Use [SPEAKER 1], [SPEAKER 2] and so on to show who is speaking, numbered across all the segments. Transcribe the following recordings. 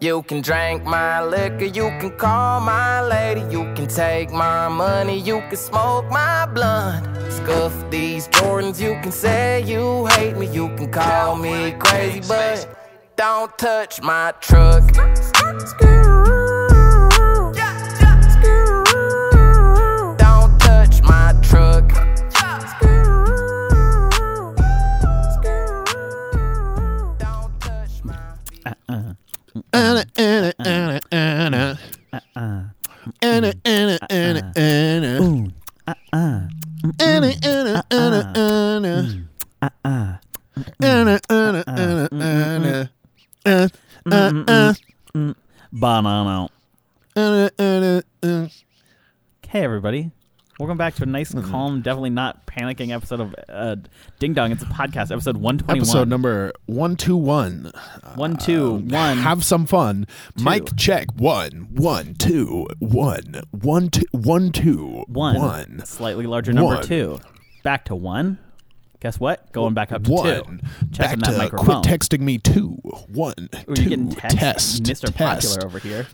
[SPEAKER 1] You can drink my liquor, you can call my lady, you can take my money, you can smoke my blunt. Scuff these Jordans, you can say you hate me, you can call me crazy, but don't touch my truck. Don't touch my truck. Don't touch my
[SPEAKER 2] Anna, Anna, Anna, Anna. Anna, Anna, Anna, Anna. Anna, Anna, Anna, Anna. Anna, Anna, Anna, Anna. Uh, uh, uh,
[SPEAKER 3] Banana.
[SPEAKER 2] Anna, Anna, uh.
[SPEAKER 3] Hey, everybody. Welcome back to a nice,
[SPEAKER 2] Mm-hmm.
[SPEAKER 3] calm, definitely not panicking episode of uh, Ding Dong. It's a podcast, episode 121.
[SPEAKER 2] Episode number 121.
[SPEAKER 3] One, two, one.
[SPEAKER 2] Have some fun. Mic check. One, one, two, one, one, two, one, two,
[SPEAKER 3] one.
[SPEAKER 2] one.
[SPEAKER 3] Slightly larger number
[SPEAKER 2] One.
[SPEAKER 3] two. Back to one. Guess what? Going back up to
[SPEAKER 2] one.
[SPEAKER 3] two.
[SPEAKER 2] Back
[SPEAKER 3] Checking
[SPEAKER 2] to
[SPEAKER 3] that microphone.
[SPEAKER 2] quit texting me two. One,
[SPEAKER 3] Ooh,
[SPEAKER 2] two,
[SPEAKER 3] you're getting text,
[SPEAKER 2] test,
[SPEAKER 3] Mr.
[SPEAKER 2] test.
[SPEAKER 3] Popular over here.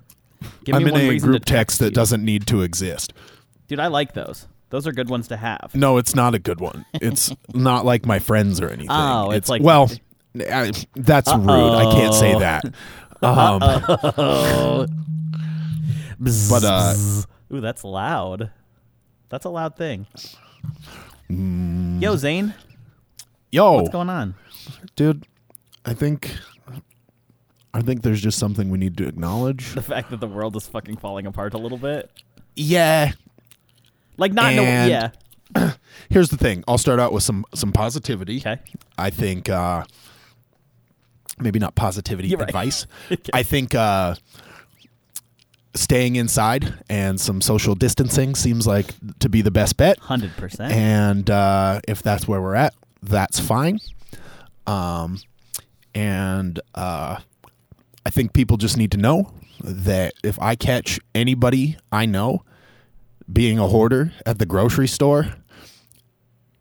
[SPEAKER 3] Give
[SPEAKER 2] I'm
[SPEAKER 3] me
[SPEAKER 2] in
[SPEAKER 3] one
[SPEAKER 2] a
[SPEAKER 3] reason
[SPEAKER 2] group
[SPEAKER 3] to text,
[SPEAKER 2] text that
[SPEAKER 3] you.
[SPEAKER 2] doesn't need to exist.
[SPEAKER 3] Dude, I like those. Those are good ones to have.
[SPEAKER 2] No, it's not a good one. It's not like my friends or anything.
[SPEAKER 3] Oh, it's like-
[SPEAKER 2] well, I, that's rude. I can't say that. Um, but uh,
[SPEAKER 3] Ooh, that's loud. That's a loud thing.
[SPEAKER 2] Mm.
[SPEAKER 3] Yo, Zane,
[SPEAKER 2] yo,
[SPEAKER 3] what's going on?
[SPEAKER 2] dude, I think I think there's just something we need to acknowledge.
[SPEAKER 3] The fact that the world is fucking falling apart a little bit.
[SPEAKER 2] Yeah,
[SPEAKER 3] Like not no
[SPEAKER 2] And-
[SPEAKER 3] yeah.
[SPEAKER 2] here's the thing. I'll start out with some some positivity.
[SPEAKER 3] Okay.
[SPEAKER 2] I think uh, maybe not positivity
[SPEAKER 3] You're right.
[SPEAKER 2] advice.
[SPEAKER 3] Okay.
[SPEAKER 2] I think uh, staying inside and some social distancing seems like to be the best bet.
[SPEAKER 3] 100%.
[SPEAKER 2] And uh, if that's where we're at, that's fine. Um, and uh, I think people just need to know that if I catch anybody I know being a hoarder at the grocery store,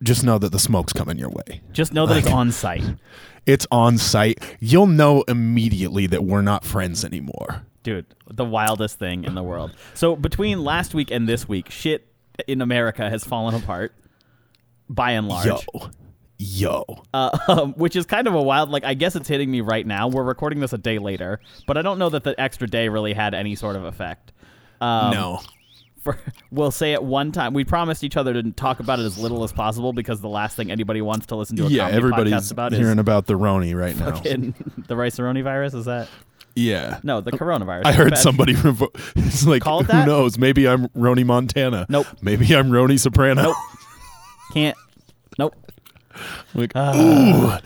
[SPEAKER 2] just know that the smoke's coming your way.
[SPEAKER 3] Just know that it's on site.
[SPEAKER 2] It's on site. You'll know immediately that we're not friends anymore.
[SPEAKER 3] Dude, the wildest thing in the world. So between last week and this week, shit in America has fallen apart by and large.
[SPEAKER 2] Yo. Yo.
[SPEAKER 3] uh, um, which is kind of a wild. Like, I guess it's hitting me right now. We're recording this a day later, but I don't know that the extra day really had any sort of effect. Um,
[SPEAKER 2] no.
[SPEAKER 3] for- we'll say it one time. We promised each other to talk about it as little as possible because the last thing anybody wants to listen to a
[SPEAKER 2] Yeah,
[SPEAKER 3] comedy
[SPEAKER 2] everybody's
[SPEAKER 3] podcast about
[SPEAKER 2] hearing
[SPEAKER 3] is
[SPEAKER 2] about the Roni right now.
[SPEAKER 3] in the Riceroni virus. Is that
[SPEAKER 2] Yeah.
[SPEAKER 3] no the coronavirus?
[SPEAKER 2] I heard
[SPEAKER 3] Bad-
[SPEAKER 2] somebody revo- it's like
[SPEAKER 3] Call it
[SPEAKER 2] who
[SPEAKER 3] that?
[SPEAKER 2] knows? Maybe I'm Roni Montana.
[SPEAKER 3] Nope.
[SPEAKER 2] Maybe I'm Roni Soprano.
[SPEAKER 3] Nope. can't. Nope.
[SPEAKER 2] like,
[SPEAKER 3] Uh-huh.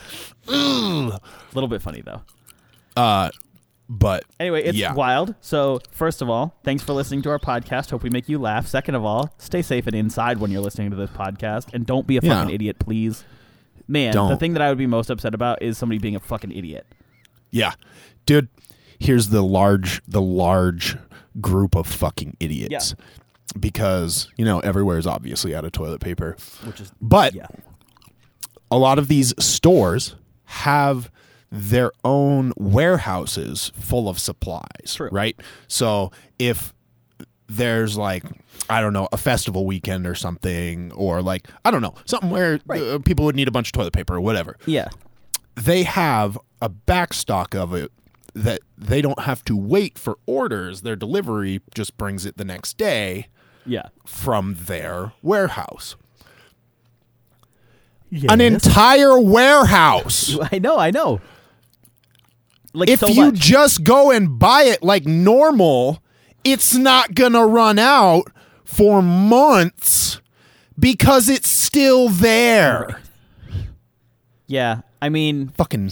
[SPEAKER 3] A little bit funny though.
[SPEAKER 2] but
[SPEAKER 3] Anyway, it's
[SPEAKER 2] yeah.
[SPEAKER 3] wild. So, first of all, thanks for listening to our podcast. Hope we make you laugh. Second of all, stay safe and inside when you're listening to this podcast, and don't be a
[SPEAKER 2] Yeah.
[SPEAKER 3] fucking idiot, please. Man, the
[SPEAKER 2] Don't.
[SPEAKER 3] thing that I would be most upset about is somebody being a fucking idiot.
[SPEAKER 2] Yeah. Dude, here's the large the large group of fucking idiots. Because, you know, everywhere is obviously out of toilet paper.
[SPEAKER 3] Which is
[SPEAKER 2] But
[SPEAKER 3] yeah,
[SPEAKER 2] a lot of these stores have their own warehouses full of supplies,
[SPEAKER 3] True.
[SPEAKER 2] right? So if there's like I don't know a festival weekend or something, or like I don't know something where uh, people would need a bunch of toilet paper or whatever.
[SPEAKER 3] yeah,
[SPEAKER 2] They have a backstock of it that they don't have to wait for orders. Their delivery just brings it the next day
[SPEAKER 3] yeah.
[SPEAKER 2] from their warehouse. An entire warehouse.
[SPEAKER 3] I know, I know. Like
[SPEAKER 2] if
[SPEAKER 3] so
[SPEAKER 2] you
[SPEAKER 3] much.
[SPEAKER 2] just go and buy it like normal, it's not going to run out for months because it's still there.
[SPEAKER 3] yeah, I mean,
[SPEAKER 2] Fucking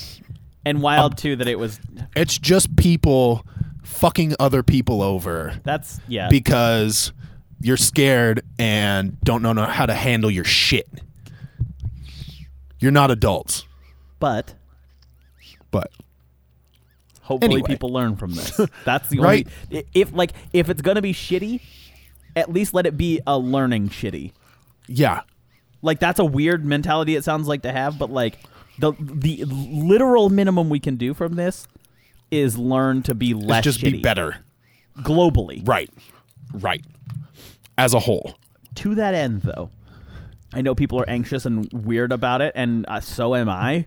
[SPEAKER 3] and
[SPEAKER 2] Um,
[SPEAKER 3] wild too that it was.
[SPEAKER 2] it's just people fucking other people over
[SPEAKER 3] That's yeah.
[SPEAKER 2] because you're scared and don't know how to handle your shit. You're not adults,
[SPEAKER 3] but
[SPEAKER 2] but
[SPEAKER 3] Hopefully,
[SPEAKER 2] Anyway.
[SPEAKER 3] people learn from this. That's the
[SPEAKER 2] Right?
[SPEAKER 3] only. i- If like if it's gonna be shitty, at least let it be a learning shitty.
[SPEAKER 2] yeah.
[SPEAKER 3] Like that's a weird mentality. It sounds like to have, but like the the literal minimum we can do from this is learn to be less
[SPEAKER 2] just be
[SPEAKER 3] shitty
[SPEAKER 2] better.
[SPEAKER 3] globally.
[SPEAKER 2] Right. Right. As a whole.
[SPEAKER 3] To that end, though, I know people are anxious and weird about it, and uh, so am I.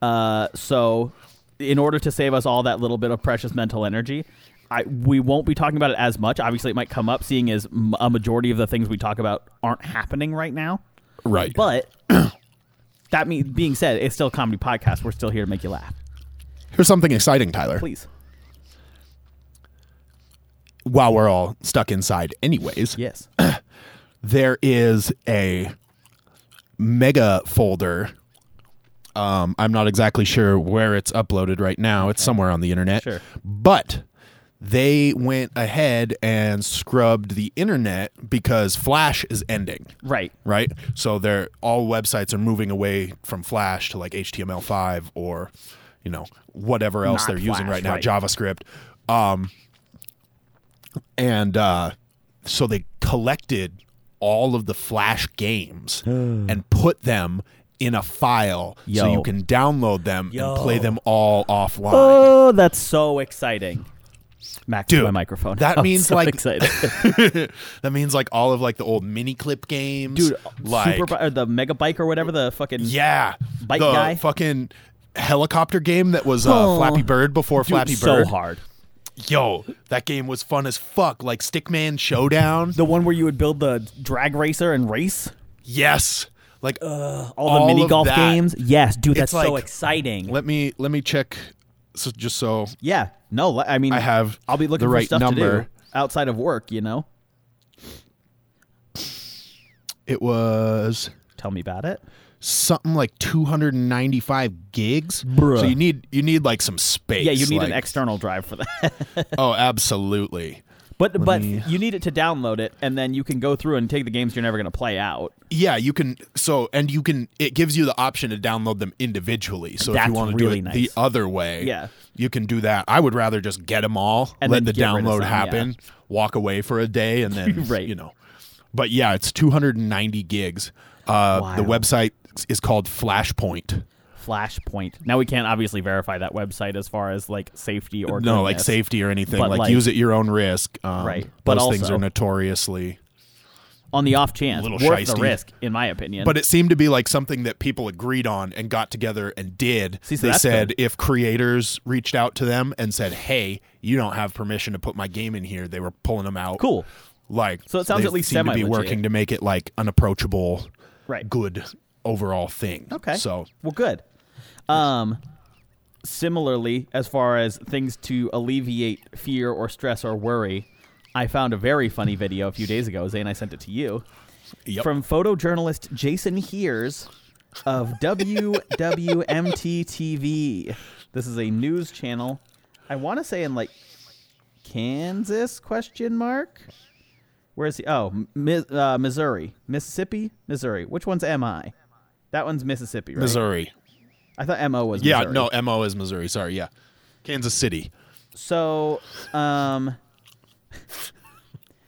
[SPEAKER 3] Uh, so, in order to save us all that little bit of precious mental energy, I, we won't be talking about it as much. Obviously, it might come up, seeing as m- a majority of the things we talk about aren't happening right now.
[SPEAKER 2] Right.
[SPEAKER 3] But that mean, being said, it's still a comedy podcast. We're still here to make you laugh.
[SPEAKER 2] Here's something exciting, Tyler.
[SPEAKER 3] Please.
[SPEAKER 2] While we're all stuck inside, anyways,
[SPEAKER 3] Yes.
[SPEAKER 2] there is a mega folder. Um, I'm not exactly sure where it's uploaded right now. It's somewhere on the internet.
[SPEAKER 3] Sure.
[SPEAKER 2] But they went ahead and scrubbed the internet because Flash is ending.
[SPEAKER 3] right.
[SPEAKER 2] right? So they're all websites are moving away from Flash to like HTML5 or you know whatever else
[SPEAKER 3] Not
[SPEAKER 2] they're using
[SPEAKER 3] Flash,
[SPEAKER 2] right now,
[SPEAKER 3] right.
[SPEAKER 2] JavaScript. Um, and uh, so they collected all of the Flash games and put them in a file so
[SPEAKER 3] Yo.
[SPEAKER 2] you can download them and play
[SPEAKER 3] Yo.
[SPEAKER 2] them all offline.
[SPEAKER 3] Oh, that's so exciting. Mac to
[SPEAKER 2] Dude,
[SPEAKER 3] my microphone.
[SPEAKER 2] that
[SPEAKER 3] I'm
[SPEAKER 2] means,
[SPEAKER 3] so
[SPEAKER 2] like-
[SPEAKER 3] excited.
[SPEAKER 2] that means like all of like the old mini clip games,
[SPEAKER 3] dude.
[SPEAKER 2] Like
[SPEAKER 3] super, bi- or the mega bike or whatever the fucking
[SPEAKER 2] Yeah,
[SPEAKER 3] Bike
[SPEAKER 2] the
[SPEAKER 3] guy?
[SPEAKER 2] fucking helicopter game that was uh,
[SPEAKER 3] Oh.
[SPEAKER 2] Flappy Bird before
[SPEAKER 3] dude,
[SPEAKER 2] Flappy
[SPEAKER 3] so
[SPEAKER 2] Bird.
[SPEAKER 3] hard.
[SPEAKER 2] Yo, that game was fun as fuck. Like Stickman Showdown.
[SPEAKER 3] The one where you would build the drag racer and race
[SPEAKER 2] Yes. Like
[SPEAKER 3] Uh. all,
[SPEAKER 2] All
[SPEAKER 3] the mini
[SPEAKER 2] of
[SPEAKER 3] golf
[SPEAKER 2] that.
[SPEAKER 3] games. Yes, dude, that's
[SPEAKER 2] It's
[SPEAKER 3] so
[SPEAKER 2] like-
[SPEAKER 3] exciting.
[SPEAKER 2] let me let me check. So just so
[SPEAKER 3] yeah, no, li- I mean,
[SPEAKER 2] I have
[SPEAKER 3] I'll be looking
[SPEAKER 2] the right
[SPEAKER 3] for stuff
[SPEAKER 2] number.
[SPEAKER 3] to do outside of work. You know,
[SPEAKER 2] It was
[SPEAKER 3] tell me about it.
[SPEAKER 2] something like 295 gigs.
[SPEAKER 3] Bruh.
[SPEAKER 2] So you need you need like some space.
[SPEAKER 3] Yeah, you need
[SPEAKER 2] like,
[SPEAKER 3] an external drive for that,
[SPEAKER 2] Oh, absolutely.
[SPEAKER 3] but but
[SPEAKER 2] me-
[SPEAKER 3] you need it to download it, and then you can go through and take the games you're never going to play out.
[SPEAKER 2] Yeah, you can. So, and you can. It gives you the option to download them individually. So, if
[SPEAKER 3] That's
[SPEAKER 2] you want to
[SPEAKER 3] really
[SPEAKER 2] do it
[SPEAKER 3] nice.
[SPEAKER 2] the other way,
[SPEAKER 3] Yeah.
[SPEAKER 2] you can do that. I would rather just get them all,
[SPEAKER 3] And
[SPEAKER 2] let
[SPEAKER 3] then
[SPEAKER 2] the
[SPEAKER 3] get rid of
[SPEAKER 2] download
[SPEAKER 3] some,
[SPEAKER 2] happen, walk away for a day, and then
[SPEAKER 3] Right.
[SPEAKER 2] you know. But yeah, it's 290 gigs. Uh, the
[SPEAKER 3] Wild.
[SPEAKER 2] website is called Flashpoint.
[SPEAKER 3] Flashpoint. Now we can't obviously verify that website as far as like safety or
[SPEAKER 2] No, like
[SPEAKER 3] goodness.
[SPEAKER 2] safety or anything.
[SPEAKER 3] But,
[SPEAKER 2] Like,
[SPEAKER 3] like-
[SPEAKER 2] use at your own risk. Um,
[SPEAKER 3] Right. But
[SPEAKER 2] Those things
[SPEAKER 3] also-
[SPEAKER 2] are notoriously.
[SPEAKER 3] on the off chance
[SPEAKER 2] Little
[SPEAKER 3] worth
[SPEAKER 2] shisty.
[SPEAKER 3] the risk, in my opinion.
[SPEAKER 2] But it seemed to be like something that people agreed on and got together and did.
[SPEAKER 3] See, so
[SPEAKER 2] they
[SPEAKER 3] that's
[SPEAKER 2] said if creators reached out to them and said, "Hey, you don't have permission to put my game in here," they were pulling them out.
[SPEAKER 3] Cool.
[SPEAKER 2] Like
[SPEAKER 3] So it sounds
[SPEAKER 2] they
[SPEAKER 3] at least
[SPEAKER 2] seem to be
[SPEAKER 3] semi-legit.
[SPEAKER 2] working to make it like an approachable,
[SPEAKER 3] Right.
[SPEAKER 2] good overall thing.
[SPEAKER 3] okay,
[SPEAKER 2] So
[SPEAKER 3] well, good. Um, similarly, as far as things to alleviate fear or stress or worry, I found a very funny video a few days ago. Zane, I sent it to you
[SPEAKER 2] yep.
[SPEAKER 3] from photojournalist Jason Hears of WWMT TV. This is a news channel. I want to say in like Kansas question mark. Where is he? Oh, Mi- uh, Missouri, Mississippi, Missouri. Which one's MI? That one's Mississippi, right?
[SPEAKER 2] Missouri.
[SPEAKER 3] I thought MO was
[SPEAKER 2] Yeah.
[SPEAKER 3] Missouri.
[SPEAKER 2] No. Mo is Missouri. Sorry. Yeah. Kansas City.
[SPEAKER 3] So, um,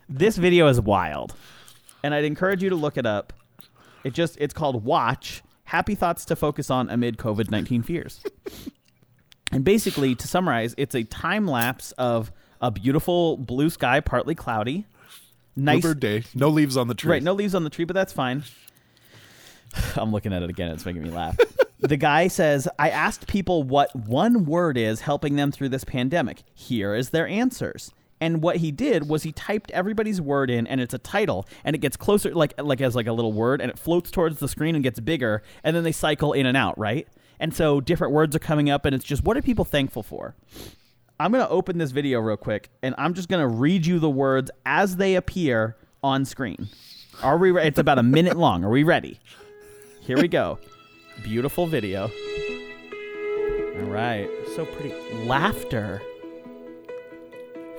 [SPEAKER 3] this video is wild, and I'd encourage you to look it up. It just it's called "Watch Happy Thoughts to Focus on Amid COVID nineteen Fears," and basically, to summarize, it's a time lapse of a beautiful blue sky, partly cloudy, nice
[SPEAKER 2] Bluebird Day. No leaves on the tree.
[SPEAKER 3] Right, no leaves on the tree, but that's fine. I'm looking at it again. It's making me laugh. the guy says, I asked people what one word is helping them through this pandemic. Here is their answers. And what he did was he typed everybody's word in, and it's a title, and it gets closer, like like as like a little word, and it floats towards the screen and gets bigger, and then they cycle in and out, right? And so different words are coming up, and it's just what are people thankful for? I'm going to open this video real quick and I'm just going to read you the words as they appear on screen. Are we re- it's about a minute long. Are we ready? Here we go. Beautiful video. All right. So pretty. Laughter.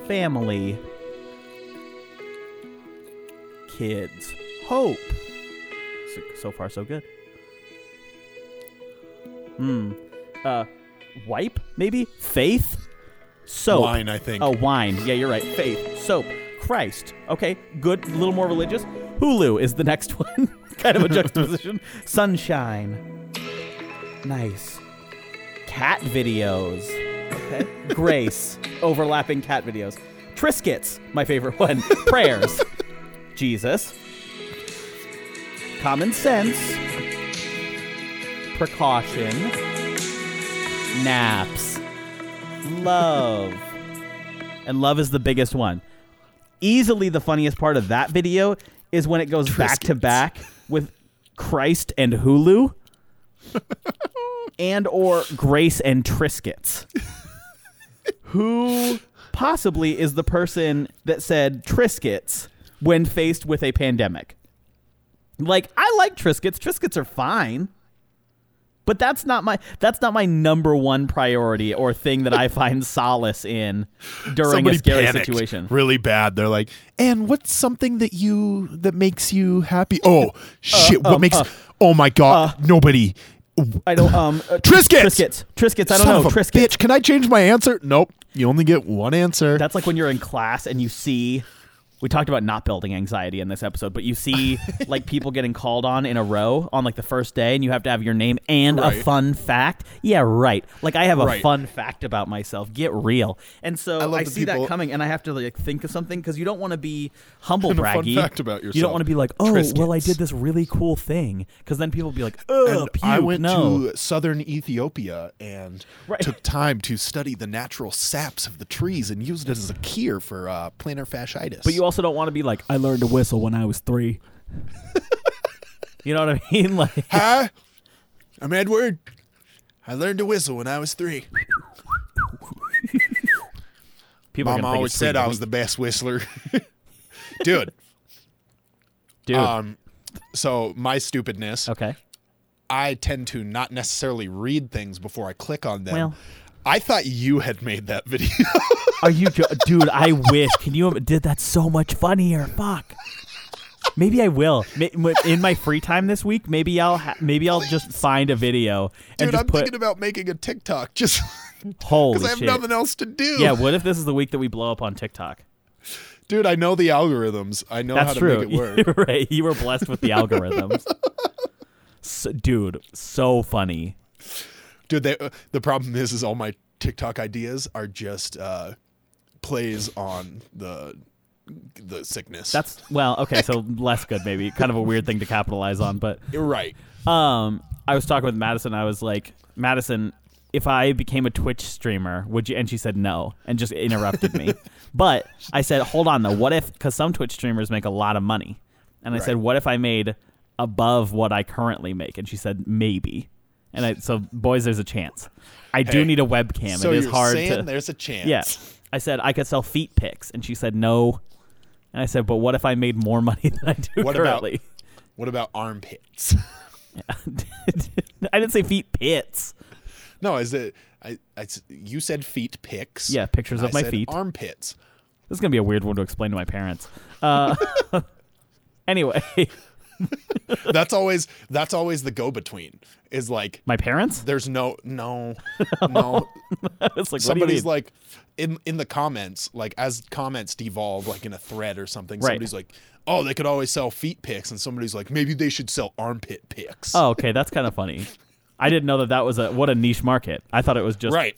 [SPEAKER 3] Family. Kids. Hope. So, so far so good. Hmm. Uh wipe maybe? Faith? soap.
[SPEAKER 2] Wine, I think.
[SPEAKER 3] Oh, wine. Yeah, you're right. Faith, soap, Christ. Okay, good. A little more religious. Hulu is the next one. kind of a juxtaposition. Sunshine. Nice. Cat videos. Okay. Grace. Overlapping cat videos. Triscuits, my favorite one. Prayers. Jesus. Common sense. Precaution. Naps. Love. and love is the biggest one. Easily the funniest part of that video is when it goes back to
[SPEAKER 2] Triscuits.
[SPEAKER 3] back with Christ and Hulu and or Grace and Triscuits. Who possibly is the person that said Triscuits when faced with a pandemic? Like, I like Triscuits. Triscuits are fine. But that's not my that's not my number one priority or thing that I find solace in during
[SPEAKER 2] Somebody
[SPEAKER 3] a scary
[SPEAKER 2] panicked
[SPEAKER 3] situation.
[SPEAKER 2] really bad. They're like, "And what's something that you that makes you happy?"
[SPEAKER 3] Uh,
[SPEAKER 2] Oh shit! what makes? oh my god! nobody.
[SPEAKER 3] I don't um uh,
[SPEAKER 2] Triscuits!
[SPEAKER 3] Triscuits. Triscuits, I don't
[SPEAKER 2] Son
[SPEAKER 3] know.
[SPEAKER 2] of a
[SPEAKER 3] Triscuits.
[SPEAKER 2] bitch! Can I change my answer? Nope. You only get one answer.
[SPEAKER 3] That's like when you're in class and you see. We talked about not building anxiety in this episode, but you see like people getting called on in a row on like the first day, and you have to have your name and a
[SPEAKER 2] Right.
[SPEAKER 3] fun fact. Yeah, right. Like I have a
[SPEAKER 2] Right.
[SPEAKER 3] fun fact about myself. Get real. And so I,
[SPEAKER 2] love the
[SPEAKER 3] see that
[SPEAKER 2] people-
[SPEAKER 3] coming, and I have to like think of something because you don't want to be humble
[SPEAKER 2] And a fun
[SPEAKER 3] braggy.
[SPEAKER 2] fact about
[SPEAKER 3] You don't
[SPEAKER 2] yourself.
[SPEAKER 3] want to be like, oh, well, I
[SPEAKER 2] Triscuits.
[SPEAKER 3] did this really cool thing, because then people will be like, oh,
[SPEAKER 2] and I
[SPEAKER 3] puke,
[SPEAKER 2] went
[SPEAKER 3] no.
[SPEAKER 2] to southern Ethiopia and
[SPEAKER 3] Right.
[SPEAKER 2] took time to study the natural saps of the trees and used it as a cure for uh, plantar fasciitis.
[SPEAKER 3] But you also don't want to be like, I learned to whistle when I was three. you know what I mean? Like,
[SPEAKER 2] Hi, I'm Edward. I learned to whistle when I was three.
[SPEAKER 3] people are
[SPEAKER 2] Mom
[SPEAKER 3] gonna think
[SPEAKER 2] always
[SPEAKER 3] it's
[SPEAKER 2] said
[SPEAKER 3] sweet.
[SPEAKER 2] I was the best whistler. Dude,
[SPEAKER 3] dude.
[SPEAKER 2] um, so my stupidness,
[SPEAKER 3] okay.
[SPEAKER 2] I tend to not necessarily read things before I click on them.
[SPEAKER 3] Well-
[SPEAKER 2] I thought you had made that video.
[SPEAKER 3] Are you, jo- dude? I wish. Can you did that so much funnier? Fuck. Maybe I will Ma- ma- in my free time this week. Maybe I'll ha- maybe I'll just find a video and
[SPEAKER 2] Dude,
[SPEAKER 3] just
[SPEAKER 2] I'm
[SPEAKER 3] put
[SPEAKER 2] thinking about making a TikTok just
[SPEAKER 3] holy
[SPEAKER 2] because I have
[SPEAKER 3] shit.
[SPEAKER 2] nothing else to do.
[SPEAKER 3] yeah. What if this is the week that we blow up on TikTok?
[SPEAKER 2] Dude, I know the algorithms. I know
[SPEAKER 3] That's
[SPEAKER 2] how to
[SPEAKER 3] true.
[SPEAKER 2] make it work.
[SPEAKER 3] You're right. You were blessed with the algorithms. So, dude, so funny.
[SPEAKER 2] Dude, they, uh, the problem is, is all my TikTok ideas are just uh, plays on the the sickness.
[SPEAKER 3] That's well, okay, so less good maybe. Kind of a weird thing to capitalize on, but
[SPEAKER 2] You're right.
[SPEAKER 3] um I was talking with Madison, I was like, Madison, if I became a Twitch streamer, would you and she said no and just interrupted me. but I said, "Hold on though. What if cuz some Twitch streamers make a lot of money." And I said,
[SPEAKER 2] Right.
[SPEAKER 3] "What if I made above what I currently make?" And she said, "Maybe." And I so boys, there's a chance. I do
[SPEAKER 2] Hey,
[SPEAKER 3] need a webcam.
[SPEAKER 2] so
[SPEAKER 3] it is
[SPEAKER 2] you're
[SPEAKER 3] hard
[SPEAKER 2] saying
[SPEAKER 3] to
[SPEAKER 2] there's a chance.
[SPEAKER 3] yeah. I said I could sell feet pics, and she said no. And I said, but what if I made more money than I do
[SPEAKER 2] What about-
[SPEAKER 3] currently?
[SPEAKER 2] What about armpits?
[SPEAKER 3] I didn't say feet pits.
[SPEAKER 2] no, is it? I, I s- you said feet pics.
[SPEAKER 3] Yeah, pictures of
[SPEAKER 2] I
[SPEAKER 3] my
[SPEAKER 2] said
[SPEAKER 3] feet.
[SPEAKER 2] Armpits.
[SPEAKER 3] This is gonna be a weird one to explain to my parents. Uh, anyway,
[SPEAKER 2] That's always that's always the go between. Is like
[SPEAKER 3] my parents.
[SPEAKER 2] there's no no no.
[SPEAKER 3] It's like what do you
[SPEAKER 2] Somebody's
[SPEAKER 3] mean?
[SPEAKER 2] like in in the comments, like as comments devolve, like in a thread or something.
[SPEAKER 3] Right.
[SPEAKER 2] Somebody's like, oh, they could always sell feet pics, and somebody's like, maybe they should sell armpit pics.
[SPEAKER 3] oh, okay, that's kind of funny. I didn't know that that was a what a niche market. I thought it was just
[SPEAKER 2] right.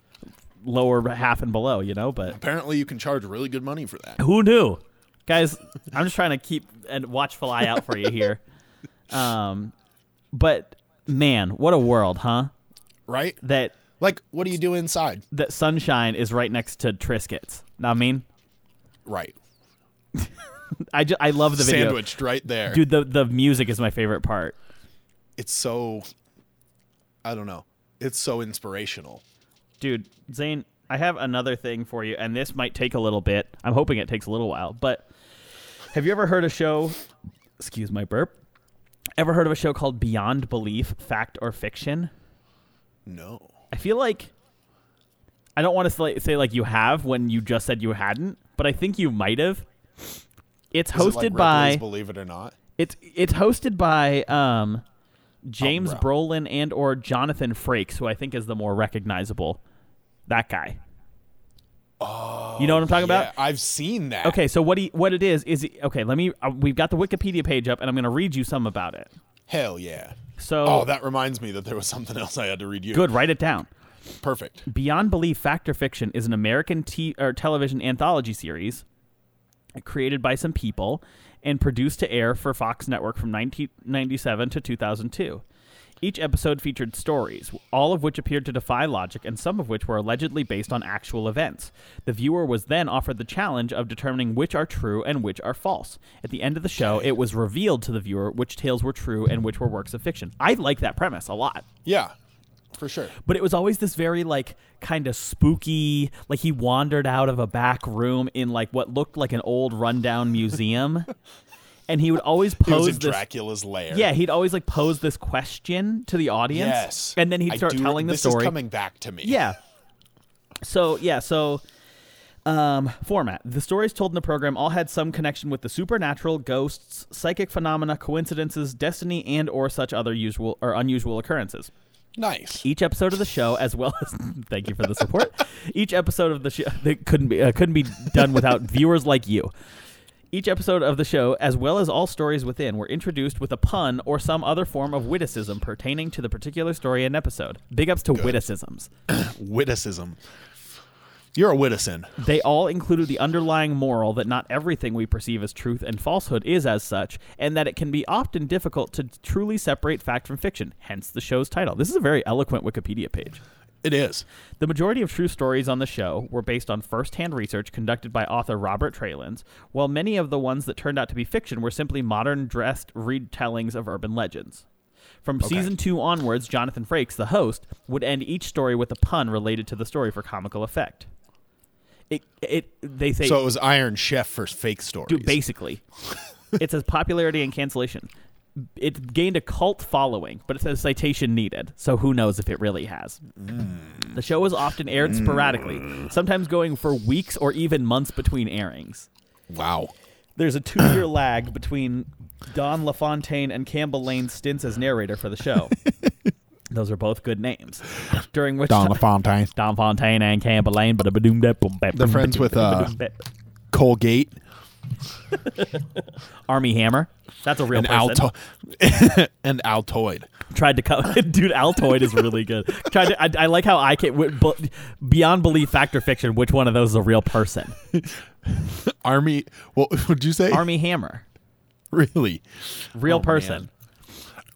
[SPEAKER 3] lower half and below, you know. But
[SPEAKER 2] Apparently, you can charge really good money for that.
[SPEAKER 3] who knew, guys? I'm just trying to keep a watchful eye out for you here. Um, but man, what a world, huh?
[SPEAKER 2] Right.
[SPEAKER 3] That
[SPEAKER 2] Like, what do you do inside?
[SPEAKER 3] that sunshine is right next to Triscuits. Know what I mean,
[SPEAKER 2] Right.
[SPEAKER 3] I ju- I love the video.
[SPEAKER 2] Sandwiched right there.
[SPEAKER 3] Dude, the the music is my favorite part.
[SPEAKER 2] it's so I don't know. It's so inspirational.
[SPEAKER 3] Dude, Zane, I have another thing for you, and this might take a little bit. I'm hoping it takes a little while, but have you ever heard a show? Excuse my burp. Ever heard of a show called Beyond Belief: Fact or Fiction?
[SPEAKER 2] No.
[SPEAKER 3] I feel like I don't want to say, say like you have when you just said you hadn't, but I think you might have. It's
[SPEAKER 2] Is it
[SPEAKER 3] hosted
[SPEAKER 2] like
[SPEAKER 3] by
[SPEAKER 2] Ripley's Believe It or Not.
[SPEAKER 3] It's it's hosted by um, James
[SPEAKER 2] Oh, Umbra.
[SPEAKER 3] Brolin and or Jonathan Frakes, who I think is the more recognizable. That guy. Oh, you know what I'm talking
[SPEAKER 2] Yeah,
[SPEAKER 3] about?
[SPEAKER 2] I've seen that.
[SPEAKER 3] Okay, so what he, what it is is okay. Let me. Uh, we've got the Wikipedia page up, and I'm going to read you some about it.
[SPEAKER 2] Hell yeah.
[SPEAKER 3] So
[SPEAKER 2] Oh, that reminds me that there was something else I had to read you.
[SPEAKER 3] good, write it down.
[SPEAKER 2] Perfect.
[SPEAKER 3] Beyond Belief Fact or Fiction is an American t- or television anthology series created by some people and produced to air for Fox Network from 1997 to 2002. Each episode featured stories, all of which appeared to defy logic and some of which were allegedly based on actual events. The viewer was then offered the challenge of determining which are true and which are false. At the end of the show, it was revealed to the viewer which tales were true and which were works of fiction. I like that premise a lot
[SPEAKER 2] Yeah, for sure.
[SPEAKER 3] but it was always this very like kind of spooky like he wandered out of a back room in like what looked like an old rundown museum and he would always
[SPEAKER 2] He was
[SPEAKER 3] pose
[SPEAKER 2] in
[SPEAKER 3] this
[SPEAKER 2] Dracula's lair.
[SPEAKER 3] yeah he'd always like pose this question to the audience
[SPEAKER 2] Yes.
[SPEAKER 3] and then he'd
[SPEAKER 2] I
[SPEAKER 3] start
[SPEAKER 2] do-
[SPEAKER 3] telling the
[SPEAKER 2] this
[SPEAKER 3] story
[SPEAKER 2] Is coming back to me.
[SPEAKER 3] yeah. So yeah, so um, format. The stories told in the program all had some connection with the supernatural, ghosts, psychic phenomena, coincidences, destiny, and or such other usual or unusual occurrences.
[SPEAKER 2] Nice.
[SPEAKER 3] Each episode of the show, as well as thank you for the support. Each episode of the show that couldn't be uh, couldn't be done without viewers like you. Each episode of the show, as well as all stories within, were introduced with a pun or some other form of witticism pertaining to the particular story and episode. Big ups to witticisms.
[SPEAKER 2] Witticism. You're a witticin.
[SPEAKER 3] They all included the underlying moral that not everything we perceive as truth and falsehood is as such, and that it can be often difficult to truly separate fact from fiction, hence the show's title. This is a very eloquent Wikipedia page.
[SPEAKER 2] It is.
[SPEAKER 3] The majority of true stories on the show were based on first hand research conducted by author Robert Traylans, while many of the ones that turned out to be fiction were simply modern dressed retellings of urban legends. From season two onwards, Jonathan Frakes, the host, would end each story with a pun related to the story for comical effect. It, it they say
[SPEAKER 2] So it was Iron Chef for fake stories.
[SPEAKER 3] Dude, basically, it says popularity and cancellation. It gained a cult following, but it says citation needed. So who knows if it really has? Hmm. The show was often aired sporadically, sometimes going for weeks or even months between airings.
[SPEAKER 2] wow.
[SPEAKER 3] There's a two-year lag between Don LaFontaine and Campbell Lane's stints as narrator for the show. Those are both good names. During which
[SPEAKER 2] Don
[SPEAKER 3] ti-
[SPEAKER 2] LaFontaine.
[SPEAKER 3] Don Fontaine and Campbell Lane, but they're
[SPEAKER 2] They're friends with, uh, Colgate.
[SPEAKER 3] Army Hammer. That's a real
[SPEAKER 2] And,
[SPEAKER 3] person.
[SPEAKER 2] Alto- and Altoid.
[SPEAKER 3] tried to co dude altoid is really good tried to, I, I like how i can w- bu- beyond belief fact or fiction which one of those is a real person
[SPEAKER 2] Army. What would you say?
[SPEAKER 3] army hammer
[SPEAKER 2] Really?
[SPEAKER 3] real person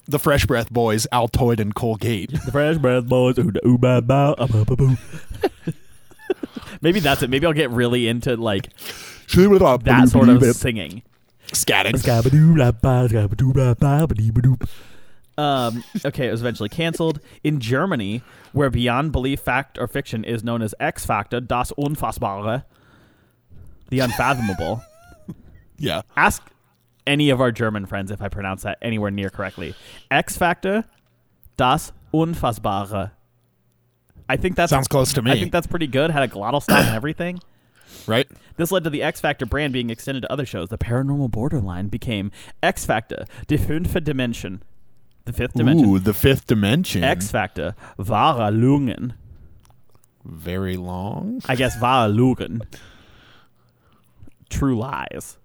[SPEAKER 2] The Fresh Breath Boys, Altoid and Colgate.
[SPEAKER 3] the fresh breath boys ooh, ooh, bah, bah, ah, bah, bah, boo. maybe that's it maybe i'll get really into like that
[SPEAKER 2] that
[SPEAKER 3] sort of singing
[SPEAKER 2] scatting.
[SPEAKER 4] Scabadoo-la-ba-scabadoo-la-ba-ba-dee-ba-doo.
[SPEAKER 3] Um, okay, it was eventually canceled in Germany, where Beyond Belief, Fact, or Fiction is known as X Factor, Das Unfassbare, the unfathomable.
[SPEAKER 2] Yeah.
[SPEAKER 3] ask any of our German friends if I pronounce that anywhere near correctly. X Factor, das Unfassbare. I think that's
[SPEAKER 2] Sounds close to me.
[SPEAKER 3] I think that's pretty good. Had a glottal stop and everything.
[SPEAKER 2] Right?
[SPEAKER 3] This led to the X Factor brand being extended to other shows. The Paranormal Borderline became X Factor, Die Fünfte Dimension, the fifth dimension.
[SPEAKER 2] Ooh, the fifth dimension.
[SPEAKER 3] X Factor, Wahre Lungen.
[SPEAKER 2] Very long.
[SPEAKER 3] I guess Wahre Lungen. True lies.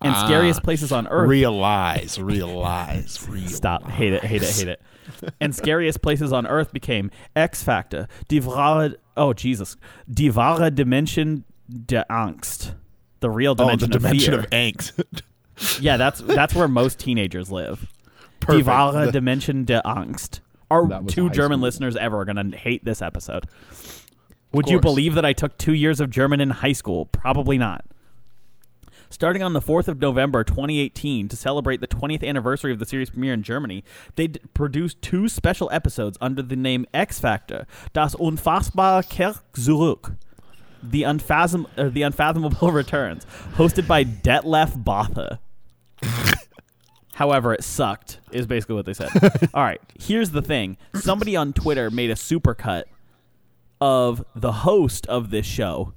[SPEAKER 3] And
[SPEAKER 2] Ah,
[SPEAKER 3] scariest places on earth.
[SPEAKER 2] Realize, realize, realize.
[SPEAKER 3] Stop. Hate it. Hate it. Hate it. and scariest places on earth became X Factor, Die wahre, oh Jesus, Die wahre Dimension der Angst, the real
[SPEAKER 2] Oh,
[SPEAKER 3] dimension
[SPEAKER 2] the dimension
[SPEAKER 3] of
[SPEAKER 2] of
[SPEAKER 3] fear.
[SPEAKER 2] angst.
[SPEAKER 3] yeah, that's that's where most teenagers live. Die
[SPEAKER 2] Perfect.
[SPEAKER 3] wahre
[SPEAKER 2] The-
[SPEAKER 3] Dimension der Angst. Our
[SPEAKER 2] That was
[SPEAKER 3] two
[SPEAKER 2] high
[SPEAKER 3] German
[SPEAKER 2] school.
[SPEAKER 3] listeners ever are gonna hate this episode. Would you
[SPEAKER 2] course.
[SPEAKER 3] believe that I took two years of German in high school? Probably not. Starting on the 4th of November 2018 to celebrate the 20th anniversary of the series premiere in Germany, they d- produced two special episodes under the name X Factor, Das Unfassbare Kerk zurück, the, unfathom- uh, the Unfathomable Returns, hosted by Detlef Botha. However, it sucked, is basically what they said. All right, here's the thing somebody on Twitter made a supercut of the host of this show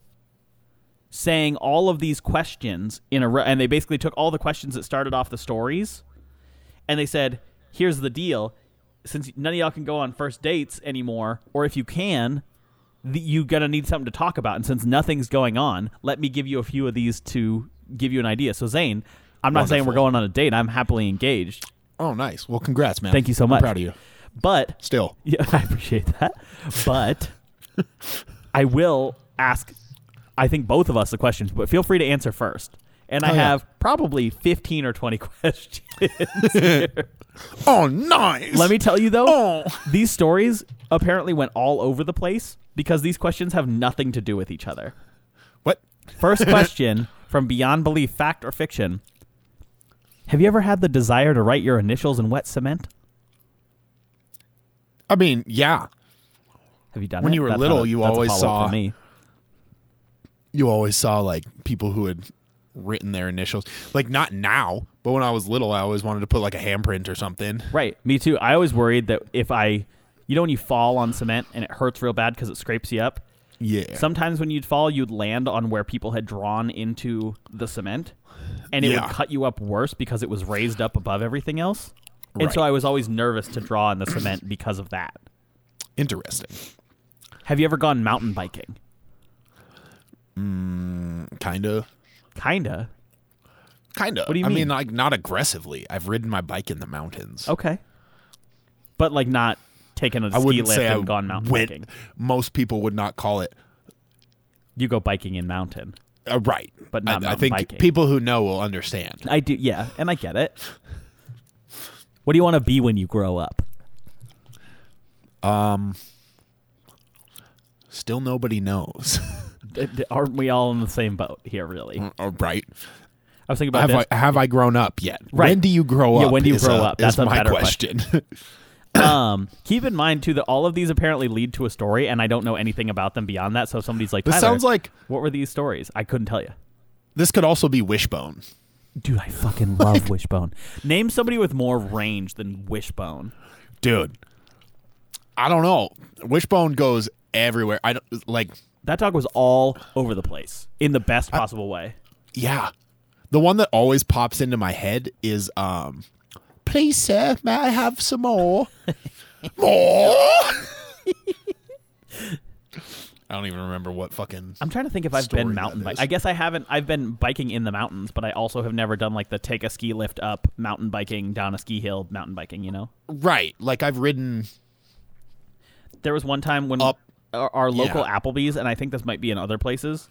[SPEAKER 3] saying all of these questions in a row. And they basically took all the questions that started off the stories and they said, here's the deal. Since none of y'all can go on first dates anymore, or if you can, th- you gonna need something to talk about. And since nothing's going on, let me give you a few of these to give you an idea. So Zane, I'm not saying we're
[SPEAKER 2] Wonderful.
[SPEAKER 3] going on a date. I'm happily engaged,
[SPEAKER 2] oh, nice. Well, congrats, man.
[SPEAKER 3] Thank you so
[SPEAKER 2] I'm
[SPEAKER 3] much.
[SPEAKER 2] proud of you.
[SPEAKER 3] but
[SPEAKER 2] Still.
[SPEAKER 3] yeah, I appreciate that. But I will ask, I think both of us the questions, but feel free to answer first. And I
[SPEAKER 2] Oh, yeah.
[SPEAKER 3] have probably 15 or 20 questions.
[SPEAKER 2] Oh, nice.
[SPEAKER 3] Let me tell you though,
[SPEAKER 2] Oh.
[SPEAKER 3] these stories apparently went all over the place because these questions have nothing to do with each other.
[SPEAKER 2] What?
[SPEAKER 3] First question from Beyond Belief Fact or Fiction Have you ever had the desire to write your initials in wet cement?
[SPEAKER 2] I mean, yeah.
[SPEAKER 3] Have you done
[SPEAKER 2] When
[SPEAKER 3] it?
[SPEAKER 2] you were
[SPEAKER 3] That's
[SPEAKER 2] little,
[SPEAKER 3] not a-
[SPEAKER 2] you
[SPEAKER 3] that's a
[SPEAKER 2] always
[SPEAKER 3] follow-up
[SPEAKER 2] saw-
[SPEAKER 3] for me.
[SPEAKER 2] You always saw like people who had written their initials. Like not now, but when I was little, I always wanted to put like a handprint or something.
[SPEAKER 3] Right. Me too. I always worried that if I, you know, when you fall on cement and it hurts real bad because it scrapes you up.
[SPEAKER 2] Yeah.
[SPEAKER 3] Sometimes when you'd fall, you'd land on where people had drawn into the cement, and it
[SPEAKER 2] Yeah.
[SPEAKER 3] would cut you up worse because it was raised up above everything else. And so
[SPEAKER 2] Right.
[SPEAKER 3] I was always nervous to draw in the cement because of that.
[SPEAKER 2] Interesting.
[SPEAKER 3] Have you ever gone mountain biking?
[SPEAKER 2] Kinda.
[SPEAKER 3] Kinda.
[SPEAKER 2] Kinda.
[SPEAKER 3] What do you
[SPEAKER 2] I
[SPEAKER 3] mean? Oh,
[SPEAKER 2] mean, like not aggressively. I've ridden my bike in the mountains.
[SPEAKER 3] Okay. But like not taking a
[SPEAKER 2] I
[SPEAKER 3] ski
[SPEAKER 2] wouldn't
[SPEAKER 3] lift
[SPEAKER 2] say
[SPEAKER 3] and
[SPEAKER 2] I
[SPEAKER 3] gone mountain
[SPEAKER 2] went-
[SPEAKER 3] biking.
[SPEAKER 2] Most people would not call it
[SPEAKER 3] You go biking in mountain.
[SPEAKER 2] uh, right,
[SPEAKER 3] But not
[SPEAKER 2] I, I
[SPEAKER 3] mountain
[SPEAKER 2] think
[SPEAKER 3] biking.
[SPEAKER 2] people who know will understand.
[SPEAKER 3] I do, yeah, and I get it. What do you want to be when you grow up?
[SPEAKER 2] Still, nobody knows.
[SPEAKER 3] D- d- Aren't we all in the same boat here? Really, I
[SPEAKER 2] All right.
[SPEAKER 3] was thinking about
[SPEAKER 2] Have
[SPEAKER 3] this.
[SPEAKER 2] Mm. I have I grown up yet?
[SPEAKER 3] Right.
[SPEAKER 2] When do you grow
[SPEAKER 3] Yeah,
[SPEAKER 2] up?
[SPEAKER 3] when do you
[SPEAKER 2] is
[SPEAKER 3] grow
[SPEAKER 2] a-
[SPEAKER 3] up?
[SPEAKER 2] is
[SPEAKER 3] That's a
[SPEAKER 2] my
[SPEAKER 3] better
[SPEAKER 2] question.
[SPEAKER 3] um, keep in mind too that all of these apparently lead to a story, and I don't know anything about them beyond that. So if somebody's like,
[SPEAKER 2] This
[SPEAKER 3] "Tyler,
[SPEAKER 2] sounds like-
[SPEAKER 3] what were these stories? I couldn't tell you,
[SPEAKER 2] this could also be Wishbone.
[SPEAKER 3] dude. I fucking love Wishbone. Name somebody with more range than Wishbone.
[SPEAKER 2] Dude. I don't know. Wishbone goes everywhere. I don't like
[SPEAKER 3] That dog was all over the place in the best possible way.
[SPEAKER 2] yeah. The one that always pops into my head is um Please sir, may I have some more? more I don't even remember what fucking
[SPEAKER 3] I'm trying to think if I've
[SPEAKER 2] story
[SPEAKER 3] been mountain
[SPEAKER 2] that
[SPEAKER 3] bike.
[SPEAKER 2] is.
[SPEAKER 3] I guess I haven't. I've been biking in the mountains, but I also have never done like the take a ski lift up mountain biking down a ski hill mountain biking. You know,
[SPEAKER 2] Right. Like I've ridden
[SPEAKER 3] there was one time when
[SPEAKER 2] Up.
[SPEAKER 3] our, our local
[SPEAKER 2] Yeah.
[SPEAKER 3] Applebee's, and I think this might be in other places.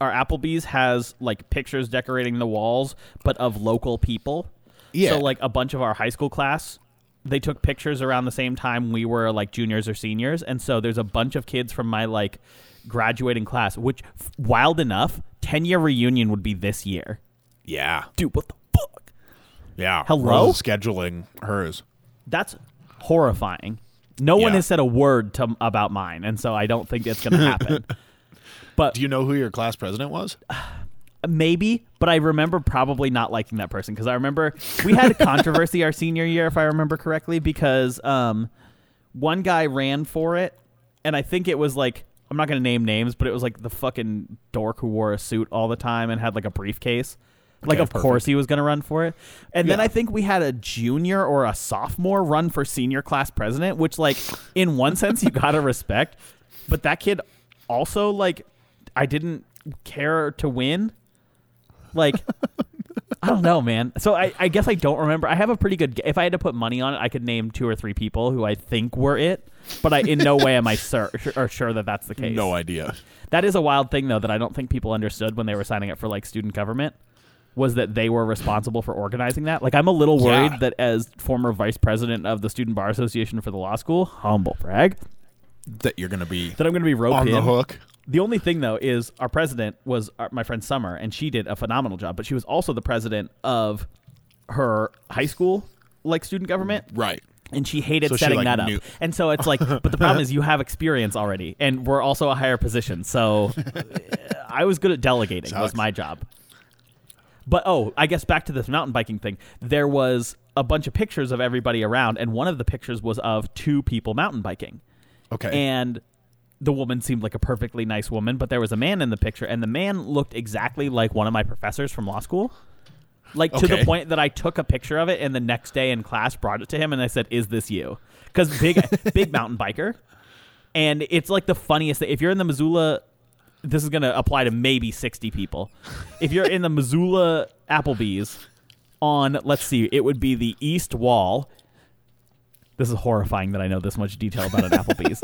[SPEAKER 3] Our Applebee's has like pictures decorating the walls, but of local people.
[SPEAKER 2] Yeah.
[SPEAKER 3] So like a bunch of our high school class, they took pictures around the same time we were like juniors or seniors, and so there's a bunch of kids from my like graduating class. Which f- wild enough, ten year reunion would be this year.
[SPEAKER 2] Yeah.
[SPEAKER 3] Dude, what the fuck?
[SPEAKER 2] Yeah.
[SPEAKER 3] Hello?
[SPEAKER 2] Rose is scheduling hers.
[SPEAKER 3] That's horrifying. No one
[SPEAKER 2] Yeah.
[SPEAKER 3] has said a word to, about mine, and so I don't think it's going to happen.
[SPEAKER 2] Do you know who your class president was?
[SPEAKER 3] maybe but i remember probably not liking that person because i remember we had a controversy our senior year if i remember correctly because um, one guy ran for it and i think it was like i'm not going to name names but it was like the fucking dork who wore a suit all the time and had like a briefcase like
[SPEAKER 2] Okay,
[SPEAKER 3] of
[SPEAKER 2] perfect.
[SPEAKER 3] course he was going to run for it and then
[SPEAKER 2] Yeah.
[SPEAKER 3] i think we had a junior or a sophomore run for senior class president which like in one sense you gotta respect but that kid also like i didn't care to win like I don't know, man. So I, I guess I don't remember. I have a pretty good. gu- If I had to put money on it, I could name two or three people who I think were it. But I, in no way am I sure or sure that that's the case.
[SPEAKER 2] No idea.
[SPEAKER 3] That is a wild thing though that I don't think people understood when they were signing up for like student government was that they were responsible for organizing that. Like I'm a little worried
[SPEAKER 2] Yeah.
[SPEAKER 3] that as former vice president of the student bar association for the law school, humble brag,
[SPEAKER 2] That you're gonna be
[SPEAKER 3] that I'm going to be roped
[SPEAKER 2] on the
[SPEAKER 3] in.
[SPEAKER 2] hook.
[SPEAKER 3] The only thing though is our president was our, my friend Summer, and she did a phenomenal job. But she was also the president of her high school, like student government,
[SPEAKER 2] Right.
[SPEAKER 3] and she hated
[SPEAKER 2] So she,
[SPEAKER 3] setting
[SPEAKER 2] like,
[SPEAKER 3] that up.
[SPEAKER 2] knew-
[SPEAKER 3] And so it's like, but the problem is you have experience already, and we're also a higher position. So uh, I was good at delegating. Was
[SPEAKER 2] Sucks.
[SPEAKER 3] my job. But oh, I guess back to this mountain biking thing. There was a bunch of pictures of everybody around, and one of the pictures was of two people mountain biking
[SPEAKER 2] Okay.
[SPEAKER 3] and the woman seemed like a perfectly nice woman, but there was a man in the picture, and the man looked exactly like one of my professors from law school. Like to the
[SPEAKER 2] Okay.
[SPEAKER 3] point that I took a picture of it, and the next day in class brought it to him, and I said, "Is this you?" Because big, big mountain biker, and it's like the funniest thing. If you're in the Missoula, this is gonna apply to maybe sixty people. If you're in the Missoula Applebee's on, let's see, it would be the east wall. This is horrifying that I know this much detail about an Applebee's.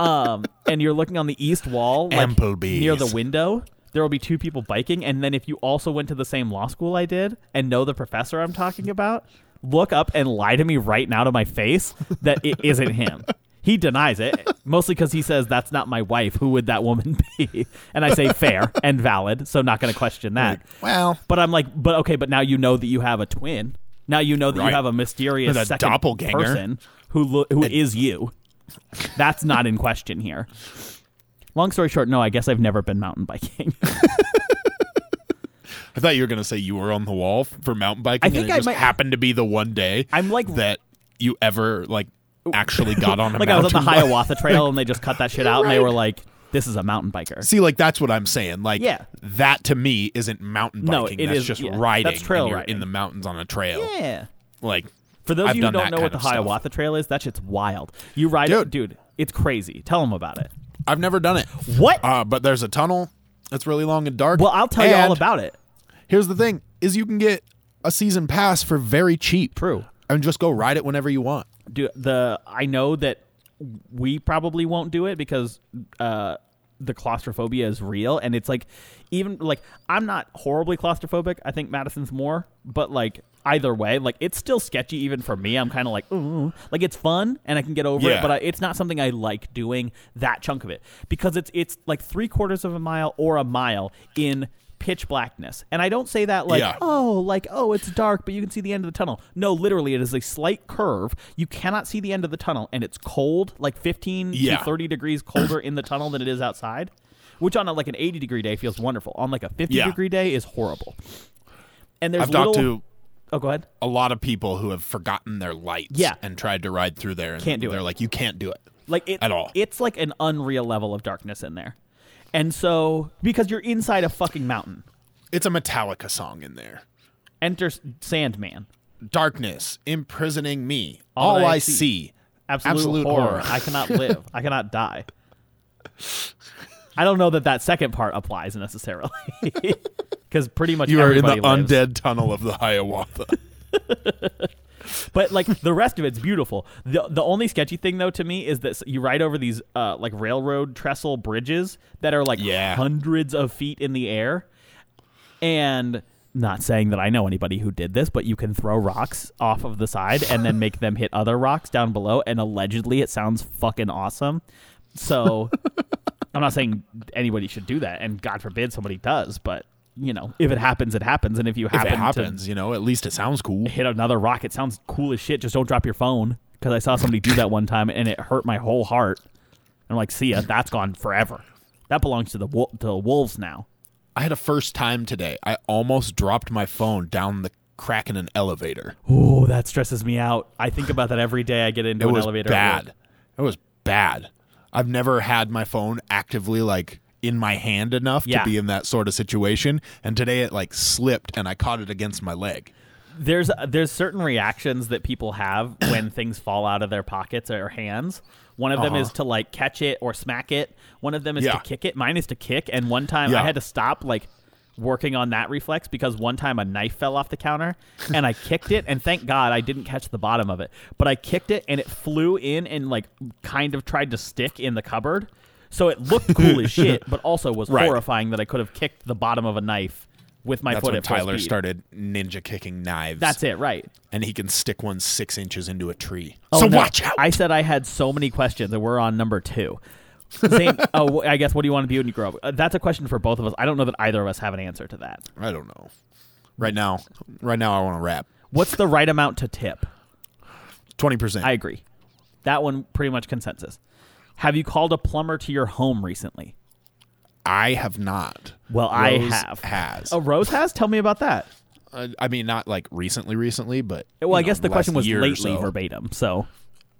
[SPEAKER 3] um, and you're looking on the east wall like,
[SPEAKER 2] Applebee's.
[SPEAKER 3] near the window. There will be two people biking, and then if you also went to the same law school I did and know the professor I'm talking about, look up and lie to me right now to my face that it isn't him. He denies it, mostly because he says that's not my wife. Who would that woman be? And I say fair and valid, so not going to question that.
[SPEAKER 2] well,
[SPEAKER 3] But I'm like, but okay, but now you know that you have a twin. Now you know that
[SPEAKER 2] Right.
[SPEAKER 3] you have a mysterious
[SPEAKER 2] With a
[SPEAKER 3] second
[SPEAKER 2] doppelganger.
[SPEAKER 3] person who lo- who is you. That's not in question here. Long story short, no, I guess I've never been mountain biking.
[SPEAKER 2] I thought you were going to say you were on the wall f- for mountain biking.
[SPEAKER 3] I think
[SPEAKER 2] and it
[SPEAKER 3] I
[SPEAKER 2] just
[SPEAKER 3] might-
[SPEAKER 2] happened to be the one day
[SPEAKER 3] I'm like-
[SPEAKER 2] that you ever like actually got on a
[SPEAKER 3] like I
[SPEAKER 2] mountain
[SPEAKER 3] was on the
[SPEAKER 2] bike.
[SPEAKER 3] Hiawatha Trail and they just cut that shit out and they
[SPEAKER 2] Right.
[SPEAKER 3] were like, "This is a mountain biker."
[SPEAKER 2] See, like that's what I'm saying. Like,
[SPEAKER 3] Yeah.
[SPEAKER 2] that to me isn't mountain
[SPEAKER 3] No,
[SPEAKER 2] biking.
[SPEAKER 3] it
[SPEAKER 2] that's
[SPEAKER 3] is-
[SPEAKER 2] just
[SPEAKER 3] yeah, that's
[SPEAKER 2] riding.
[SPEAKER 3] trail
[SPEAKER 2] and you're
[SPEAKER 3] riding.
[SPEAKER 2] in the mountains on a trail.
[SPEAKER 3] Yeah.
[SPEAKER 2] Like,
[SPEAKER 3] For those
[SPEAKER 2] I've
[SPEAKER 3] of you who
[SPEAKER 2] done
[SPEAKER 3] don't
[SPEAKER 2] that
[SPEAKER 3] know what
[SPEAKER 2] kind
[SPEAKER 3] the
[SPEAKER 2] of stuff.
[SPEAKER 3] Hiawatha Trail is, that shit's wild. You ride
[SPEAKER 2] Dude.
[SPEAKER 3] it, dude. It's crazy. Tell them about it.
[SPEAKER 2] I've never done it.
[SPEAKER 3] What?
[SPEAKER 2] Uh, but there's a tunnel that's really long and dark.
[SPEAKER 3] well, I'll tell you all
[SPEAKER 2] And
[SPEAKER 3] about it.
[SPEAKER 2] Here's the thing: is you can get a season pass for very cheap.
[SPEAKER 3] True.
[SPEAKER 2] And just go ride it whenever you want.
[SPEAKER 3] do the I know that we probably won't do it because uh the claustrophobia is real and it's like even like I'm not horribly claustrophobic. I think Madison's more, but like either way, like it's still sketchy even for me. I'm kind of like, ooh, like it's fun and I can get over
[SPEAKER 2] Yeah.
[SPEAKER 3] it, but I, it's not something I like doing that chunk of it because it's it's like three quarters of a mile or a mile in pitch blackness. And I don't say that like,
[SPEAKER 2] Yeah.
[SPEAKER 3] oh, like oh, it's dark, but you can see the end of the tunnel. No, literally, it is a slight curve. You cannot see the end of the tunnel, and it's cold, like fifteen
[SPEAKER 2] Yeah.
[SPEAKER 3] to thirty degrees colder in the tunnel than it is outside. Which on a, like an eighty degree day feels wonderful. On like a fifty
[SPEAKER 2] Yeah.
[SPEAKER 3] degree day is horrible. And there's
[SPEAKER 2] I've talked
[SPEAKER 3] little-
[SPEAKER 2] to
[SPEAKER 3] oh, go ahead.
[SPEAKER 2] a lot of people who have forgotten their lights.
[SPEAKER 3] Yeah.
[SPEAKER 2] And tried to ride through there. And
[SPEAKER 3] Can't do
[SPEAKER 2] they're
[SPEAKER 3] it.
[SPEAKER 2] like, you can't do it.
[SPEAKER 3] like it,
[SPEAKER 2] at all.
[SPEAKER 3] It's like an unreal level of darkness in there, and so because you're inside a fucking mountain,
[SPEAKER 2] It's a Metallica song in there.
[SPEAKER 3] enter S- Sandman,
[SPEAKER 2] Darkness imprisoning me. All,
[SPEAKER 3] All
[SPEAKER 2] I,
[SPEAKER 3] I
[SPEAKER 2] see.
[SPEAKER 3] absolute,
[SPEAKER 2] Absolute horror.
[SPEAKER 3] horror. I cannot live. I cannot die. I don't know that that second part applies necessarily, because pretty much
[SPEAKER 2] You are in the
[SPEAKER 3] everybody lives.
[SPEAKER 2] undead tunnel of the Hiawatha.
[SPEAKER 3] But like the rest of it's beautiful. The the only sketchy thing though to me is that s- you ride over these uh, like railroad trestle bridges that are like
[SPEAKER 2] Yeah.
[SPEAKER 3] hundreds of feet in the air, and not saying that I know anybody who did this, but you can throw rocks off of the side and then make them hit other rocks down below, and allegedly it sounds fucking awesome. So I'm not saying anybody should do that, and God forbid somebody does, but you know if it happens, it happens, and if you
[SPEAKER 2] if
[SPEAKER 3] happen
[SPEAKER 2] it
[SPEAKER 3] to
[SPEAKER 2] happens, you know, at least it sounds cool.
[SPEAKER 3] hit another rock. It sounds cool as shit. Just don't drop your phone because I saw somebody do that one time and it hurt my whole heart. I'm like, see ya, that's gone forever. That belongs to the wo- to the wolves now.
[SPEAKER 2] I had a first time today. I almost dropped my phone down the crack in an elevator.
[SPEAKER 3] Oh, that stresses me out. I think about that every day I get into
[SPEAKER 2] It
[SPEAKER 3] an
[SPEAKER 2] was
[SPEAKER 3] elevator.
[SPEAKER 2] bad. It was bad. I've never had my phone actively like in my hand enough
[SPEAKER 3] Yeah.
[SPEAKER 2] to be in that sort of situation. And today it like slipped and I caught it against my leg.
[SPEAKER 3] There's there's certain reactions that people have when things fall out of their pockets or hands. One of them is to like catch it or smack it. One of them is
[SPEAKER 2] Uh-huh. Yeah.
[SPEAKER 3] to kick it. Mine is to kick. And one time
[SPEAKER 2] Yeah.
[SPEAKER 3] I had to stop like working on that reflex because one time a knife fell off the counter and I kicked it and thank God I didn't catch the bottom of it. But I kicked it and it flew in and like kind of tried to stick in the cupboard. So it looked cool as shit, but also was
[SPEAKER 2] Right.
[SPEAKER 3] horrifying that I could have kicked the bottom of a knife with my
[SPEAKER 2] That's
[SPEAKER 3] foot
[SPEAKER 2] when
[SPEAKER 3] at full
[SPEAKER 2] Tyler
[SPEAKER 3] speed.
[SPEAKER 2] started ninja kicking knives.
[SPEAKER 3] That's it, right.
[SPEAKER 2] And he can stick one six inches into a tree.
[SPEAKER 3] Oh,
[SPEAKER 2] so
[SPEAKER 3] no.
[SPEAKER 2] watch out.
[SPEAKER 3] I said I had so many questions, and we're on number two. Same, oh, wh- I guess what do you want to be when you grow up? Uh, that's a question for both of us. I don't know that either of us have an answer to that.
[SPEAKER 2] I don't know. Right now, right now I want to rap.
[SPEAKER 3] What's the right amount to tip?
[SPEAKER 2] 20%.
[SPEAKER 3] I agree. That one pretty much consensus. Have you called a plumber to your home recently?
[SPEAKER 2] I have not.
[SPEAKER 3] Well,
[SPEAKER 2] Rose
[SPEAKER 3] I have.
[SPEAKER 2] Has.
[SPEAKER 3] Oh, Rose has. Tell me about that.
[SPEAKER 2] Uh, I mean, not like recently, recently, but.
[SPEAKER 3] Well,
[SPEAKER 2] you
[SPEAKER 3] I
[SPEAKER 2] know,
[SPEAKER 3] guess the
[SPEAKER 2] last
[SPEAKER 3] question was
[SPEAKER 2] year or
[SPEAKER 3] lately
[SPEAKER 2] so.
[SPEAKER 3] verbatim. So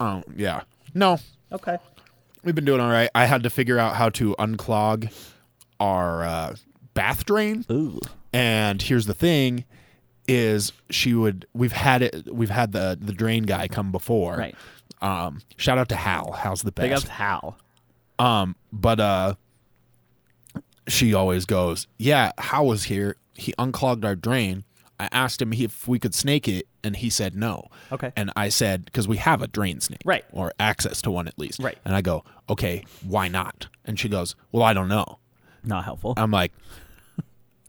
[SPEAKER 2] Oh, yeah. No,
[SPEAKER 3] okay.
[SPEAKER 2] we've been doing all right. I had to figure out how to unclog our uh, bath drain.
[SPEAKER 3] Ooh.
[SPEAKER 2] And here's the thing is she would we've had it we've had the the drain guy come before.
[SPEAKER 3] Right.
[SPEAKER 2] Um shout out to Hal. Hal's the
[SPEAKER 3] Big ups,
[SPEAKER 2] best.
[SPEAKER 3] Hal.
[SPEAKER 2] Um but uh she always goes, "Yeah, Hal was here. He unclogged our drain. I asked him if we could snake it, and he said no.
[SPEAKER 5] Okay.
[SPEAKER 2] And I said because we have a drain snake,
[SPEAKER 5] Right.
[SPEAKER 2] or access to one at least,
[SPEAKER 5] Right.
[SPEAKER 2] And I go, okay, why not? And she goes, well, I don't know.
[SPEAKER 5] Not helpful.
[SPEAKER 2] I'm like,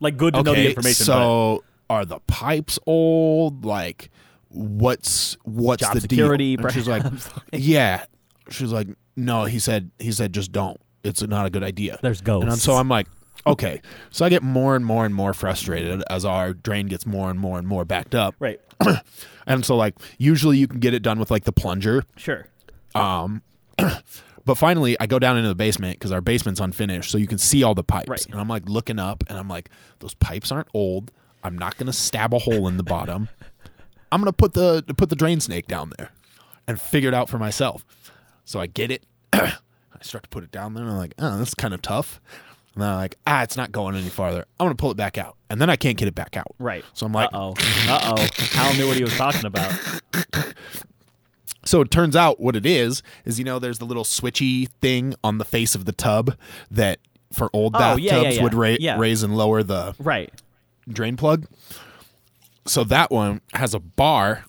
[SPEAKER 3] Like good to know the
[SPEAKER 2] Um, okay,
[SPEAKER 3] information.
[SPEAKER 2] so are the pipes old? Like, what's what's
[SPEAKER 5] Job
[SPEAKER 2] the
[SPEAKER 5] security,
[SPEAKER 2] deal? And she's like, yeah. She's like, no. He said, he said, just don't. It's not a good idea.
[SPEAKER 5] There's
[SPEAKER 2] And I'm,
[SPEAKER 5] ghosts.
[SPEAKER 2] so I'm like, okay. So I get more and more and more frustrated as our drain gets more and more and more backed up.
[SPEAKER 5] right.
[SPEAKER 2] And so like usually you can get it done with like the plunger.
[SPEAKER 5] Sure.
[SPEAKER 2] Um, but finally, I go down into the basement because our basement's unfinished, so you can see all the pipes.
[SPEAKER 5] Right.
[SPEAKER 2] And I'm like looking up, and I'm like, those pipes aren't old. I'm not gonna stab a hole in the bottom. I'm gonna put the put the drain snake down there, and figure it out for myself. So I get it. I start to put it down there, and I'm like, oh, that's kind of tough. And then I'm like, ah, it's not going any farther. I'm gonna pull it back out, and then I can't get it back out.
[SPEAKER 3] Right.
[SPEAKER 2] So I'm like,
[SPEAKER 3] Uh oh. Uh oh. Hal knew what he was talking about.
[SPEAKER 2] So it turns out what it is is you know there's the little switchy thing on the face of the tub that for old
[SPEAKER 5] Oh,
[SPEAKER 2] bathtubs
[SPEAKER 5] yeah, yeah, yeah.
[SPEAKER 2] would ra-
[SPEAKER 5] Yeah.
[SPEAKER 2] raise and lower the
[SPEAKER 5] Right.
[SPEAKER 2] drain plug. So that one has a bar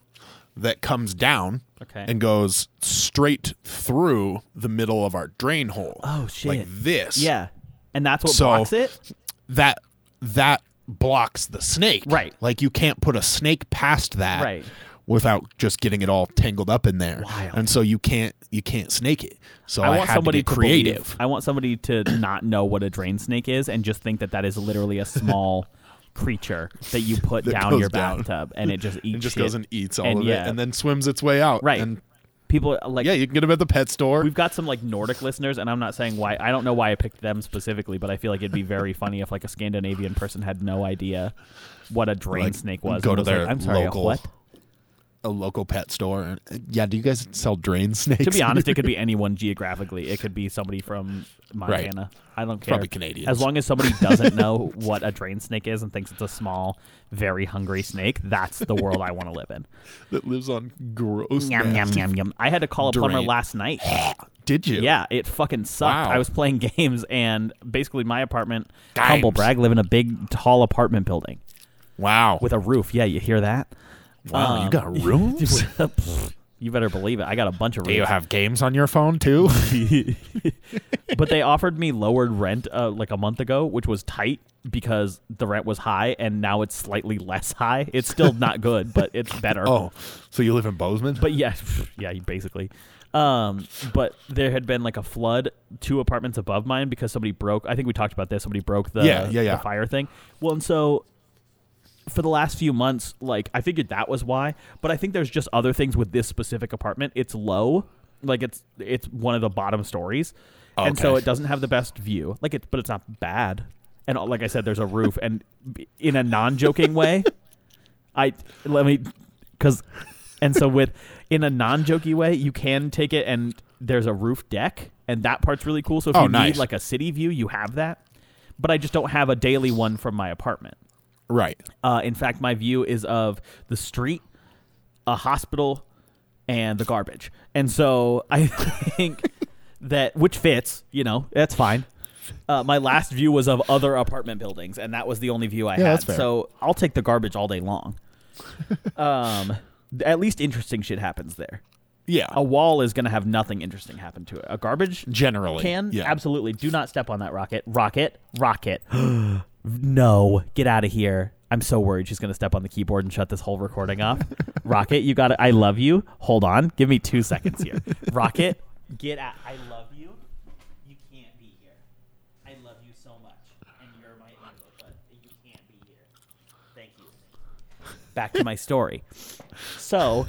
[SPEAKER 2] that comes down
[SPEAKER 5] Okay.
[SPEAKER 2] and goes straight through the middle of our drain hole.
[SPEAKER 5] Oh, shit.
[SPEAKER 2] Like this.
[SPEAKER 5] Yeah. And that's what
[SPEAKER 2] So-
[SPEAKER 5] blocks it.
[SPEAKER 2] That that blocks the snake.
[SPEAKER 5] Right.
[SPEAKER 2] Like you can't put a snake past that.
[SPEAKER 5] Right.
[SPEAKER 2] Without just getting it all tangled up in there,
[SPEAKER 5] Wild.
[SPEAKER 2] and so you can't you can't snake it. So I,
[SPEAKER 3] I want
[SPEAKER 2] had
[SPEAKER 3] somebody
[SPEAKER 2] to get creative.
[SPEAKER 3] believe- I want somebody to not know what a drain snake is and just think that that is literally a small creature that you put
[SPEAKER 2] That
[SPEAKER 3] down
[SPEAKER 2] goes
[SPEAKER 3] your
[SPEAKER 2] down.
[SPEAKER 3] bathtub and it just eats.
[SPEAKER 2] and just
[SPEAKER 3] shit.
[SPEAKER 2] goes and eats all
[SPEAKER 3] And
[SPEAKER 2] of
[SPEAKER 3] yeah.
[SPEAKER 2] it and then swims its way out.
[SPEAKER 3] Right.
[SPEAKER 2] And
[SPEAKER 3] People like
[SPEAKER 2] yeah, you can get them at the pet store.
[SPEAKER 3] we've got some like Nordic listeners, and I'm not saying why. I don't know why I picked them specifically, but I feel like it'd be very funny if like a Scandinavian person had no idea what a drain
[SPEAKER 2] Like,
[SPEAKER 3] snake was.
[SPEAKER 2] go
[SPEAKER 3] and
[SPEAKER 2] to
[SPEAKER 3] was like,
[SPEAKER 2] their
[SPEAKER 3] I'm sorry, a
[SPEAKER 2] local-
[SPEAKER 3] what?
[SPEAKER 2] a local pet store. And, uh, yeah, do you guys sell drain snakes?
[SPEAKER 3] To be honest, it could be anyone geographically. It could be somebody from Montana. I don't care.
[SPEAKER 2] Probably Canadians.
[SPEAKER 3] As long as somebody doesn't know what a drain snake is and thinks it's a small, very hungry snake, that's the world I want to live in.
[SPEAKER 2] that lives on gross.
[SPEAKER 3] Yum yum
[SPEAKER 2] nasty-
[SPEAKER 3] yum yum. I had to call a plumber
[SPEAKER 2] Drain.
[SPEAKER 3] last night.
[SPEAKER 2] Did you?
[SPEAKER 3] Yeah, it fucking sucked.
[SPEAKER 2] Wow.
[SPEAKER 3] I was playing games and basically my apartment,
[SPEAKER 2] Games.
[SPEAKER 3] humble brag, live in a big tall apartment building
[SPEAKER 2] Wow.
[SPEAKER 3] with a roof. Yeah, you hear that?
[SPEAKER 2] wow. Oh, you
[SPEAKER 3] um,
[SPEAKER 2] got rooms?
[SPEAKER 3] You better believe it. I got a bunch of
[SPEAKER 2] do you
[SPEAKER 3] roofs.
[SPEAKER 2] have games on your phone too?
[SPEAKER 3] but they offered me lowered rent uh, like a month ago, which was tight because the rent was high and now it's slightly less high. It's still not good, but it's better.
[SPEAKER 2] oh, so you live in Bozeman?
[SPEAKER 3] But yeah, yeah, basically. Um, but there had been like a flood two apartments above mine because somebody broke. I think we talked about this. Somebody broke the
[SPEAKER 2] Yeah, yeah, yeah.
[SPEAKER 3] the fire thing. Well, and so for the last few months, like I figured that was why. But I think there's just other things with this specific apartment. It's low, like it's it's one of the bottom stories, and so
[SPEAKER 2] Okay.
[SPEAKER 3] it doesn't have the best view. Like it, but it's not bad. And uh, like I said, there's a roof, and b- in a non-joking way, I let me because and so with in a non-jokey way, you can take it and there's a roof deck, and that part's really cool. So if
[SPEAKER 2] Oh,
[SPEAKER 3] you need
[SPEAKER 2] nice.
[SPEAKER 3] like a city view, you have that. But I just don't have a daily one from my apartment.
[SPEAKER 2] right.
[SPEAKER 3] Uh, in fact, my view is of the street, a hospital, and the garbage. And so I think that, which fits, you know, that's fine. Uh, my last view was of other apartment buildings, and that was the only view I had.
[SPEAKER 2] that's fair.
[SPEAKER 3] So I'll take the garbage all day long. um, at least interesting shit happens there.
[SPEAKER 2] Yeah.
[SPEAKER 3] A wall is going to have nothing interesting happen to it. A garbage
[SPEAKER 2] Generally.
[SPEAKER 3] can
[SPEAKER 2] Yeah.
[SPEAKER 3] absolutely do not step on that rocket rocket rocket no get out of here i'm so worried she's going to step on the keyboard and shut this whole recording off rocket you got to i love you hold on give me two seconds here rocket get out i love you you can't be here i love you so much and you're my angel but you can't be here thank you back to my story so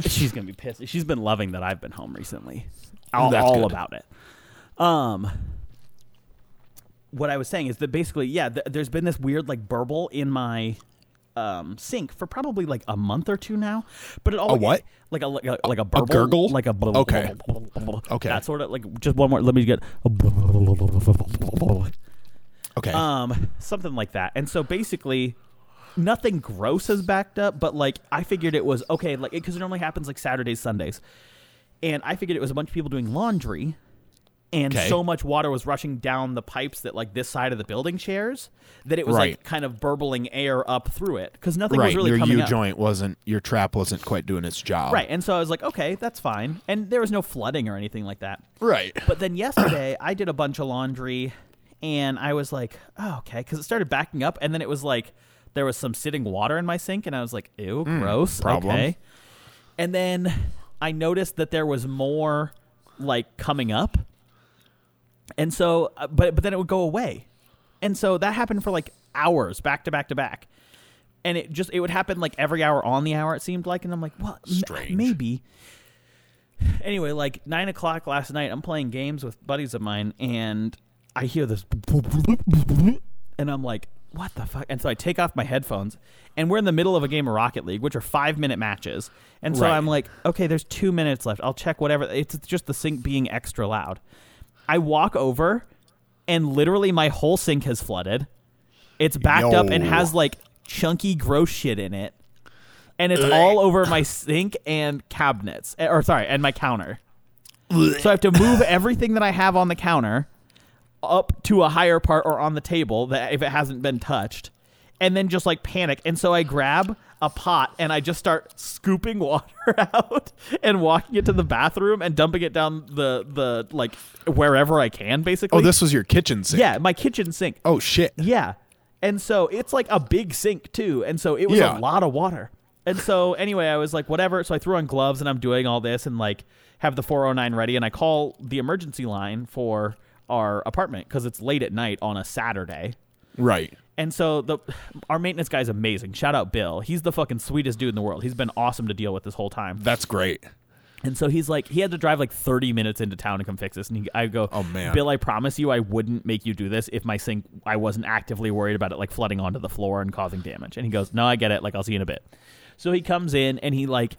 [SPEAKER 3] she's gonna be pissed. She's been loving that I've been home recently, all,
[SPEAKER 2] Oh, That's
[SPEAKER 3] all
[SPEAKER 2] good.
[SPEAKER 3] about it. Um, what I was saying is that basically, yeah, th- there's been this weird like burble in my um sink for probably like a month or two now, but it all
[SPEAKER 2] A what?
[SPEAKER 3] Like a like a, like a, burble,
[SPEAKER 2] gurgle?
[SPEAKER 3] like a bubble,
[SPEAKER 2] Okay. Okay.
[SPEAKER 3] that sort of like just one more. Let me get a
[SPEAKER 2] Okay.
[SPEAKER 3] um, something like that. And so basically, nothing gross has backed up, but like I figured it was okay, like because it normally happens like Saturdays, Sundays, and I figured it was a bunch of people doing laundry, and
[SPEAKER 2] 'Kay.
[SPEAKER 3] so much water was rushing down the pipes that like this side of the building shares that it was
[SPEAKER 2] Right.
[SPEAKER 3] like kind of burbling air up through it because nothing
[SPEAKER 2] right.
[SPEAKER 3] was really
[SPEAKER 2] your
[SPEAKER 3] coming
[SPEAKER 2] U
[SPEAKER 3] up.
[SPEAKER 2] joint wasn't your trap wasn't quite doing its job.
[SPEAKER 3] Right, and so I was like, okay, that's fine, and there was no flooding or anything like that.
[SPEAKER 2] Right.
[SPEAKER 3] But then yesterday, I did a bunch of laundry, and I was like, oh, okay, because it started backing up, and then it was like there was some sitting water in my sink, and I was like, ew, gross.
[SPEAKER 2] problem.
[SPEAKER 3] Okay. And then I noticed that there was more like coming up, and so uh, but but then it would go away, and so that happened for like hours back to back to back. And it just it would happen like every hour on the hour it seemed like, and I'm like, well, m-
[SPEAKER 2] Strange.
[SPEAKER 3] maybe anyway, like nine o'clock last night, I'm playing games with buddies of mine, and I hear this, and I'm like, "What the fuck?" And so I take off my headphones, and we're in the middle of a game of Rocket League, which are five minute matches, and so
[SPEAKER 2] Right.
[SPEAKER 3] I'm like, "Okay, there's two minutes left. I'll check whatever." It's just the sync being extra loud. I walk over, and literally my whole sink has flooded. It's backed up and
[SPEAKER 2] Yo.
[SPEAKER 3] has like chunky, gross shit in it. And it's all over my sink and cabinets, eh, or sorry, and my counter. So I have to move everything that I have on the counter up to a higher part or on the table that if it hasn't been touched, and then just like panic. And so I grab a pot and I just start scooping water out and walking it to the bathroom and dumping it down the the like wherever I can basically.
[SPEAKER 2] Oh, this was your kitchen sink.
[SPEAKER 3] yeah, my kitchen sink.
[SPEAKER 2] Oh shit.
[SPEAKER 3] Yeah. And so it's like a big sink too. And so it was
[SPEAKER 2] Yeah.
[SPEAKER 3] a lot of water. And so anyway, I was like, whatever. So I threw on gloves and I'm doing all this and like have the 409 ready. And I call the emergency line for our apartment because it's late at night on a Saturday.
[SPEAKER 2] Right.
[SPEAKER 3] And so the our maintenance guy's amazing. Shout out Bill. He's the fucking sweetest dude in the world. He's been awesome to deal with this whole time.
[SPEAKER 2] That's great.
[SPEAKER 3] And so he's like, he had to drive like 30 minutes into town to come fix this. And he, I go,
[SPEAKER 2] Oh, man.
[SPEAKER 3] Bill, I promise you, I wouldn't make you do this if my sink, I wasn't actively worried about it like flooding onto the floor and causing damage. And he goes, No, I get it. Like, I'll see you in a bit. So he comes in and he like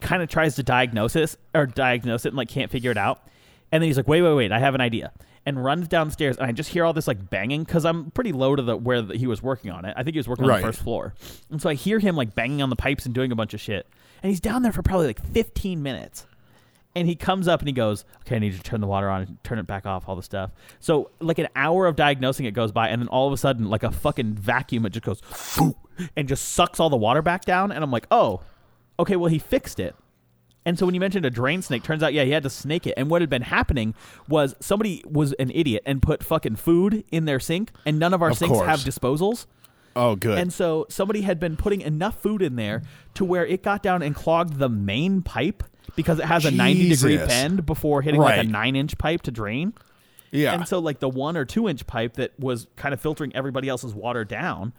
[SPEAKER 3] kind of tries to diagnose it or diagnose it and like can't figure it out. And then he's like, wait, wait, wait, I have an idea. And runs downstairs and I just hear all this like banging because I'm pretty low to the where the, he was working on it. I think he was working on
[SPEAKER 2] Right.
[SPEAKER 3] the first floor. And so I hear him like banging on the pipes and doing a bunch of shit. And he's down there for probably like 15 minutes. And he comes up and he goes, okay, I need you to turn the water on, and turn it back off, all the stuff. So like an hour of diagnosing it goes by and then all of a sudden like a fucking vacuum, it just goes and just sucks all the water back down. And I'm like, oh, okay, well, he fixed it. And so when you mentioned a drain snake, turns out, yeah, he had to snake it. And what had been happening was somebody was an idiot and put fucking food in their sink, and none of our
[SPEAKER 2] Of
[SPEAKER 3] sinks
[SPEAKER 2] course.
[SPEAKER 3] have disposals.
[SPEAKER 2] Oh, good.
[SPEAKER 3] And so somebody had been putting enough food in there to where it got down and clogged the main pipe because it has a 90 degree
[SPEAKER 2] Jesus.
[SPEAKER 3] bend before hitting like
[SPEAKER 2] Right.
[SPEAKER 3] a nine inch pipe to drain.
[SPEAKER 2] yeah.
[SPEAKER 3] And so like the one or two inch pipe that was kind of filtering everybody else's water down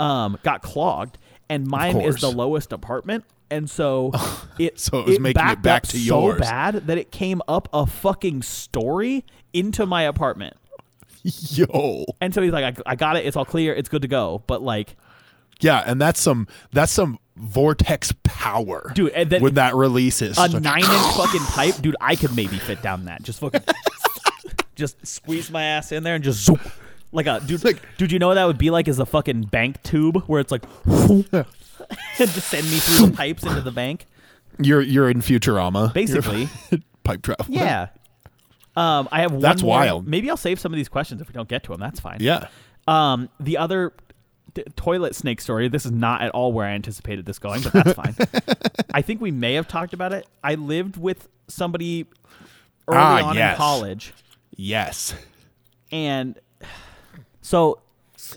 [SPEAKER 3] um, got clogged, and mine is
[SPEAKER 2] course.
[SPEAKER 3] the lowest apartment. And so it
[SPEAKER 2] So it was making it
[SPEAKER 3] backed
[SPEAKER 2] back
[SPEAKER 3] up
[SPEAKER 2] to yours.
[SPEAKER 3] so bad that it came up a fucking story into my apartment.
[SPEAKER 2] Yo.
[SPEAKER 3] And so he's like, I, I got it. It's all clear. It's good to go. But like,
[SPEAKER 2] Yeah, and that's some that's some vortex power,
[SPEAKER 3] Dude, and then-
[SPEAKER 2] when that releases,
[SPEAKER 3] a
[SPEAKER 2] It's like,
[SPEAKER 3] nine inch fucking pipe, dude. I could maybe fit down that. Just fucking, just squeeze my ass in there and just zoop. Like a dude,
[SPEAKER 2] like-
[SPEAKER 3] dude. You know what that would be like is a fucking bank tube where it's like, and just send me through the pipes into the bank.
[SPEAKER 2] you're you're in Futurama,
[SPEAKER 3] Basically.
[SPEAKER 2] You're- pipe travel.
[SPEAKER 3] Yeah. Um, I have one.
[SPEAKER 2] That's
[SPEAKER 3] more-
[SPEAKER 2] wild.
[SPEAKER 3] Maybe I'll save some of these questions if we don't get to them. That's fine.
[SPEAKER 2] yeah.
[SPEAKER 3] Um, the other t- toilet snake story. This is not at all where I anticipated this going, but that's fine. I think we may have talked about it. I lived with somebody early
[SPEAKER 2] Ah,
[SPEAKER 3] on
[SPEAKER 2] yes.
[SPEAKER 3] in college,
[SPEAKER 2] Yes.
[SPEAKER 3] and so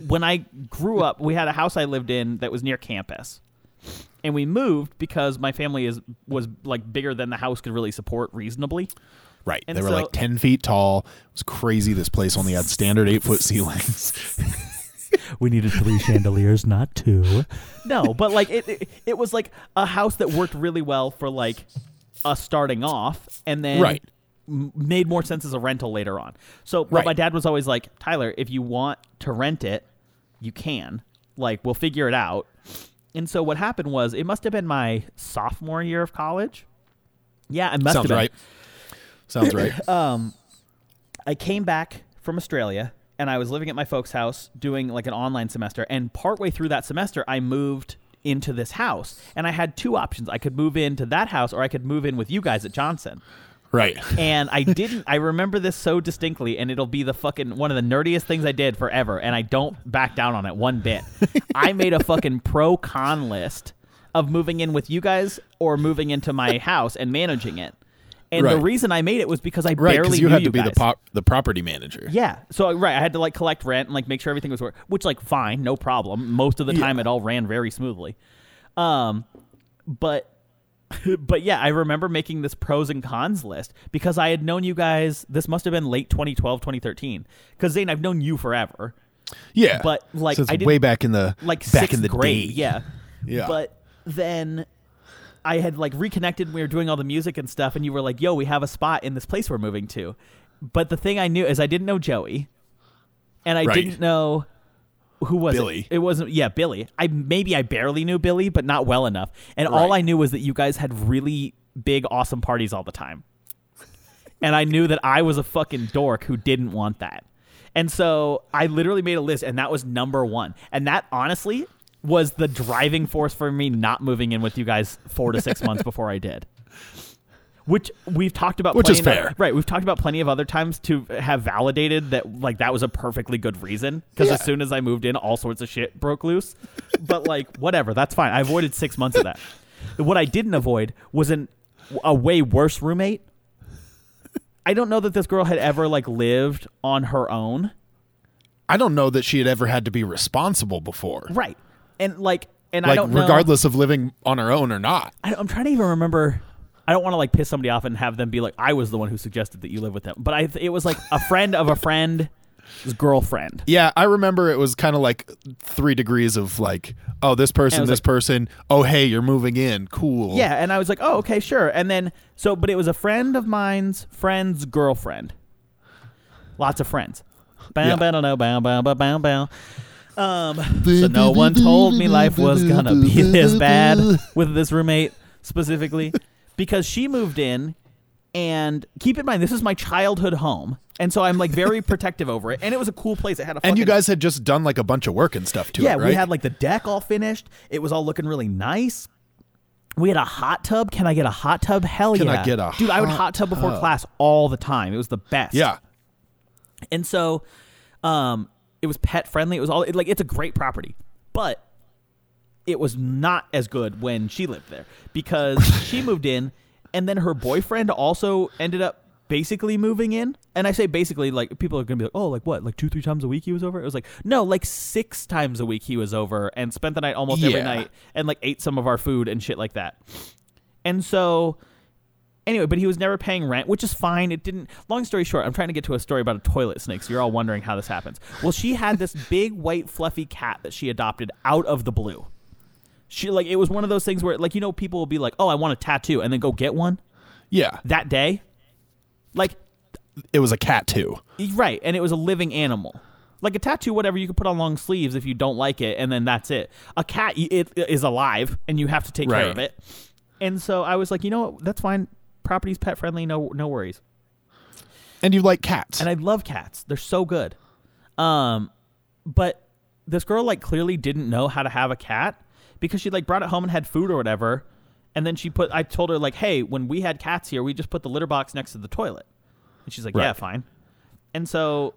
[SPEAKER 3] when I grew up, we had a house I lived in that was near campus. And we moved because my family is was like bigger than the house could really support reasonably.
[SPEAKER 2] Right.
[SPEAKER 3] And
[SPEAKER 2] they were
[SPEAKER 3] so-
[SPEAKER 2] like ten feet tall. It was crazy. This place only had standard eight foot ceilings.
[SPEAKER 6] We needed three chandeliers, not two.
[SPEAKER 3] No, but like it, it, it was like a house that worked really well for like us starting off, and then
[SPEAKER 2] Right.
[SPEAKER 3] m- made more sense as a rental later on. So, but
[SPEAKER 2] Right.
[SPEAKER 3] my dad was always like, Tyler, if you want to rent it, you can. Like, we'll figure it out. And so, what happened was, it must have been my sophomore year of college. Yeah, it must have
[SPEAKER 2] Sounds
[SPEAKER 3] been.
[SPEAKER 2] right. Sounds right.
[SPEAKER 3] Uh, I came back from Australia and I was living at my folks' house doing like an online semester. And partway through that semester, I moved into this house and I had two options. I could move into that house or I could move in with you guys at Johnson.
[SPEAKER 2] Right.
[SPEAKER 3] and I didn't. I remember this so distinctly, and it'll be the fucking one of the nerdiest things I did forever, and I don't back down on it one bit. I made a fucking pro con list of moving in with you guys or moving into my house and managing it. And the
[SPEAKER 2] Right.
[SPEAKER 3] reason I made it was because I
[SPEAKER 2] Right.
[SPEAKER 3] barely
[SPEAKER 2] Because you
[SPEAKER 3] knew
[SPEAKER 2] had to be the
[SPEAKER 3] guys.
[SPEAKER 2] pop, the property manager.
[SPEAKER 3] Yeah. So uh, right, I had to like collect rent and like make sure everything was work, which like fine, no problem. Most of the time it all ran very smoothly. Um but but yeah, I remember making this pros and cons list because I had known you guys this must have been late 2012, 2013 cuz Zane, I've known you forever.
[SPEAKER 2] Yeah.
[SPEAKER 3] But, like,
[SPEAKER 2] Since
[SPEAKER 3] I didn't-
[SPEAKER 2] way back in the
[SPEAKER 3] Like
[SPEAKER 2] back
[SPEAKER 3] sixth
[SPEAKER 2] in the
[SPEAKER 3] grade.
[SPEAKER 2] day.
[SPEAKER 3] Yeah.
[SPEAKER 2] Yeah.
[SPEAKER 3] But then I had like reconnected and we were doing all the music and stuff and you were like, "Yo, we have a spot in this place we're moving to." But the thing I knew is I didn't know Joey. And I
[SPEAKER 2] Right.
[SPEAKER 3] didn't know who was it?
[SPEAKER 2] Billy.
[SPEAKER 3] It? wasn't yeah, Billy. I maybe I barely knew Billy, but not well enough. And all
[SPEAKER 2] Right.
[SPEAKER 3] I knew was that you guys had really big awesome parties all the time. and I knew that I was a fucking dork who didn't want that. And so I literally made a list and that was number 1. And that honestly was the driving force for me not moving in with you guys 4 to 6 months before I did. Which we've talked about
[SPEAKER 2] Which
[SPEAKER 3] plenty
[SPEAKER 2] is
[SPEAKER 3] of oth-
[SPEAKER 2] fair.
[SPEAKER 3] right, we've talked about plenty of other times to have validated that like that was a perfectly good reason because as
[SPEAKER 2] Yeah.
[SPEAKER 3] soon as I moved in, all sorts of shit broke loose. but like whatever, that's fine. I avoided six months of that. What I didn't avoid was an a way worse roommate. I don't know that this girl had ever like lived on her own.
[SPEAKER 2] I don't know that she had ever had to be responsible before.
[SPEAKER 3] Right. And like and I
[SPEAKER 2] Like
[SPEAKER 3] don't know-
[SPEAKER 2] regardless of living on her own or not.
[SPEAKER 3] I, I'm trying to even remember. I don't want to like piss somebody off and have them be like, I was the one who suggested that you live with them. But I, it was like a friend of a friend's girlfriend.
[SPEAKER 2] Yeah, I remember it was kind of like three degrees of like, oh, this person,
[SPEAKER 3] was
[SPEAKER 2] this
[SPEAKER 3] like-
[SPEAKER 2] person. Oh, hey, you're moving in. Cool.
[SPEAKER 3] Yeah, and I was like, oh, okay, sure. And then so, but it was a friend of mine's friend's girlfriend. Lots of friends. Bow,
[SPEAKER 2] Yeah.
[SPEAKER 3] bow, no, bow, bow, bow, bow, bow. Um, so no one told me life was gonna be this bad with this roommate specifically, because she moved in, and keep in mind this is my childhood home, and so I'm like very protective over it. And it was a cool place. It had a
[SPEAKER 2] And you
[SPEAKER 3] fucking-
[SPEAKER 2] guys had just done like a bunch of work and stuff too.
[SPEAKER 3] yeah,
[SPEAKER 2] right?
[SPEAKER 3] we had like the deck all finished. It was all looking really nice. We had a hot tub. Can I get a hot tub? Hell
[SPEAKER 2] Can I
[SPEAKER 3] yeah.
[SPEAKER 2] get a
[SPEAKER 3] Dude, I would
[SPEAKER 2] hot
[SPEAKER 3] hot tub before
[SPEAKER 2] tub?
[SPEAKER 3] class all the time. It was the best.
[SPEAKER 2] yeah,
[SPEAKER 3] And so um it was pet friendly. It was all it, like it's a great property. But it was not as good when she lived there because she moved in and then her boyfriend also ended up basically moving in. And I say basically like people are going to be like, "Oh, like what? Like 2-3 times a week he was over?" It was like, "No, like 6 times a week he was over and spent the night almost every
[SPEAKER 2] Yeah.
[SPEAKER 3] night and like ate some of our food and shit like that." And so Anyway, but he was never paying rent, which is fine. It didn't. Long story short, I'm trying to get to a story about a toilet snake. So you're all wondering how this happens. Well, she had this big white fluffy cat that she adopted out of the blue. She like it was one of those things where like you know people will be like, "Oh, I want a tattoo," and then go get one
[SPEAKER 2] yeah.
[SPEAKER 3] that day. Like
[SPEAKER 2] It was a cat too.
[SPEAKER 3] Right, and it was a living animal. Like a tattoo, whatever you can put on long sleeves if you don't like it, and then that's it. A cat y- it, it is alive, and you have to take care
[SPEAKER 2] Right.
[SPEAKER 3] of it. And so I was like, you know what? That's fine. Property's pet friendly. No, no worries.
[SPEAKER 2] And you like cats.
[SPEAKER 3] And I love cats. They're so good. Um, but this girl like clearly didn't know how to have a cat because she like brought it home and had food or whatever. And then she put I told her like, "Hey, when we had cats here, we just put the litter box next to the toilet." And she's like, "Yeah,
[SPEAKER 2] Right.
[SPEAKER 3] fine." And so,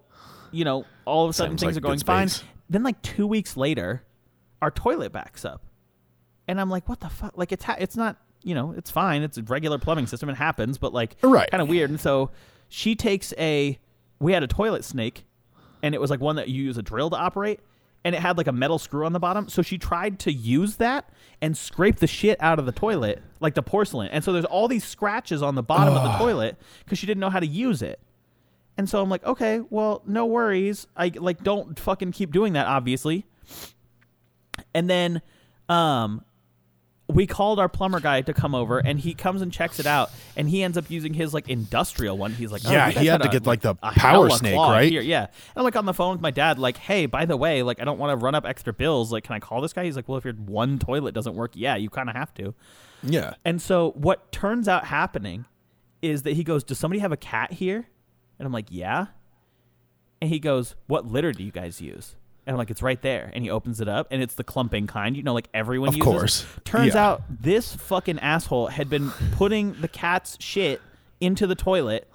[SPEAKER 3] you know, all of a sudden
[SPEAKER 2] Sounds
[SPEAKER 3] things
[SPEAKER 2] like
[SPEAKER 3] are
[SPEAKER 2] a good
[SPEAKER 3] going fine.
[SPEAKER 2] space.
[SPEAKER 3] Then like 2 weeks later, our toilet backs up. And I'm like, "What the fuck? Like it's ha- it's not, you know, it's fine. It's a regular plumbing system. It happens, but like
[SPEAKER 2] Right.
[SPEAKER 3] kind of weird." And so she takes a we had a toilet snake and it was like one that you use a drill to operate and it had like a metal screw on the bottom so she tried to use that and scrape the shit out of the toilet like the porcelain and so there's all these scratches on the bottom of the toilet because she didn't know how to use it and so i'm like okay well no worries i like don't fucking keep doing that obviously and then um we called our plumber guy to come over and he comes and checks it out and he ends up using his like industrial one he's like oh,
[SPEAKER 2] Yeah,
[SPEAKER 3] you
[SPEAKER 2] he
[SPEAKER 3] guys
[SPEAKER 2] had
[SPEAKER 3] got
[SPEAKER 2] to get, like, the
[SPEAKER 3] a
[SPEAKER 2] power
[SPEAKER 3] hella
[SPEAKER 2] snake,
[SPEAKER 3] claw
[SPEAKER 2] right?
[SPEAKER 3] here. yeah and i'm like on the phone with my dad like hey by the way like i don't want to run up extra bills like can i call this guy he's like well if your one toilet doesn't work yeah you kind of have to
[SPEAKER 2] yeah.
[SPEAKER 3] and so what turns out happening is that he goes does somebody have a cat here and i'm like yeah and he goes what litter do you guys use and i'm like it's right there and he opens it up and it's the clumping kind you know like everyone
[SPEAKER 2] Of
[SPEAKER 3] uses
[SPEAKER 2] course.
[SPEAKER 3] turns
[SPEAKER 2] Yeah.
[SPEAKER 3] out this fucking asshole had been putting the cat's shit into the toilet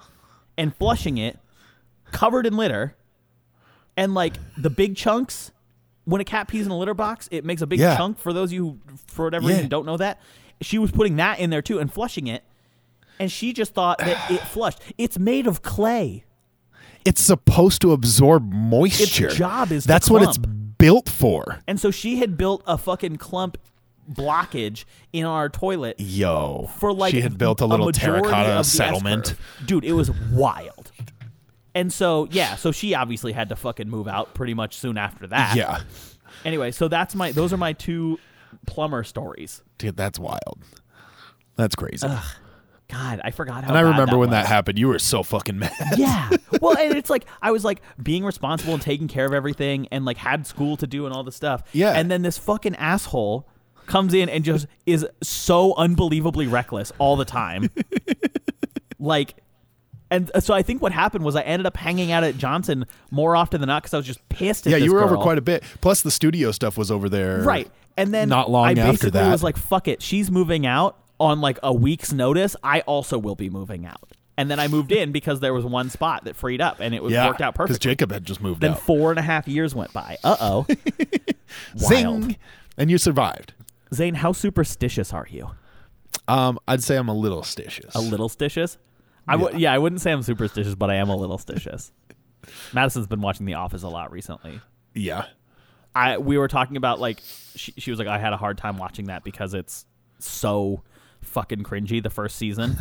[SPEAKER 3] and flushing it covered in litter. And like the big chunks, when a cat pees in a litter box, it makes a big
[SPEAKER 2] Yeah.
[SPEAKER 3] chunk for those of you who, for whatever
[SPEAKER 2] Yeah.
[SPEAKER 3] reason, don't know that. She was putting that in there too and flushing it. And she just thought that it flushed. It's made of clay.
[SPEAKER 2] It's supposed to absorb moisture.
[SPEAKER 3] job is to
[SPEAKER 2] that's what it's
[SPEAKER 3] clump.
[SPEAKER 2] built for.
[SPEAKER 3] And so she had built a fucking clump blockage in our toilet
[SPEAKER 2] Yo,
[SPEAKER 3] for like
[SPEAKER 2] she had built a little
[SPEAKER 3] majority of the
[SPEAKER 2] terracotta
[SPEAKER 3] S
[SPEAKER 2] settlement.
[SPEAKER 3] curve. dude. It was wild. And so yeah, so she obviously had to fucking move out pretty much soon after that.
[SPEAKER 2] Yeah,
[SPEAKER 3] Anyway, so that's my those are my two plumber stories.
[SPEAKER 2] dude, that's wild. That's crazy.
[SPEAKER 3] God, I forgot how.
[SPEAKER 2] and I
[SPEAKER 3] bad
[SPEAKER 2] remember when that
[SPEAKER 3] was.
[SPEAKER 2] happened, you were so fucking mad.
[SPEAKER 3] Yeah. Well, and it's like I was like being responsible and taking care of everything and like had school to do and all this stuff.
[SPEAKER 2] Yeah.
[SPEAKER 3] And then this fucking asshole comes in and just is so unbelievably reckless all the time. like and so I think what happened was I ended up hanging out at Johnson more often than not because I was just pissed at
[SPEAKER 2] Yeah,
[SPEAKER 3] this
[SPEAKER 2] you were over
[SPEAKER 3] girl.
[SPEAKER 2] quite a bit. Plus, the studio stuff was over there.
[SPEAKER 3] Right. And then
[SPEAKER 2] not long
[SPEAKER 3] I
[SPEAKER 2] after
[SPEAKER 3] basically
[SPEAKER 2] that.
[SPEAKER 3] was like, fuck it, she's moving out on like a week's notice. I also will be moving out. And then I moved in because there was one spot that freed up and it was
[SPEAKER 2] yeah,
[SPEAKER 3] worked out
[SPEAKER 2] because
[SPEAKER 3] perfectly.
[SPEAKER 2] Jacob had just moved
[SPEAKER 3] then
[SPEAKER 2] out.
[SPEAKER 3] four and a half years went by. Uh oh. Wild.
[SPEAKER 2] Zing, and you survived.
[SPEAKER 3] Zane, how superstitious are you?
[SPEAKER 2] Um, I'd say I'm a little stitious.
[SPEAKER 3] A little stitious? I w- yeah. I wouldn't say I'm superstitious, but I am a little stitious. Madison's been watching The Office a lot recently.
[SPEAKER 2] yeah.
[SPEAKER 3] I we were talking about like she, she was like I had a hard time watching that because it's so fucking cringy the first season.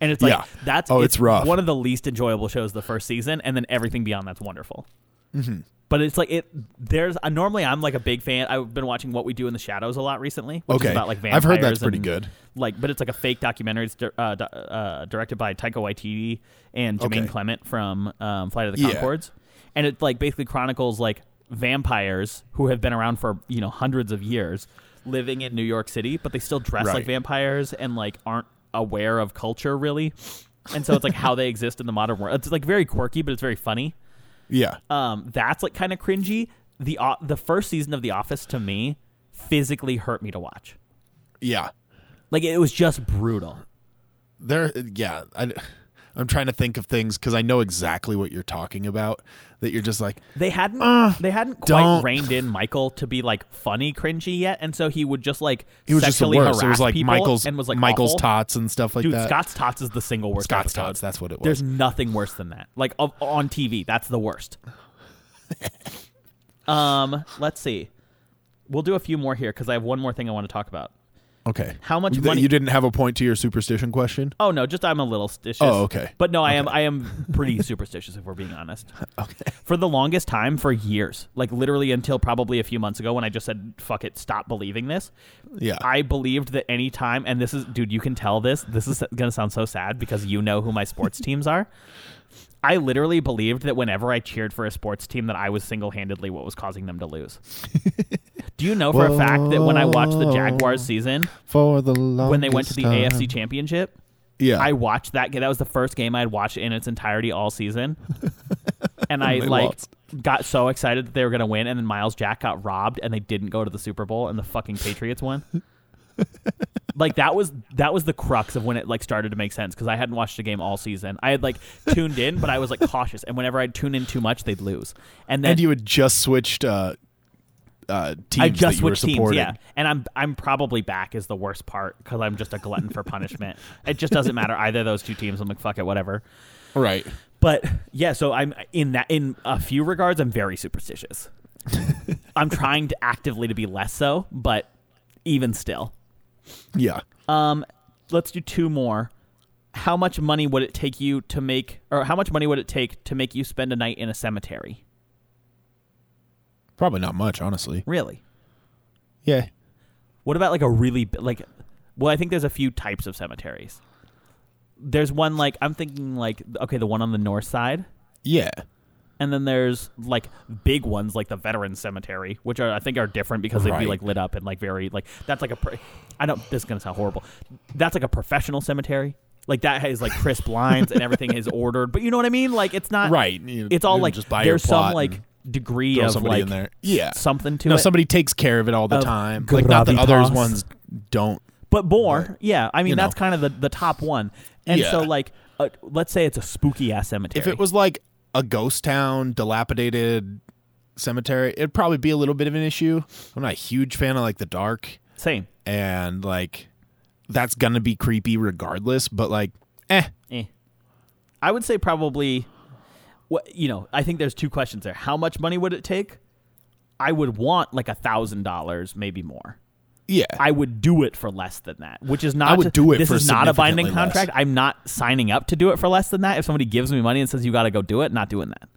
[SPEAKER 3] And it's like
[SPEAKER 2] Yeah.
[SPEAKER 3] that's
[SPEAKER 2] Oh, it's rough.
[SPEAKER 3] One of the least enjoyable shows the first season, and then everything beyond that's wonderful.
[SPEAKER 2] Mm-hmm.
[SPEAKER 3] But it's like it. There's uh, normally I'm like a big fan. I've been watching What We Do in the Shadows a lot recently. Which
[SPEAKER 2] Okay.
[SPEAKER 3] is about like vampires
[SPEAKER 2] I've heard that's pretty
[SPEAKER 3] and,
[SPEAKER 2] good.
[SPEAKER 3] Like, but it's like a fake documentary. It's di- uh, di- uh, directed by Taika Waititi and Jermaine
[SPEAKER 2] Okay.
[SPEAKER 3] Clement from um, Flight of the
[SPEAKER 2] Yeah.
[SPEAKER 3] Concords. and it like basically chronicles like vampires who have been around for you know hundreds of years living in New York City, but they still dress like
[SPEAKER 2] Right.
[SPEAKER 3] vampires and like aren't aware of culture really. And so it's like how they exist in the modern world. It's like very quirky, but it's very funny
[SPEAKER 2] Yeah.
[SPEAKER 3] um, that's like kind of cringy. The o the first season of The Office to me physically hurt me to watch.
[SPEAKER 2] Yeah.
[SPEAKER 3] Like it was just brutal.
[SPEAKER 2] there yeah I, i'm trying to think of things because i know exactly what you're talking about that you're just like
[SPEAKER 3] They hadn't
[SPEAKER 2] Uh,
[SPEAKER 3] they hadn't quite
[SPEAKER 2] don't.
[SPEAKER 3] reined in Michael to be like funny cringy yet, and so he would just like
[SPEAKER 2] he was just the
[SPEAKER 3] sexually
[SPEAKER 2] worst it
[SPEAKER 3] harass
[SPEAKER 2] was like
[SPEAKER 3] people
[SPEAKER 2] michael's
[SPEAKER 3] and was like
[SPEAKER 2] michael's
[SPEAKER 3] awful.
[SPEAKER 2] tots and stuff like
[SPEAKER 3] Dude,
[SPEAKER 2] that
[SPEAKER 3] Scott's tots is the single worst.
[SPEAKER 2] scott's
[SPEAKER 3] episode.
[SPEAKER 2] tots that's what it was
[SPEAKER 3] There's nothing worse than that. Like of, on TV, that's the worst. um, let's see. We'll do a few more here because I have one more thing I want to talk about.
[SPEAKER 2] okay
[SPEAKER 3] How much
[SPEAKER 2] Th-
[SPEAKER 3] money-
[SPEAKER 2] you didn't have a point to your superstition question
[SPEAKER 3] Oh no, just I'm a little stitious.
[SPEAKER 2] Oh, okay.
[SPEAKER 3] But no, I am I am pretty superstitious if we're being honest. Okay. For the longest time, for years, like literally until probably a few months ago when I just said fuck it, stop believing this.
[SPEAKER 2] yeah
[SPEAKER 3] I believed that any time and this is dude, you can tell this. This is going to sound so sad because you know who my sports teams are. I literally believed that whenever I cheered for a sports team that I was single-handedly what was causing them to lose. Do you know for a fact that when I watched the Jaguars season
[SPEAKER 2] for the longest
[SPEAKER 3] when they went to the
[SPEAKER 2] time.
[SPEAKER 3] AFC Championship,
[SPEAKER 2] yeah
[SPEAKER 3] I watched that game. That was the first game I had watched in its entirety all season. And I
[SPEAKER 2] they
[SPEAKER 3] like
[SPEAKER 2] lost.
[SPEAKER 3] got so excited that they were going to win and then Miles Jack got robbed and they didn't go to the Super Bowl and the fucking Patriots won. like that was that was the crux of when it like started to make sense cuz I hadn't watched a game all season. I had like tuned in but I was like cautious and whenever I'd tune in too much they'd lose. And then
[SPEAKER 2] and you had just switched uh uh teams
[SPEAKER 3] I just
[SPEAKER 2] that you were
[SPEAKER 3] switched teams,
[SPEAKER 2] supporting.
[SPEAKER 3] yeah. And I'm I'm probably back is the worst part because I'm just a glutton for punishment. It just doesn't matter either of those two teams. I'm like fuck it, whatever.
[SPEAKER 2] right
[SPEAKER 3] But yeah, so I'm in that in a few regards, I'm very superstitious. I'm trying to actively to be less so, but even still.
[SPEAKER 2] yeah
[SPEAKER 3] Um, let's do two more. How much money would it take you to make, or how much money would it take to make you spend a night in a cemetery?
[SPEAKER 2] probably not much honestly
[SPEAKER 3] Really?
[SPEAKER 2] yeah
[SPEAKER 3] What about like a really bi- like? Well, I think there's a few types of cemeteries. There's one like I'm thinking like okay, the one on the north side.
[SPEAKER 2] yeah
[SPEAKER 3] and then there's like big ones like the veterans cemetery which are i think are different because they'd be
[SPEAKER 2] Right.
[SPEAKER 3] like lit up and like very like that's like a pro- i don't this is gonna sound horrible that's like a professional cemetery like that has like crisp lines and everything is ordered but you know what i mean like it's not
[SPEAKER 2] Right. You-
[SPEAKER 3] it's all
[SPEAKER 2] you
[SPEAKER 3] like
[SPEAKER 2] just buy your
[SPEAKER 3] there's some
[SPEAKER 2] plot
[SPEAKER 3] like
[SPEAKER 2] and
[SPEAKER 3] degree
[SPEAKER 2] throw
[SPEAKER 3] of
[SPEAKER 2] somebody
[SPEAKER 3] like
[SPEAKER 2] in there. Yeah.
[SPEAKER 3] something to
[SPEAKER 2] no
[SPEAKER 3] it
[SPEAKER 2] somebody takes care of it all the
[SPEAKER 3] Of
[SPEAKER 2] time like not that others
[SPEAKER 6] gravitas.
[SPEAKER 2] ones don't
[SPEAKER 3] but more yeah i mean
[SPEAKER 2] you
[SPEAKER 3] that's
[SPEAKER 2] know.
[SPEAKER 3] kind of the, the top one and
[SPEAKER 2] Yeah.
[SPEAKER 3] so like a, let's say it's a spooky ass cemetery.
[SPEAKER 2] If it was like a ghost town, dilapidated cemetery, it'd probably be a little bit of an issue. I'm not a huge fan of like the dark,
[SPEAKER 3] same,
[SPEAKER 2] and like that's gonna be creepy regardless. But like, eh,
[SPEAKER 3] eh. I would say probably. What you know? I think there's two questions there. How much money would it take? I would want like a thousand dollars, maybe more.
[SPEAKER 2] yeah,
[SPEAKER 3] I would do it for less than that, which is not.
[SPEAKER 2] I would do it
[SPEAKER 3] This
[SPEAKER 2] for
[SPEAKER 3] is not a binding
[SPEAKER 2] significantly less.
[SPEAKER 3] contract. I'm not signing up to do it for less than that. If somebody gives me money and says you got to go do it, not doing that.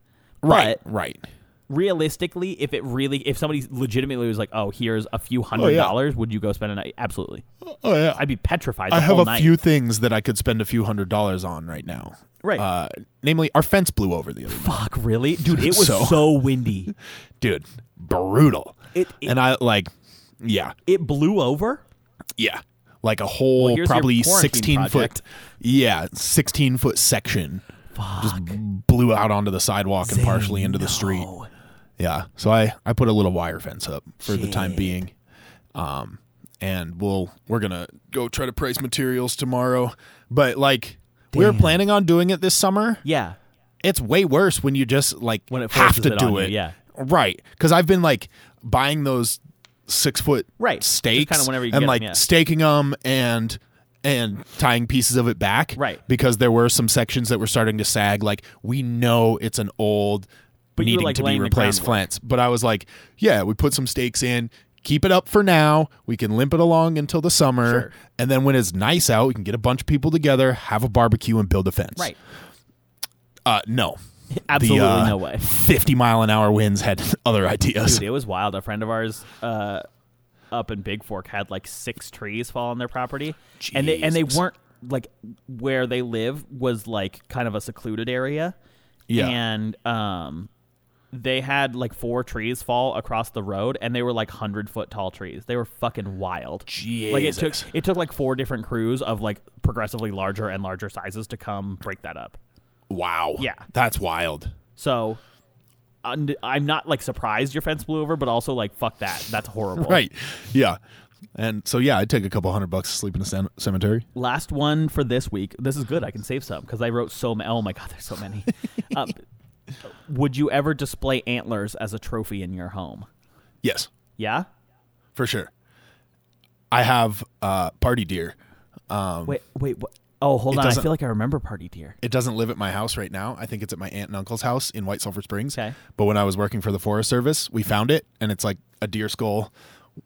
[SPEAKER 2] right,
[SPEAKER 3] But
[SPEAKER 2] right.
[SPEAKER 3] realistically, if it really, if somebody legitimately was like, "Oh, here's a few hundred
[SPEAKER 2] yeah.
[SPEAKER 3] dollars," would you go spend a night? Absolutely,
[SPEAKER 2] Oh yeah,
[SPEAKER 3] I'd be petrified. The
[SPEAKER 2] I have
[SPEAKER 3] whole
[SPEAKER 2] a
[SPEAKER 3] night.
[SPEAKER 2] few things that I could spend a few hundred dollars on right now.
[SPEAKER 3] Right.
[SPEAKER 2] Uh, namely, our fence blew over the other night.
[SPEAKER 3] Fuck, really, dude? It was
[SPEAKER 2] So-
[SPEAKER 3] so, windy.
[SPEAKER 2] dude. Brutal.
[SPEAKER 3] It it,
[SPEAKER 2] and I like, yeah,
[SPEAKER 3] it blew over.
[SPEAKER 2] yeah, like a whole
[SPEAKER 3] here's your
[SPEAKER 2] probably
[SPEAKER 3] quarantine
[SPEAKER 2] sixteen
[SPEAKER 3] project.
[SPEAKER 2] foot, yeah, sixteen foot section
[SPEAKER 3] Fuck.
[SPEAKER 2] just blew out onto the sidewalk and partially into the street.
[SPEAKER 3] no.
[SPEAKER 2] Yeah, so I I put a little wire fence up for the time being, um, and we'll we're gonna go try to price materials tomorrow, but like. We were planning on doing it this summer.
[SPEAKER 3] Yeah,
[SPEAKER 2] it's way worse when you just like
[SPEAKER 3] When it
[SPEAKER 2] have
[SPEAKER 3] forces
[SPEAKER 2] to
[SPEAKER 3] it
[SPEAKER 2] do
[SPEAKER 3] on you,
[SPEAKER 2] it.
[SPEAKER 3] yeah.
[SPEAKER 2] right. Because I've been like buying those six foot
[SPEAKER 3] Right. Just
[SPEAKER 2] stakes
[SPEAKER 3] kinda whenever you get
[SPEAKER 2] and
[SPEAKER 3] 'em,
[SPEAKER 2] like
[SPEAKER 3] yeah.
[SPEAKER 2] staking them and and tying pieces of it back,
[SPEAKER 3] Right.
[SPEAKER 2] Because there were some sections that were starting to sag. Like we know it's an old
[SPEAKER 3] But you were,
[SPEAKER 2] needing
[SPEAKER 3] like,
[SPEAKER 2] to be
[SPEAKER 3] laying the
[SPEAKER 2] replaced
[SPEAKER 3] groundwork.
[SPEAKER 2] fence. But I was like, yeah, we put some stakes in. Keep it up for now. We can limp it along until the summer.
[SPEAKER 3] Sure.
[SPEAKER 2] And then when it's nice out, we can get a bunch of people together, have a barbecue, and build a fence.
[SPEAKER 3] right.
[SPEAKER 2] Uh, no.
[SPEAKER 3] Absolutely
[SPEAKER 2] uh,
[SPEAKER 3] no way.
[SPEAKER 2] 50 mile an hour winds had other ideas.
[SPEAKER 3] Dude, it was wild. A friend of ours uh, up in Big Fork had like six trees fall on their property, and they and they
[SPEAKER 2] Jesus.
[SPEAKER 3] weren't like where they live was like kind of a secluded area.
[SPEAKER 2] Yeah.
[SPEAKER 3] and um, they had like four trees fall across the road, and they were like hundred foot tall trees. They were fucking wild. Like it took
[SPEAKER 2] Jesus.
[SPEAKER 3] it took like four different crews of like progressively larger and larger sizes to come break that up.
[SPEAKER 2] wow.
[SPEAKER 3] Yeah.
[SPEAKER 2] That's wild.
[SPEAKER 3] So. und- I'm not like surprised your fence blew over, but also like fuck that. That's horrible.
[SPEAKER 2] Right. Yeah. And so, yeah, I'd take a couple hundred bucks to sleep in a cem- cemetery.
[SPEAKER 3] last one for this week. This is good. I can save some because I wrote so many. Oh my god, there's so many. uh, would you ever display antlers as a trophy in your home?
[SPEAKER 2] Yes,
[SPEAKER 3] Yeah.
[SPEAKER 2] for sure. I have uh, party deer. Um,
[SPEAKER 3] Wait, wait. What? Oh, hold
[SPEAKER 2] It
[SPEAKER 3] on. I
[SPEAKER 2] doesn't-
[SPEAKER 3] feel like I remember party deer.
[SPEAKER 2] It doesn't live at my house right now. I think it's at my aunt and uncle's house in White Sulphur Springs.
[SPEAKER 3] Okay.
[SPEAKER 2] But when I was working for the Forest Service, we found it, and it's like a deer skull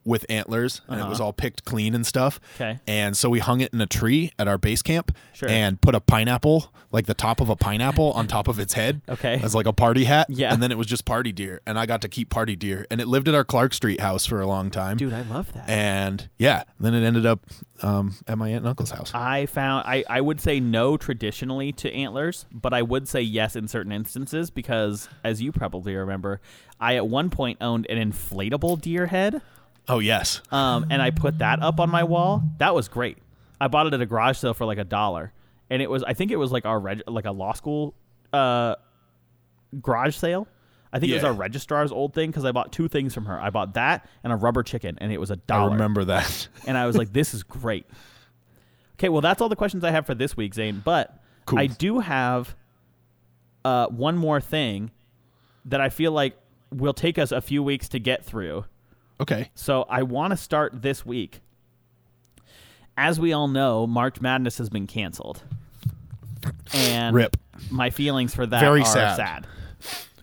[SPEAKER 2] with antlers, and it was all picked clean and stuff.
[SPEAKER 3] Uh-huh. Okay.
[SPEAKER 2] And so we hung it in a tree at our base camp,
[SPEAKER 3] Sure.
[SPEAKER 2] and put a pineapple, like the top of a pineapple, on top of its head.
[SPEAKER 3] Okay.
[SPEAKER 2] As like a party hat.
[SPEAKER 3] Yeah.
[SPEAKER 2] And then it was just party deer, and I got to keep party deer, and it lived at our Clark Street house for a long time.
[SPEAKER 3] Dude, I love that.
[SPEAKER 2] And yeah, then it ended up um, at my aunt and uncle's house.
[SPEAKER 3] I found I, I would say no traditionally to antlers, but I would say yes in certain instances because as you probably remember, I at one point owned an inflatable deer head.
[SPEAKER 2] oh yes.
[SPEAKER 3] um, and I put that up on my wall. That was great. I bought it at a garage sale for like a dollar, and it was I think it was like our reg- like a law school uh, garage sale. I think it was
[SPEAKER 2] Yeah.
[SPEAKER 3] our registrar's old thing because I bought two things from her. I bought that and a rubber chicken, and it was a
[SPEAKER 2] I
[SPEAKER 3] dollar.
[SPEAKER 2] remember that.
[SPEAKER 3] And I was like, "This is great." Okay, well, that's all the questions I have for this week, Zane. But
[SPEAKER 2] Cool.
[SPEAKER 3] I do have uh, one more thing that I feel like will take us a few weeks to get through.
[SPEAKER 2] okay.
[SPEAKER 3] So I want to start this week. As we all know, March Madness has been canceled. And
[SPEAKER 2] Rip.
[SPEAKER 3] my feelings for that
[SPEAKER 2] Very
[SPEAKER 3] are
[SPEAKER 2] sad.
[SPEAKER 3] sad.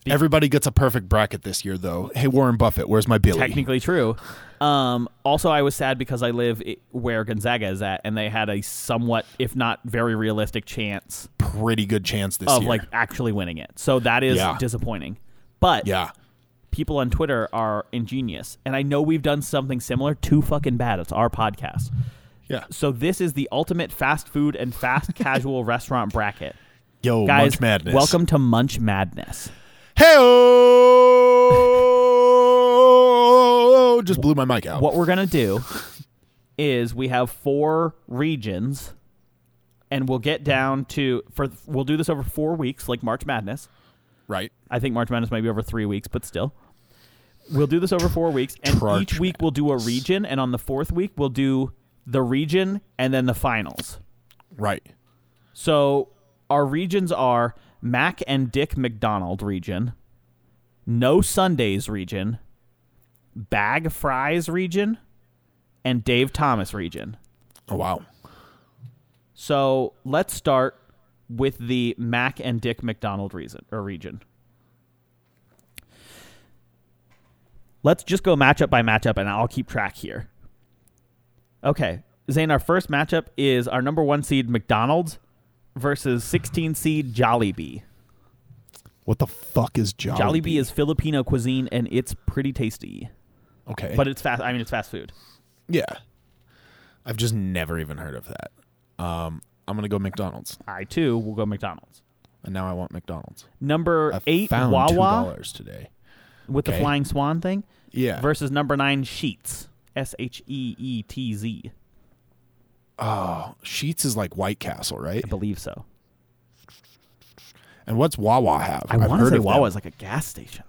[SPEAKER 2] Everybody gets a perfect bracket this year, though. Hey, Warren Buffett, where's my Billy?
[SPEAKER 3] Technically true. Um, also, I was sad because I live i- where Gonzaga is at, and they had a somewhat, if not very realistic, chance
[SPEAKER 2] Pretty good chance this
[SPEAKER 3] of
[SPEAKER 2] year.
[SPEAKER 3] like actually winning it. So that is
[SPEAKER 2] Yeah.
[SPEAKER 3] disappointing. But
[SPEAKER 2] yeah,
[SPEAKER 3] people on Twitter are ingenious, and I know we've done something similar. Too fucking bad. It's our podcast.
[SPEAKER 2] yeah.
[SPEAKER 3] So this is the ultimate fast food and fast casual restaurant bracket.
[SPEAKER 2] Yo,
[SPEAKER 3] Guys,
[SPEAKER 2] Munch Madness.
[SPEAKER 3] welcome to Munch Madness.
[SPEAKER 2] Hey, just blew my mic out.
[SPEAKER 3] What we're going to do is we have four regions and we'll get down to for we'll do this over 4 weeks like March Madness.
[SPEAKER 2] Right.
[SPEAKER 3] I think March Madness might be over 3 weeks, but still. We'll do this over 4 weeks and
[SPEAKER 2] Trarch
[SPEAKER 3] each week we'll do a region and on the 4th week we'll do the region and then the finals.
[SPEAKER 2] Right.
[SPEAKER 3] So our regions are Mac and Dick McDonald region, No Sundays region, Bag Fries region, and Dave Thomas region.
[SPEAKER 2] Oh wow.
[SPEAKER 3] So let's start with the Mac and Dick McDonald reason or region. Let's just go matchup by matchup, and I'll keep track here. Okay, Zane, our first matchup is our number one seed McDonald's versus 16 seed Jollibee.
[SPEAKER 2] What the fuck is Jollibee?
[SPEAKER 3] Jollibee is Filipino cuisine, and it's pretty tasty,
[SPEAKER 2] okay,
[SPEAKER 3] but it's fast. I mean, it's fast food.
[SPEAKER 2] yeah, I've just never even heard of that. Um, I'm gonna go McDonald's,
[SPEAKER 3] I too will go McDonald's.
[SPEAKER 2] and now I want McDonald's.
[SPEAKER 3] Number
[SPEAKER 2] I
[SPEAKER 3] eight,
[SPEAKER 2] found two
[SPEAKER 3] Wawa
[SPEAKER 2] dollars today.
[SPEAKER 3] with the
[SPEAKER 2] Okay.
[SPEAKER 3] flying swan thing.
[SPEAKER 2] Yeah.
[SPEAKER 3] versus number nine Sheets. S H E E T Z.
[SPEAKER 2] oh, Sheets is like White Castle, right?
[SPEAKER 3] I believe so.
[SPEAKER 2] And what's Wawa have?
[SPEAKER 3] I
[SPEAKER 2] I've
[SPEAKER 3] want to
[SPEAKER 2] heard
[SPEAKER 3] say
[SPEAKER 2] of them.
[SPEAKER 3] Wawa is like a gas station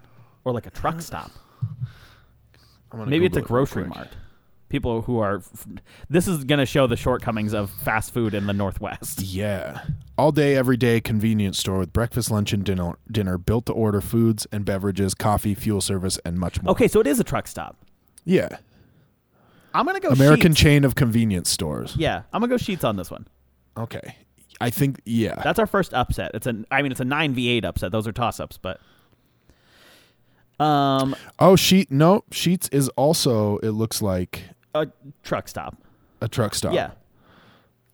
[SPEAKER 3] or like a truck stop.
[SPEAKER 2] I'm gonna
[SPEAKER 3] Maybe it's a
[SPEAKER 2] Google it real
[SPEAKER 3] grocery
[SPEAKER 2] quick.
[SPEAKER 3] mart. People who are. f- This is going to show the shortcomings of fast food in the Northwest.
[SPEAKER 2] Yeah. All day, every day, convenience store with breakfast, lunch, and dinner, dinner built to order foods and beverages, coffee, fuel service, and much more.
[SPEAKER 3] Okay, so it is a truck stop.
[SPEAKER 2] Yeah.
[SPEAKER 3] I'm going to go
[SPEAKER 2] American
[SPEAKER 3] Sheetz.
[SPEAKER 2] chain of convenience stores.
[SPEAKER 3] Yeah, I'm going to go Sheets on this one.
[SPEAKER 2] Okay. I think, yeah.
[SPEAKER 3] That's our first upset. It's an. I mean, it's a 9v8 upset. Those are toss ups, but. Um,
[SPEAKER 2] oh, Sheet. No, Sheets is also, it looks like
[SPEAKER 3] a truck stop.
[SPEAKER 2] a truck stop.
[SPEAKER 3] Yeah.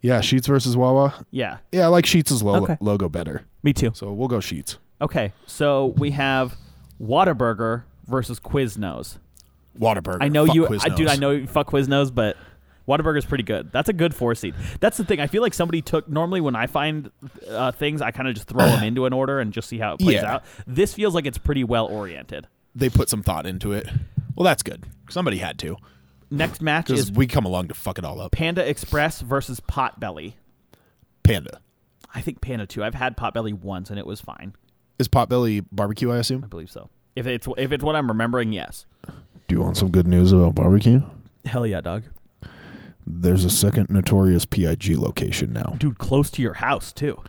[SPEAKER 2] Yeah. Sheets versus Wawa.
[SPEAKER 3] Yeah.
[SPEAKER 2] Yeah. I like Sheets' lo-
[SPEAKER 3] Okay.
[SPEAKER 2] logo better.
[SPEAKER 3] Me too.
[SPEAKER 2] So we'll go Sheets.
[SPEAKER 3] Okay, so we have Whataburger versus Quiznos.
[SPEAKER 2] Whataburger.
[SPEAKER 3] I know
[SPEAKER 2] Fuck
[SPEAKER 3] you, I,
[SPEAKER 2] Quiznos.
[SPEAKER 3] dude. I know you fuck Quiznos, but Whataburger's pretty good. That's a good four seed. That's the thing. I feel like somebody took. Normally, when I find uh, things, I kind of just throw them into an order and just see how it plays
[SPEAKER 2] Yeah.
[SPEAKER 3] out. This feels like it's pretty well oriented.
[SPEAKER 2] They put some thought into it. Well, that's good. Somebody had to.
[SPEAKER 3] Next match
[SPEAKER 2] Because
[SPEAKER 3] is
[SPEAKER 2] we come along to fuck it all up.
[SPEAKER 3] Panda Express versus Potbelly.
[SPEAKER 2] Panda.
[SPEAKER 3] I think Panda too. I've had Potbelly once and it was fine.
[SPEAKER 2] Is Potbelly barbecue, I assume?
[SPEAKER 3] I believe so. If it's if it's what I'm remembering, yes.
[SPEAKER 2] Do you want some good news about barbecue?
[SPEAKER 3] Hell yeah, dog.
[SPEAKER 2] There's a second notorious PIG location now.
[SPEAKER 3] Dude, close to your house too.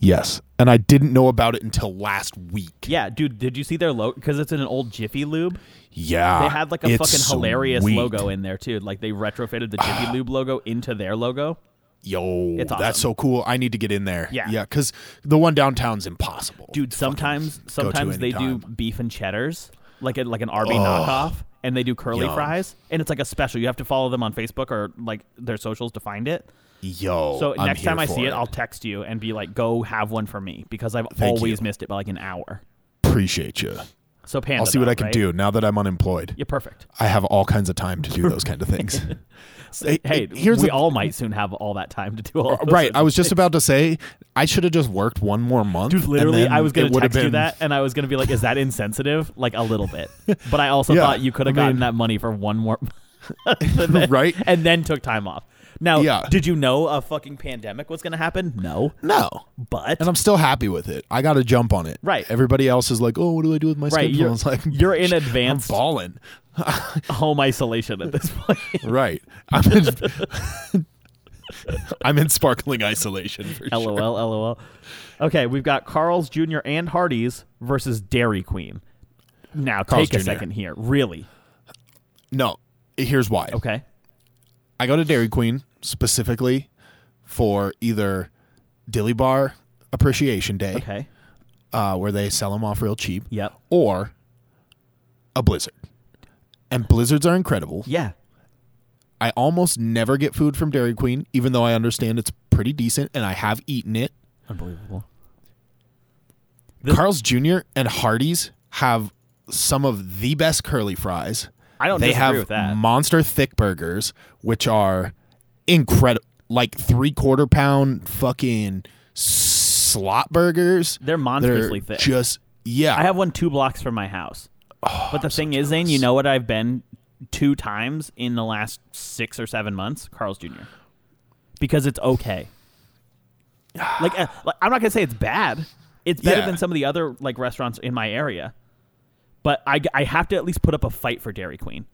[SPEAKER 2] Yes. And I didn't know about it until last week.
[SPEAKER 3] Yeah, dude, did you see their logo? Because it's in an old Jiffy Lube.
[SPEAKER 2] Yeah.
[SPEAKER 3] They had like a
[SPEAKER 2] Ah, it's
[SPEAKER 3] fucking hilarious
[SPEAKER 2] sweet. Ah.
[SPEAKER 3] logo in there too. Like they retrofitted the Jiffy Lube logo into their logo.
[SPEAKER 2] Yo,
[SPEAKER 3] It's
[SPEAKER 2] that's
[SPEAKER 3] awesome.
[SPEAKER 2] so cool. I need to get in there.
[SPEAKER 3] Yeah.
[SPEAKER 2] Yeah. Because the one downtown's impossible.
[SPEAKER 3] Dude,
[SPEAKER 2] to
[SPEAKER 3] sometimes
[SPEAKER 2] fucking go to
[SPEAKER 3] sometimes they do
[SPEAKER 2] anytime.
[SPEAKER 3] beef and cheddars, like a, like an Arby knockoff, and they do curly
[SPEAKER 2] Yum.
[SPEAKER 3] fries, and it's like a special. You have to follow them on Facebook or like their socials to find it.
[SPEAKER 2] Yo.
[SPEAKER 3] So
[SPEAKER 2] Oh, I'm
[SPEAKER 3] next
[SPEAKER 2] here
[SPEAKER 3] time I
[SPEAKER 2] for
[SPEAKER 3] see it, I'll text you and be like, "Go have one for me," because I've
[SPEAKER 2] Thank
[SPEAKER 3] always
[SPEAKER 2] you.
[SPEAKER 3] missed it by like an hour.
[SPEAKER 2] appreciate you.
[SPEAKER 3] So Panda,
[SPEAKER 2] I'll see what
[SPEAKER 3] dog,
[SPEAKER 2] I can
[SPEAKER 3] right?
[SPEAKER 2] do now that I'm unemployed.
[SPEAKER 3] Yeah, perfect.
[SPEAKER 2] I have all kinds of time to do those kind of things. hey,
[SPEAKER 3] Hey,
[SPEAKER 2] here's
[SPEAKER 3] we
[SPEAKER 2] the- Uh,
[SPEAKER 3] all might soon have all that time to do all those
[SPEAKER 2] Right, I was just about to say I should have just worked one more month.
[SPEAKER 3] Dude,
[SPEAKER 2] and
[SPEAKER 3] literally,
[SPEAKER 2] then
[SPEAKER 3] I was
[SPEAKER 2] it
[SPEAKER 3] going to
[SPEAKER 2] would have
[SPEAKER 3] text you
[SPEAKER 2] been-
[SPEAKER 3] that, and I was going to be like, "Is that insensitive?" Like a little bit, but I also
[SPEAKER 2] Yeah,
[SPEAKER 3] thought you could have
[SPEAKER 2] I mean-
[SPEAKER 3] gotten that money for one more,
[SPEAKER 2] Right?
[SPEAKER 3] And then took time off. Now,
[SPEAKER 2] Yeah.
[SPEAKER 3] did you know a fucking pandemic was going to happen? No,
[SPEAKER 2] No,
[SPEAKER 3] but
[SPEAKER 2] and I'm still happy with it. I got to jump on it.
[SPEAKER 3] Right.
[SPEAKER 2] Everybody else is like, "Oh, what do I do with my
[SPEAKER 3] right,
[SPEAKER 2] schedule?"
[SPEAKER 3] you're,
[SPEAKER 2] I was like,
[SPEAKER 3] you're in
[SPEAKER 2] I'm
[SPEAKER 3] advanced
[SPEAKER 2] balling.
[SPEAKER 3] home isolation at this point.
[SPEAKER 2] Right. I'm in, I'm in sparkling isolation for sure.
[SPEAKER 3] LOL, LOL. Okay, we've got Carl's Jr. and Hardee's versus Dairy Queen. Now,
[SPEAKER 2] Carl's
[SPEAKER 3] take a
[SPEAKER 2] Jr..
[SPEAKER 3] second here. Really?
[SPEAKER 2] No, here's why.
[SPEAKER 3] Okay.
[SPEAKER 2] I go to Dairy Queen specifically for either Dilly Bar Appreciation Day,
[SPEAKER 3] Okay.
[SPEAKER 2] uh, where they sell them off real cheap,
[SPEAKER 3] Yep.
[SPEAKER 2] or a blizzard. And blizzards are incredible.
[SPEAKER 3] Yeah.
[SPEAKER 2] I almost never get food from Dairy Queen, even though I understand it's pretty decent and I have eaten it.
[SPEAKER 3] Unbelievable.
[SPEAKER 2] Carl's Jr. and Hardee's have some of the best curly fries.
[SPEAKER 3] I don't
[SPEAKER 2] They
[SPEAKER 3] disagree
[SPEAKER 2] have
[SPEAKER 3] with that.
[SPEAKER 2] monster thick burgers, which are incredible, like three quarter pound fucking slot burgers.
[SPEAKER 3] They're monstrously thick.
[SPEAKER 2] Just yeah, Oh,
[SPEAKER 3] I have one two blocks from my house. but the thing is, Zane, you know what I've been two times in the last six or seven months? Carl's Jr. Because it's okay. like, uh, like, I'm not gonna say it's bad. It's better
[SPEAKER 2] Yeah.
[SPEAKER 3] than some of the other like restaurants in my area. But I, I have to at least put up a fight for Dairy Queen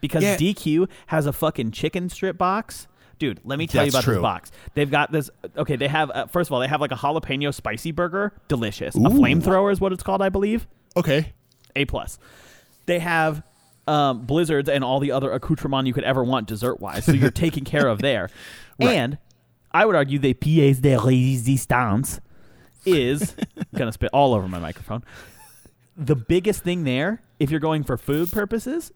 [SPEAKER 3] because
[SPEAKER 2] Yeah.
[SPEAKER 3] DQ has a fucking chicken strip box Dude, let me tell
[SPEAKER 2] That's
[SPEAKER 3] you about
[SPEAKER 2] true.
[SPEAKER 3] this box. They've got this. Okay, they have uh, first of all, they have like a jalapeno spicy burger, delicious. A flamethrower is what it's called, I believe.
[SPEAKER 2] Okay.
[SPEAKER 3] A plus. They have um, blizzards and all the other accoutrement you could ever want dessert wise. So you're taken care of there. And I would argue the pièce de résistance is gonna spit all over my microphone. The biggest thing there, if you're going for food purposes,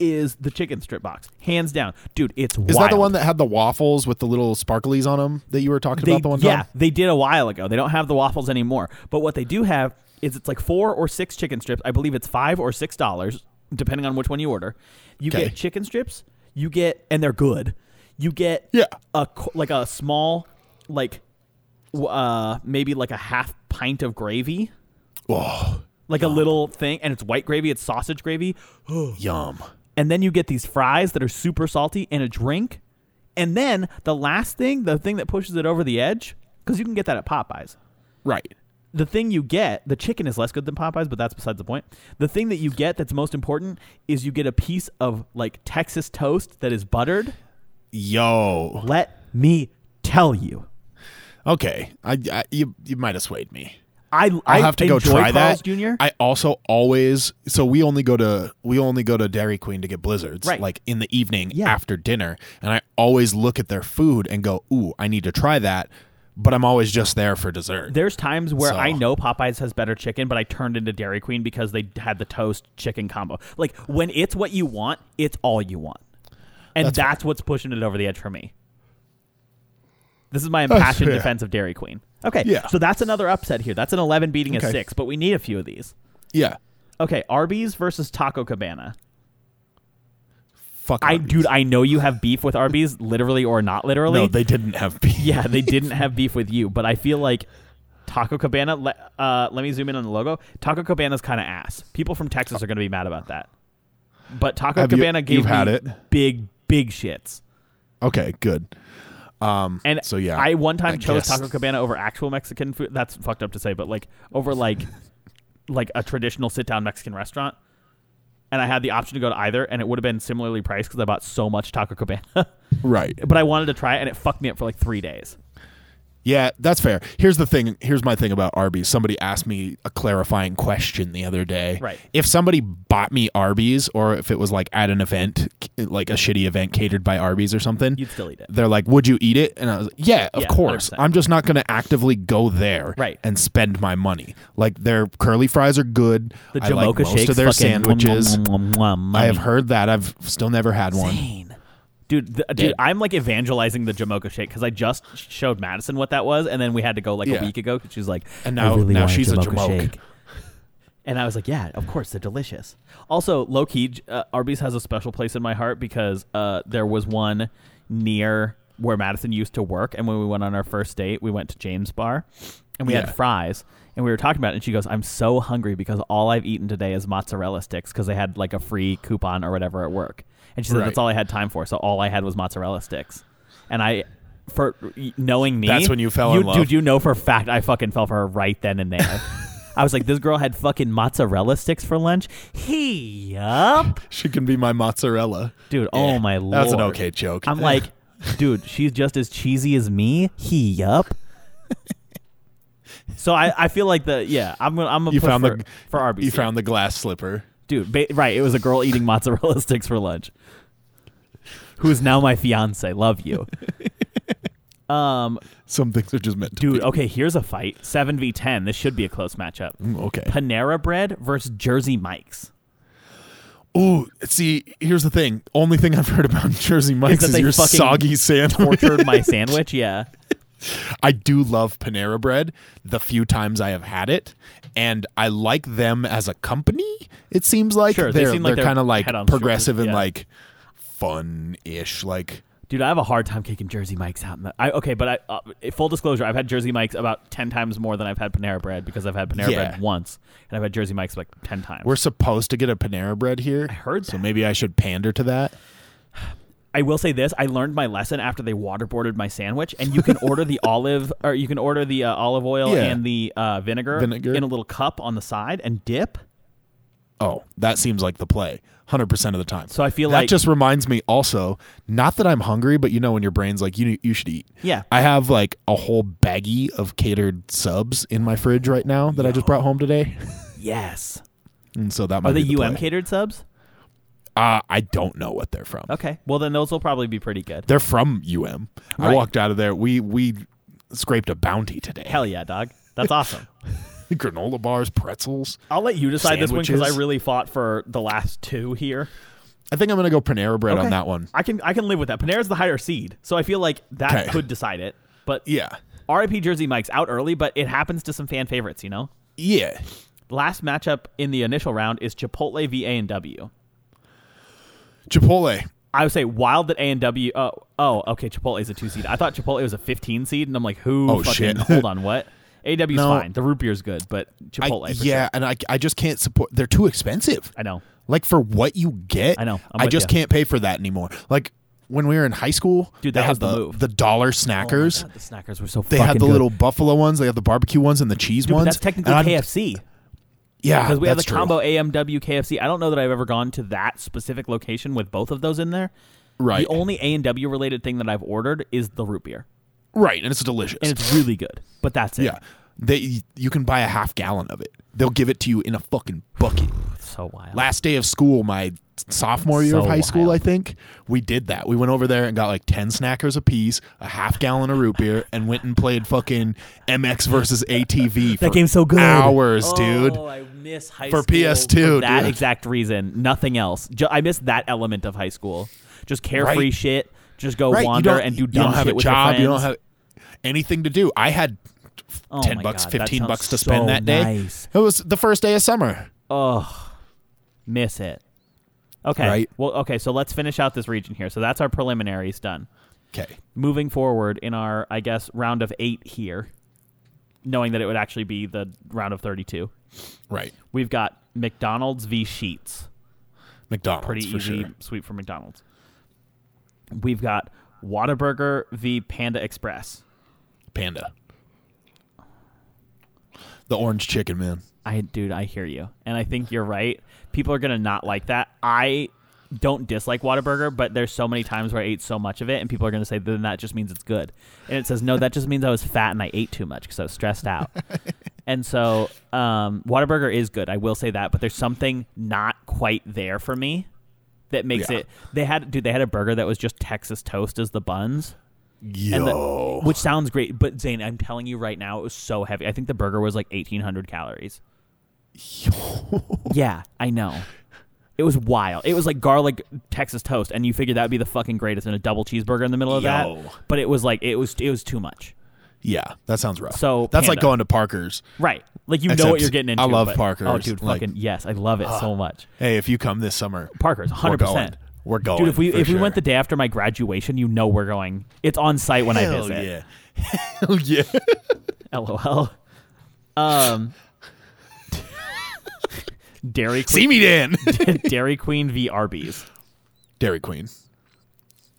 [SPEAKER 3] is the chicken strip box, hands down, dude. It's
[SPEAKER 2] Is that the
[SPEAKER 3] wild.
[SPEAKER 2] one that had the waffles with the little sparklies on them that you were talking
[SPEAKER 3] They-
[SPEAKER 2] about the one
[SPEAKER 3] yeah,
[SPEAKER 2] time?
[SPEAKER 3] they did a while ago. They don't have the waffles anymore. But what they do have is it's like four or six chicken strips. I believe it's five or six dollars, depending on which one you order. You
[SPEAKER 2] Okay.
[SPEAKER 3] get chicken strips. You get and they're good. You get
[SPEAKER 2] Yeah.
[SPEAKER 3] a qu- like a small like w- uh maybe like a half pint of gravy.
[SPEAKER 2] Oh,
[SPEAKER 3] Like a little thing, and it's white gravy, it's sausage gravy,
[SPEAKER 2] yum.
[SPEAKER 3] and then you get these fries that are super salty and a drink. And then the last thing, the thing that pushes it over the edge, because you can get that at Popeyes.
[SPEAKER 2] Right.
[SPEAKER 3] The thing you get, the chicken is less good than Popeyes, but that's besides the point. The thing that you get that's most important is you get a piece of like Texas toast that is buttered.
[SPEAKER 2] Yo.
[SPEAKER 3] Let me tell you.
[SPEAKER 2] Okay. I, I you you might have swayed me.
[SPEAKER 3] I
[SPEAKER 2] I'll
[SPEAKER 3] I
[SPEAKER 2] have to go
[SPEAKER 3] enjoy
[SPEAKER 2] try
[SPEAKER 3] Carl's
[SPEAKER 2] that.
[SPEAKER 3] Jr.
[SPEAKER 2] I also always so we only go to we only go to Dairy Queen to get blizzards
[SPEAKER 3] Right.
[SPEAKER 2] like in the evening
[SPEAKER 3] Yeah.
[SPEAKER 2] after dinner and I always look at their food and go, "Ooh, I need to try that." But I'm always just there for dessert.
[SPEAKER 3] There's times where
[SPEAKER 2] So-
[SPEAKER 3] I know Popeyes has better chicken, but I turned into Dairy Queen because they had the toast chicken combo. Like when it's what you want, it's all you want, and
[SPEAKER 2] That's
[SPEAKER 3] that's, what's pushing it over the edge for me. This is my impassioned
[SPEAKER 2] fair.
[SPEAKER 3] defense of Dairy Queen. Okay,
[SPEAKER 2] Yeah.
[SPEAKER 3] so that's another upset here. That's an 11 beating
[SPEAKER 2] Okay.
[SPEAKER 3] a six, but we need a few of these.
[SPEAKER 2] yeah.
[SPEAKER 3] Okay, Arby's versus Taco Cabana.
[SPEAKER 2] Fuck.
[SPEAKER 3] I
[SPEAKER 2] Arby's.
[SPEAKER 3] dude, I know you have beef with Arby's, literally or not literally.
[SPEAKER 2] No, they didn't have beef.
[SPEAKER 3] yeah, they didn't have beef with you, but I feel like Taco Cabana. Le, uh, let me zoom in on the logo. Taco Cabana's kind of ass. People from Texas are going to be mad about that. But Taco
[SPEAKER 2] Have you-
[SPEAKER 3] Cabana gave
[SPEAKER 2] you've
[SPEAKER 3] me
[SPEAKER 2] had it?
[SPEAKER 3] big, big shits.
[SPEAKER 2] Okay, good. Um
[SPEAKER 3] And
[SPEAKER 2] so yeah.
[SPEAKER 3] I one time
[SPEAKER 2] I
[SPEAKER 3] chose
[SPEAKER 2] guess.
[SPEAKER 3] Taco Cabana over actual Mexican food. That's fucked up to say, but like over like like a traditional sit down Mexican restaurant. And I had the option to go to either, and it would have been similarly priced because I bought so much Taco Cabana. but
[SPEAKER 2] right.
[SPEAKER 3] I wanted to try it, and it fucked me up for like three days.
[SPEAKER 2] Yeah, that's fair. Here's the thing. Here's my thing about Arby's. Somebody asked me a clarifying question the other day.
[SPEAKER 3] Right.
[SPEAKER 2] If somebody bought me Arby's, or if it was like at an event, c- like a shitty event catered by Arby's or something,
[SPEAKER 3] You'd still eat it.
[SPEAKER 2] they're like, "Would you eat it?" And I was like, "Yeah, of
[SPEAKER 3] Yeah,
[SPEAKER 2] course.
[SPEAKER 3] 100%.
[SPEAKER 2] i am just not going to actively go there
[SPEAKER 3] Right.
[SPEAKER 2] and spend my money. Like their curly fries are good.
[SPEAKER 3] The
[SPEAKER 2] I like
[SPEAKER 3] Jamocha
[SPEAKER 2] most
[SPEAKER 3] shakes,
[SPEAKER 2] of their
[SPEAKER 3] fucking mwah,
[SPEAKER 2] sandwiches.
[SPEAKER 3] mwah, mwah, mwah, mwah,
[SPEAKER 2] I have
[SPEAKER 3] money.
[SPEAKER 2] heard that. I've still never had one.
[SPEAKER 3] Zane. Dude, th- dude, I'm like evangelizing the Jamocha shake because I just showed Madison what that was, and then we had to go like
[SPEAKER 2] Yeah.
[SPEAKER 3] a week ago. 'cause She was like,
[SPEAKER 2] And now,
[SPEAKER 6] I really
[SPEAKER 2] now
[SPEAKER 6] want
[SPEAKER 2] she's a
[SPEAKER 6] Jamocha
[SPEAKER 2] jamoke.
[SPEAKER 6] shake.
[SPEAKER 3] and I was like, yeah, of course they're delicious. Also, low key, J- uh, Arby's has a special place in my heart because uh, there was one near where Madison used to work, and when we went on our first date, we went to James Bar, and we
[SPEAKER 2] Yeah.
[SPEAKER 3] had fries, and we were talking about it, and she goes, "I'm so hungry because all I've eaten today is mozzarella sticks because they had like a free coupon or whatever at work," and she said,
[SPEAKER 2] Right.
[SPEAKER 3] "That's all I had time for, so all I had was mozzarella sticks," and I. For knowing me,
[SPEAKER 2] That's when you fell in love.
[SPEAKER 3] Dude, you know for a fact I fucking fell for her right then and there. I was like, this girl had fucking mozzarella sticks for lunch. He up,
[SPEAKER 2] She can be my mozzarella.
[SPEAKER 3] dude. Oh my lord,
[SPEAKER 2] That's an okay joke.
[SPEAKER 3] I'm like, dude, she's just as cheesy as me. He up. So I, I feel like the yeah I'm gonna I'm gonna
[SPEAKER 2] You
[SPEAKER 3] push
[SPEAKER 2] found
[SPEAKER 3] for,
[SPEAKER 2] the-
[SPEAKER 3] for Arby's
[SPEAKER 2] You
[SPEAKER 3] here.
[SPEAKER 2] found the glass slipper.
[SPEAKER 3] dude ba- right it was a girl eating mozzarella sticks for lunch who is now my fiance love you um
[SPEAKER 2] Some things are just meant to
[SPEAKER 3] dude
[SPEAKER 2] be.
[SPEAKER 3] okay here's a fight seven v ten this should be a close matchup
[SPEAKER 2] Mm, Okay.
[SPEAKER 3] Panera Bread versus Jersey Mike's.
[SPEAKER 2] Ooh, see, here's the thing. Only thing I've heard about Jersey Mike's
[SPEAKER 3] that
[SPEAKER 2] is,
[SPEAKER 3] they
[SPEAKER 2] your
[SPEAKER 3] fucking
[SPEAKER 2] soggy sandwich.
[SPEAKER 3] Orchard my sandwich, yeah.
[SPEAKER 2] I do love Panera Bread the few times I have had it, and I like them as a company. It seems like
[SPEAKER 3] Sure, they
[SPEAKER 2] they're
[SPEAKER 3] seem like they're
[SPEAKER 2] they're kind of like
[SPEAKER 3] head on
[SPEAKER 2] progressive
[SPEAKER 3] shoulders,
[SPEAKER 2] and
[SPEAKER 3] yeah.
[SPEAKER 2] like fun-ish like
[SPEAKER 3] Dude, I have a hard time kicking Jersey Mike's out. In the, I okay, but I uh, full disclosure, I've had Jersey Mike's about ten times more than I've had Panera Bread because I've had Panera
[SPEAKER 2] Yeah.
[SPEAKER 3] Bread once and I've had Jersey Mike's like ten times.
[SPEAKER 2] we're supposed to get a Panera Bread here. I
[SPEAKER 3] heard that.
[SPEAKER 2] So maybe I should pander to that.
[SPEAKER 3] I will say this: I learned my lesson after they waterboarded my sandwich. And you can order the olive, or you can order the uh, olive oil
[SPEAKER 2] Yeah.
[SPEAKER 3] and the uh, vinegar,
[SPEAKER 2] Vinegar.
[SPEAKER 3] in a little cup on the side and dip.
[SPEAKER 2] Oh, that seems like the play. 100% of the time.
[SPEAKER 3] So I feel
[SPEAKER 2] that
[SPEAKER 3] like-
[SPEAKER 2] just reminds me also, not that I'm hungry, but you know when your brain's like you you should eat.
[SPEAKER 3] Yeah.
[SPEAKER 2] I have like a whole baggie of catered subs in my fridge right now that I just brought home today.
[SPEAKER 3] Yes.
[SPEAKER 2] And so that might
[SPEAKER 3] Are they
[SPEAKER 2] be the
[SPEAKER 3] UM
[SPEAKER 2] play.
[SPEAKER 3] catered subs?
[SPEAKER 2] Uh, I don't know what they're from.
[SPEAKER 3] Okay. Well, then those will probably be pretty good.
[SPEAKER 2] They're from UM. I
[SPEAKER 3] Right.
[SPEAKER 2] walked out of there. We we scraped a bounty today.
[SPEAKER 3] Hell yeah, dog. That's awesome.
[SPEAKER 2] Granola bars, pretzels.
[SPEAKER 3] I'll let you decide this one because I
[SPEAKER 2] Sandwiches.
[SPEAKER 3] really fought for the last two here.
[SPEAKER 2] I think I'm gonna go Panera bread on
[SPEAKER 3] Okay.
[SPEAKER 2] that one.
[SPEAKER 3] I can I can live with that. Panera's the higher seed, so I feel like that
[SPEAKER 2] Okay.
[SPEAKER 3] could decide it. But
[SPEAKER 2] Yeah,
[SPEAKER 3] RIP Jersey Mike's out early, but it happens to some fan favorites. You know,
[SPEAKER 2] yeah.
[SPEAKER 3] last matchup in the initial round is Chipotle v A and W.
[SPEAKER 2] Chipotle.
[SPEAKER 3] I would say wild that A and W. Oh, oh, okay. Chipotle is a two seed. I thought Chipotle was a fifteen seed, and I'm like, who?
[SPEAKER 2] Oh,
[SPEAKER 3] fucking,
[SPEAKER 2] shit.
[SPEAKER 3] Hold on, what? AW's
[SPEAKER 2] No.
[SPEAKER 3] fine. The root beer's good, but
[SPEAKER 2] I,
[SPEAKER 3] Chipotle. for
[SPEAKER 2] yeah,
[SPEAKER 3] sure.
[SPEAKER 2] and I I just can't support. They're too expensive.
[SPEAKER 3] I know.
[SPEAKER 2] Like for what you get,
[SPEAKER 3] I know. I'm
[SPEAKER 2] i
[SPEAKER 3] with
[SPEAKER 2] just
[SPEAKER 3] ya.
[SPEAKER 2] can't pay for that anymore. Like when we were in high school,
[SPEAKER 3] Dude,
[SPEAKER 2] they
[SPEAKER 3] that
[SPEAKER 2] had
[SPEAKER 3] was the
[SPEAKER 2] the
[SPEAKER 3] move. Oh
[SPEAKER 2] dollar snackers.
[SPEAKER 3] God, the snackers were so.
[SPEAKER 2] they had the little buffalo ones. They had the barbecue ones and the cheese
[SPEAKER 3] Dude, but
[SPEAKER 2] ones.
[SPEAKER 3] that's technically
[SPEAKER 2] and I'd-
[SPEAKER 3] KFC.
[SPEAKER 2] Yeah,
[SPEAKER 3] because we have the
[SPEAKER 2] that's true.
[SPEAKER 3] combo AMW KFC. I don't know that I've ever gone to that specific location with both of those in there.
[SPEAKER 2] Right,
[SPEAKER 3] The only A and W related thing that I've ordered is the root beer,
[SPEAKER 2] right, and it's delicious.
[SPEAKER 3] and it's really good. But that's it.
[SPEAKER 2] yeah, they you can buy a half gallon of it. They'll give it to you in a fucking bucket.
[SPEAKER 3] so wild.
[SPEAKER 2] last day of school, my sophomore year of
[SPEAKER 3] So
[SPEAKER 2] high school, I
[SPEAKER 3] wild.
[SPEAKER 2] think, we did that. We went over there and got like 10 snackers apiece, a half gallon of root beer, and went and played fucking MX versus ATV.
[SPEAKER 6] That
[SPEAKER 2] for
[SPEAKER 6] game's so good.
[SPEAKER 2] Hours, dude.
[SPEAKER 3] Oh, I miss high
[SPEAKER 2] For
[SPEAKER 3] school
[SPEAKER 2] PS2,
[SPEAKER 3] for that
[SPEAKER 2] dude.
[SPEAKER 3] exact reason. Nothing else. Ju- I miss that element of high school. Just carefree
[SPEAKER 2] Right.
[SPEAKER 3] shit. Just go
[SPEAKER 2] Right, you
[SPEAKER 3] wander
[SPEAKER 2] don't-
[SPEAKER 3] and do
[SPEAKER 2] you
[SPEAKER 3] dumb
[SPEAKER 2] don't have
[SPEAKER 3] shit
[SPEAKER 2] a
[SPEAKER 3] with
[SPEAKER 2] job,
[SPEAKER 3] your
[SPEAKER 2] you don't
[SPEAKER 3] friends.
[SPEAKER 2] have anything to do. I had
[SPEAKER 3] Oh
[SPEAKER 2] 10
[SPEAKER 3] my
[SPEAKER 2] bucks,
[SPEAKER 3] God, that
[SPEAKER 2] 15
[SPEAKER 3] sounds
[SPEAKER 2] bucks to
[SPEAKER 3] so
[SPEAKER 2] spend that day.
[SPEAKER 6] nice.
[SPEAKER 2] It was the first day of summer.
[SPEAKER 3] Oh, miss it. Okay.
[SPEAKER 2] Right.
[SPEAKER 3] Well, okay. So let's finish out this region here. So that's our preliminaries done.
[SPEAKER 2] Okay.
[SPEAKER 3] Moving forward in our, I guess, round of eight here, knowing that it would actually be the round of 32,
[SPEAKER 2] Right.
[SPEAKER 3] we've got McDonald's v. Sheets.
[SPEAKER 2] McDonald's.
[SPEAKER 3] Pretty
[SPEAKER 2] for
[SPEAKER 3] easy
[SPEAKER 2] sure.
[SPEAKER 3] sweep for McDonald's. We've got Whataburger v. Panda Express.
[SPEAKER 2] Panda. The orange chicken, man.
[SPEAKER 3] I dude, I hear you. And I think you're right. People are gonna not like that. I don't dislike Whataburger, but there's so many times where I ate so much of it and people are gonna say, then that just means it's good. And it says, No, that just means I was fat and I ate too much because I was stressed out. and so um Whataburger is good, I will say that, but there's something not quite there for me that makes
[SPEAKER 2] Yeah.
[SPEAKER 3] it they had dude, they had a burger that was just Texas toast as the buns. And the-
[SPEAKER 2] Yo.
[SPEAKER 3] which sounds great, but Zane, I'm telling you right now, it was so heavy. I think the burger was like 1,800 calories. Yeah, I know. It was wild. It was like garlic Texas toast, and you figure that'd be the fucking greatest in a double cheeseburger in the middle of
[SPEAKER 2] Yo.
[SPEAKER 3] that. But it was like it was it was too much.
[SPEAKER 2] yeah, that sounds rough.
[SPEAKER 3] So,
[SPEAKER 2] that's like
[SPEAKER 3] Panda.
[SPEAKER 2] going to Parker's.
[SPEAKER 3] Right. Like you know
[SPEAKER 2] Except
[SPEAKER 3] what you're getting into.
[SPEAKER 2] I love
[SPEAKER 3] but-
[SPEAKER 2] Parker's,
[SPEAKER 3] Oh, dude,
[SPEAKER 2] like- Ah.
[SPEAKER 3] fucking yes, I love it so much.
[SPEAKER 2] Hey, if you come this summer,
[SPEAKER 3] Parker's 100. percent
[SPEAKER 2] We're going.
[SPEAKER 3] Dude, if we
[SPEAKER 2] Oh, for
[SPEAKER 3] if we
[SPEAKER 2] sure.
[SPEAKER 3] went the day after my graduation, you know we're going. It's on site when I
[SPEAKER 2] hell
[SPEAKER 3] visit.
[SPEAKER 2] yeah, hell yeah,
[SPEAKER 3] LOL. Um, Dairy
[SPEAKER 2] see
[SPEAKER 3] Queen,
[SPEAKER 2] me Dan.
[SPEAKER 3] Dairy Queen v Arby's.
[SPEAKER 2] Dairy Queen.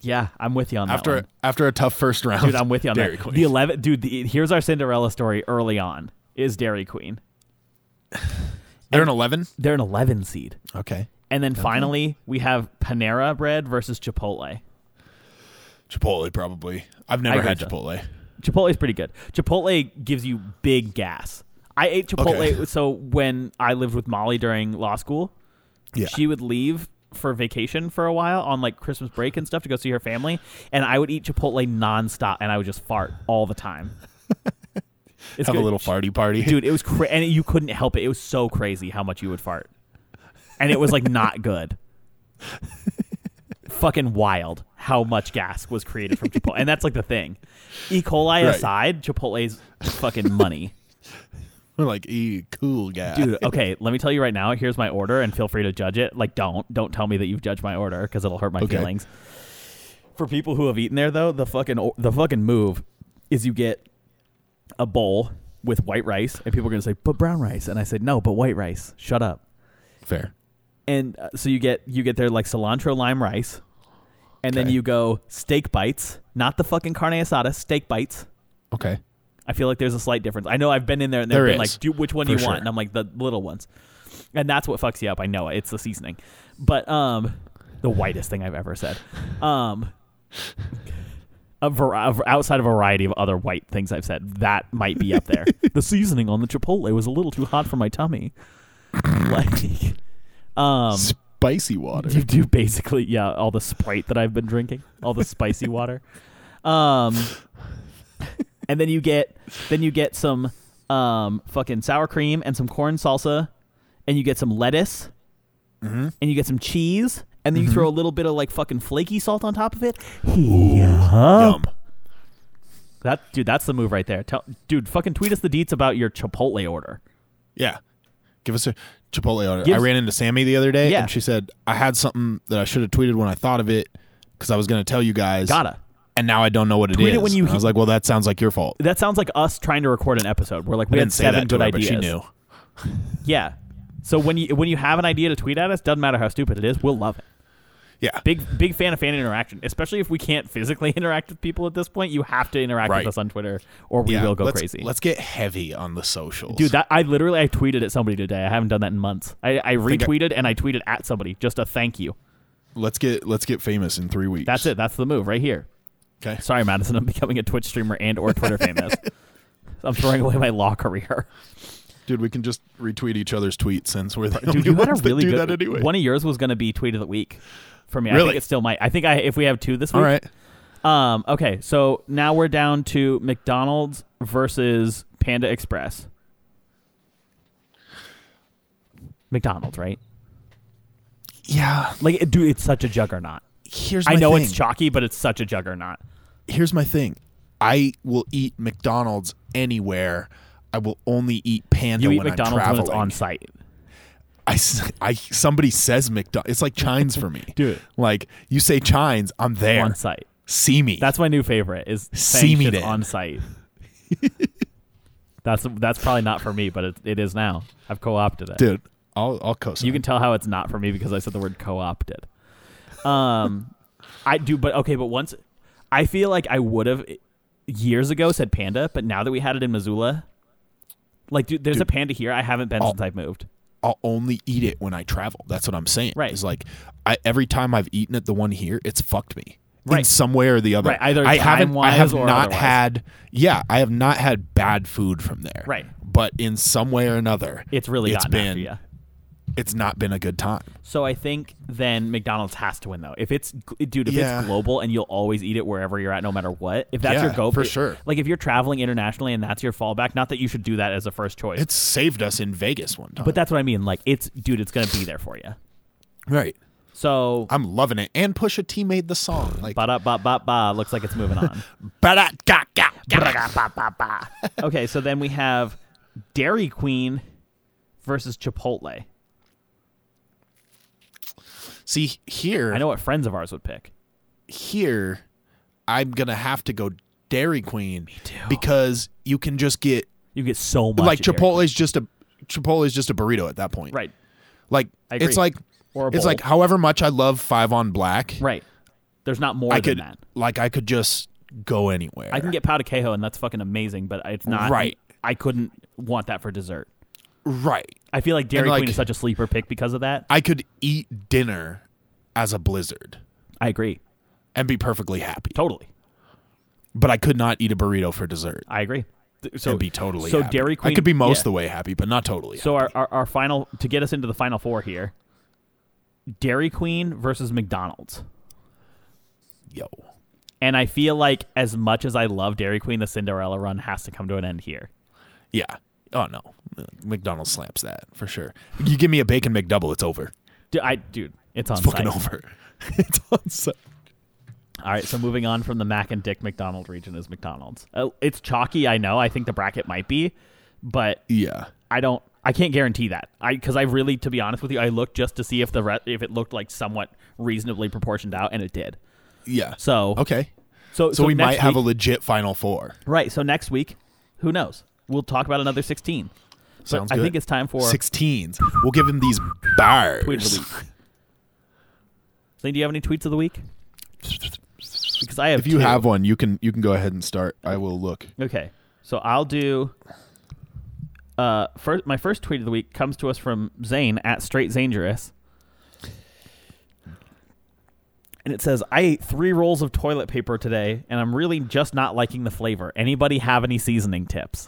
[SPEAKER 3] Yeah, I'm with you on that
[SPEAKER 2] After
[SPEAKER 3] one.
[SPEAKER 2] after a tough first round,
[SPEAKER 3] dude, I'm with you on
[SPEAKER 2] Dairy
[SPEAKER 3] that.
[SPEAKER 2] Queen.
[SPEAKER 3] The 11, dude. The, here's our Cinderella story early on is Dairy Queen.
[SPEAKER 2] They're an eleven.
[SPEAKER 3] They're an 11 seed,
[SPEAKER 2] Okay,
[SPEAKER 3] and then finally we have Panera Bread versus Chipotle.
[SPEAKER 2] Chipotle probably. I've never
[SPEAKER 3] agree
[SPEAKER 2] had
[SPEAKER 3] with
[SPEAKER 2] Chipotle.
[SPEAKER 3] Chipotle's pretty good. Chipotle gives you big gas. I ate Chipotle.
[SPEAKER 2] Okay.
[SPEAKER 3] So when I lived with Molly during law school,
[SPEAKER 2] Yeah,
[SPEAKER 3] she would leave for vacation for a while on like Christmas break and stuff to go see her family, and I would eat Chipotle nonstop, and I would just fart all the time. It's
[SPEAKER 2] have a
[SPEAKER 3] good.
[SPEAKER 2] little farty party,
[SPEAKER 3] dude. It was cra- and you couldn't help it. It was so crazy how much you would fart, and it was like not good. Fucking wild how much gas was created from Chipotle, and that's like the thing. E. coli
[SPEAKER 2] Right.
[SPEAKER 3] aside, Chipotle's fucking money.
[SPEAKER 2] We're like, e cool guy,
[SPEAKER 3] Dude, okay, let me tell you right now. Here's my order, and feel free to judge it. Like, don't don't tell me that you've judged my order because it'll hurt my
[SPEAKER 2] Okay.
[SPEAKER 3] feelings. For people who have eaten there, though, the fucking o- the fucking move is you get a bowl with white rice, and people are gonna say, "But brown rice," and I said, "No, but white rice." Shut up.
[SPEAKER 2] fair.
[SPEAKER 3] And uh, so you get you get their like cilantro lime rice, and then
[SPEAKER 2] Okay.
[SPEAKER 3] you go steak bites, not the fucking carne asada, steak bites.
[SPEAKER 2] Okay,
[SPEAKER 3] I feel like there's a slight difference. I know I've been in there and they've
[SPEAKER 2] There
[SPEAKER 3] been
[SPEAKER 2] is,
[SPEAKER 3] like, "Do which one do
[SPEAKER 2] for
[SPEAKER 3] you want?"
[SPEAKER 2] sure.
[SPEAKER 3] And I'm like, "The little ones," and that's what fucks you up. I know it. It's the seasoning, But um, the whitest thing I've ever said. Um, a var- of- outside a variety of other white things I've said, that might be up there. the seasoning on the chipotle was a little too hot for my tummy. like, um,
[SPEAKER 2] Spicy water.
[SPEAKER 3] you do basically, yeah, all the Sprite that I've been drinking, all the spicy water. Um, and then you get then you get some um fucking sour cream and some corn salsa, and you get some lettuce,
[SPEAKER 2] Mm-hmm.
[SPEAKER 3] and you get some cheese, and then you throw a little bit of like fucking flaky salt on top of it.
[SPEAKER 6] Yup.
[SPEAKER 2] Yum.
[SPEAKER 3] That dude, that's the move right there. Tell, dude, fucking tweet us the deets about your Chipotle order.
[SPEAKER 2] Yeah. Give us a Chipotle order. I
[SPEAKER 3] Gives-
[SPEAKER 2] ran into Sammy the other day
[SPEAKER 3] Yeah.
[SPEAKER 2] and she said, I had something that I should have tweeted when I thought of it because I was going to tell you guys.
[SPEAKER 3] Gotta.
[SPEAKER 2] And now I don't know what it is.
[SPEAKER 3] Tweet it when you
[SPEAKER 2] And I was like, well, that sounds like your fault.
[SPEAKER 3] That sounds like us trying to record an episode. We're like, we
[SPEAKER 2] I
[SPEAKER 3] had
[SPEAKER 2] didn't say
[SPEAKER 3] seven
[SPEAKER 2] that to
[SPEAKER 3] good
[SPEAKER 2] her,
[SPEAKER 3] ideas.
[SPEAKER 2] but she knew.
[SPEAKER 3] Yeah. So when you when you have an idea to tweet at us, doesn't matter how stupid it is, we'll love it.
[SPEAKER 2] Yeah.
[SPEAKER 3] Big big fan of fan interaction, especially if we can't physically interact with people at this point. You have to interact
[SPEAKER 2] Right.
[SPEAKER 3] with us on Twitter, or we
[SPEAKER 2] Yeah,
[SPEAKER 3] will go
[SPEAKER 2] let's-
[SPEAKER 3] crazy.
[SPEAKER 2] Let's get heavy on the socials.
[SPEAKER 3] Dude, that I literally I tweeted at somebody today. I haven't done that in months. I, I
[SPEAKER 2] I-
[SPEAKER 3] retweeted and I tweeted at somebody just a thank you.
[SPEAKER 2] let's get let's get famous in three weeks.
[SPEAKER 3] That's it. That's the move right here.
[SPEAKER 2] Okay.
[SPEAKER 3] Sorry, Madison. I'm becoming a Twitch streamer and or Twitter famous. I'm throwing away my law career.
[SPEAKER 2] Dude, we can just retweet each other's tweets since we're the
[SPEAKER 3] Dude,
[SPEAKER 2] only
[SPEAKER 3] you had a
[SPEAKER 2] ones that
[SPEAKER 3] really
[SPEAKER 2] do
[SPEAKER 3] good
[SPEAKER 2] that anyway.
[SPEAKER 3] one of yours was going to be tweet of the week for me. I
[SPEAKER 2] Really?
[SPEAKER 3] think it still might. I think I if we have two this week.
[SPEAKER 2] All right.
[SPEAKER 3] Um. Okay. So now we're down to McDonald's versus Panda Express. McDonald's, right?
[SPEAKER 2] Yeah.
[SPEAKER 3] Like, it- dude, it's such a juggernaut.
[SPEAKER 2] Here's my
[SPEAKER 3] I know
[SPEAKER 2] thing.
[SPEAKER 3] it's chalky, but it's such a juggernaut.
[SPEAKER 2] here's my thing. I will eat McDonald's anywhere. I will only eat Panda
[SPEAKER 3] You eat
[SPEAKER 2] when
[SPEAKER 3] McDonald's
[SPEAKER 2] I'm
[SPEAKER 3] when
[SPEAKER 2] traveling.
[SPEAKER 3] it's on site.
[SPEAKER 2] I, s- I- somebody says McDonald's. It's like Chines for me,
[SPEAKER 3] Dude.
[SPEAKER 2] Like you say Chines, I'm there.
[SPEAKER 3] On site.
[SPEAKER 2] See me.
[SPEAKER 3] That's my new favorite. Is
[SPEAKER 2] See
[SPEAKER 3] saying
[SPEAKER 2] me
[SPEAKER 3] shit's
[SPEAKER 2] then.
[SPEAKER 3] on site. that's that's probably not for me, but it, it is now. I've co-opted it.
[SPEAKER 2] dude. I'll I'll coast.
[SPEAKER 3] You can tell how it's not for me because I said the word co-opted. Um, I do, but okay, but once I feel like I would have years ago said panda, but now that we had it in Missoula, like dude, there's a
[SPEAKER 2] Dude.
[SPEAKER 3] panda here. I haven't been
[SPEAKER 2] Oh.
[SPEAKER 3] since I've moved.
[SPEAKER 2] I'll only eat it when I travel. That's what I'm saying.
[SPEAKER 3] Right.
[SPEAKER 2] It's like I, every time I've eaten at the one here, it's fucked me. In
[SPEAKER 3] Right.
[SPEAKER 2] some way or the other.
[SPEAKER 3] Right, either
[SPEAKER 2] I haven't. I
[SPEAKER 3] time-wise
[SPEAKER 2] have
[SPEAKER 3] or
[SPEAKER 2] not
[SPEAKER 3] otherwise.
[SPEAKER 2] had. Yeah, I have not had bad food from there.
[SPEAKER 3] Right.
[SPEAKER 2] But in some way or another,
[SPEAKER 3] It's really
[SPEAKER 2] it's
[SPEAKER 3] gotten
[SPEAKER 2] been.
[SPEAKER 3] after you.
[SPEAKER 2] It's not been a good time.
[SPEAKER 3] So I think then McDonald's has to win though. If it's dude, if
[SPEAKER 2] Yeah.
[SPEAKER 3] it's global and you'll always eat it wherever you're at, no matter what. If that's
[SPEAKER 2] Yeah,
[SPEAKER 3] your go
[SPEAKER 2] for sure.
[SPEAKER 3] Like if you're traveling internationally and that's your fallback, not that you should do that as a first choice.
[SPEAKER 2] It saved us in Vegas one time.
[SPEAKER 3] but that's what I mean. Like it's dude, it's gonna be there for you.
[SPEAKER 2] right.
[SPEAKER 3] So
[SPEAKER 2] I'm loving it. And Pusha T made the song. Like
[SPEAKER 3] ba da ba ba ba. Looks like it's moving on.
[SPEAKER 2] Ba-da, ga, ga, ga.
[SPEAKER 3] okay, so then we have Dairy Queen versus Chipotle.
[SPEAKER 2] See here,
[SPEAKER 3] I know what friends of ours would pick.
[SPEAKER 2] here, I'm gonna have to go Dairy Queen because you can just get
[SPEAKER 3] You get so much
[SPEAKER 2] like
[SPEAKER 3] at Dairy
[SPEAKER 2] Chipotle's just a Chipotle's just a burrito at that point.
[SPEAKER 3] Queen. Right,
[SPEAKER 2] Like
[SPEAKER 3] I agree.
[SPEAKER 2] it's like
[SPEAKER 3] Or a
[SPEAKER 2] it's like
[SPEAKER 3] bowl.
[SPEAKER 2] however much I love Five on Black.
[SPEAKER 3] right. There's not more
[SPEAKER 2] I
[SPEAKER 3] than
[SPEAKER 2] could
[SPEAKER 3] that.
[SPEAKER 2] like I could just go anywhere.
[SPEAKER 3] I can get Pao de Queijo, and that's fucking amazing. But it's not
[SPEAKER 2] Right.
[SPEAKER 3] I couldn't want that for dessert.
[SPEAKER 2] right.
[SPEAKER 3] I feel like Dairy
[SPEAKER 2] like-
[SPEAKER 3] Queen is such a sleeper pick because of that.
[SPEAKER 2] I could eat dinner as a blizzard
[SPEAKER 3] I agree
[SPEAKER 2] and be perfectly happy.
[SPEAKER 3] totally.
[SPEAKER 2] But I could not eat a burrito for dessert.
[SPEAKER 3] I agree. Th- So
[SPEAKER 2] and be totally
[SPEAKER 3] so
[SPEAKER 2] happy.
[SPEAKER 3] Dairy Queen
[SPEAKER 2] I could be most
[SPEAKER 3] yeah.
[SPEAKER 2] of the way happy, but not totally.
[SPEAKER 3] So our, our our final to get us into the final four here. Dairy Queen versus McDonald's.
[SPEAKER 2] happy. yo,
[SPEAKER 3] And I feel like as much as I love Dairy Queen, the Cinderella run has to come to an end here.
[SPEAKER 2] yeah. Oh no, McDonald's slaps that for sure. You give me a bacon McDouble, it's over.
[SPEAKER 3] Dude, I, dude it's on
[SPEAKER 2] It's fucking
[SPEAKER 3] site.
[SPEAKER 2] over. it's on site.
[SPEAKER 3] All right, so moving on from the Mac and Dick McDonald region is McDonald's. Uh, it's chalky, I know. I think the bracket might be, but
[SPEAKER 2] Yeah,
[SPEAKER 3] I don't. I can't guarantee that. I because I really, to be honest with you, I looked just to see if the re- if it looked like somewhat reasonably proportioned out, and it did.
[SPEAKER 2] yeah.
[SPEAKER 3] So
[SPEAKER 2] okay,
[SPEAKER 3] so,
[SPEAKER 2] so, we
[SPEAKER 3] next
[SPEAKER 2] might have a
[SPEAKER 3] week-
[SPEAKER 2] legit Final Four.
[SPEAKER 3] right. So next week, who knows? We'll talk about another sixteen. But
[SPEAKER 2] Sounds
[SPEAKER 3] I
[SPEAKER 2] good.
[SPEAKER 3] think it's time for.
[SPEAKER 2] sixteens. We'll give him these bars.
[SPEAKER 3] tweet of the week. Zane, do you have any tweets of the week? Because I have.
[SPEAKER 2] If
[SPEAKER 3] two.
[SPEAKER 2] you have one, you can you can go ahead and start. I will look.
[SPEAKER 3] Okay, so I'll do. Uh, first, my first tweet of the week comes to us from Zane at Straight Zangerous. and it says, "I ate three rolls of toilet paper today, and I'm really just not liking the flavor. Anybody have any seasoning tips?"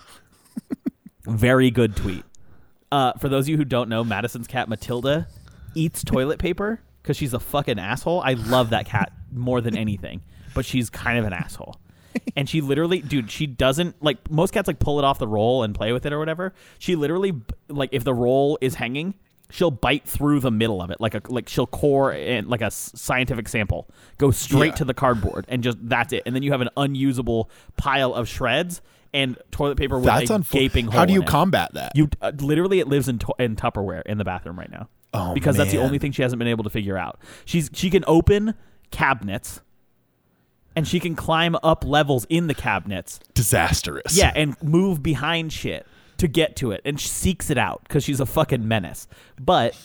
[SPEAKER 3] Very good tweet. Uh, for those of you who don't know, Madison's cat Matilda eats toilet paper because she's a fucking asshole. I love that cat more than anything, but she's kind of an asshole. And she literally, dude, she doesn't like most cats like pull it off the roll and play with it or whatever. She literally like if the roll is hanging, she'll bite through the middle of it like a like she'll core and like a s- scientific sample go straight
[SPEAKER 2] Yeah.
[SPEAKER 3] to the cardboard and just that's it. And then you have an unusable pile of shreds and toilet paper with
[SPEAKER 2] That's
[SPEAKER 3] a
[SPEAKER 2] unfor-
[SPEAKER 3] gaping hole.
[SPEAKER 2] How do
[SPEAKER 3] in
[SPEAKER 2] you
[SPEAKER 3] it.
[SPEAKER 2] combat that?
[SPEAKER 3] You uh, literally, it lives in tu- in Tupperware in the bathroom right now.
[SPEAKER 2] Oh,
[SPEAKER 3] because that's the
[SPEAKER 2] man.
[SPEAKER 3] only thing she hasn't been able to figure out. She's she can open cabinets, and she can climb up levels in the cabinets.
[SPEAKER 2] Disastrous.
[SPEAKER 3] Yeah, and move behind shit to get to it, and she seeks it out because she's a fucking menace. But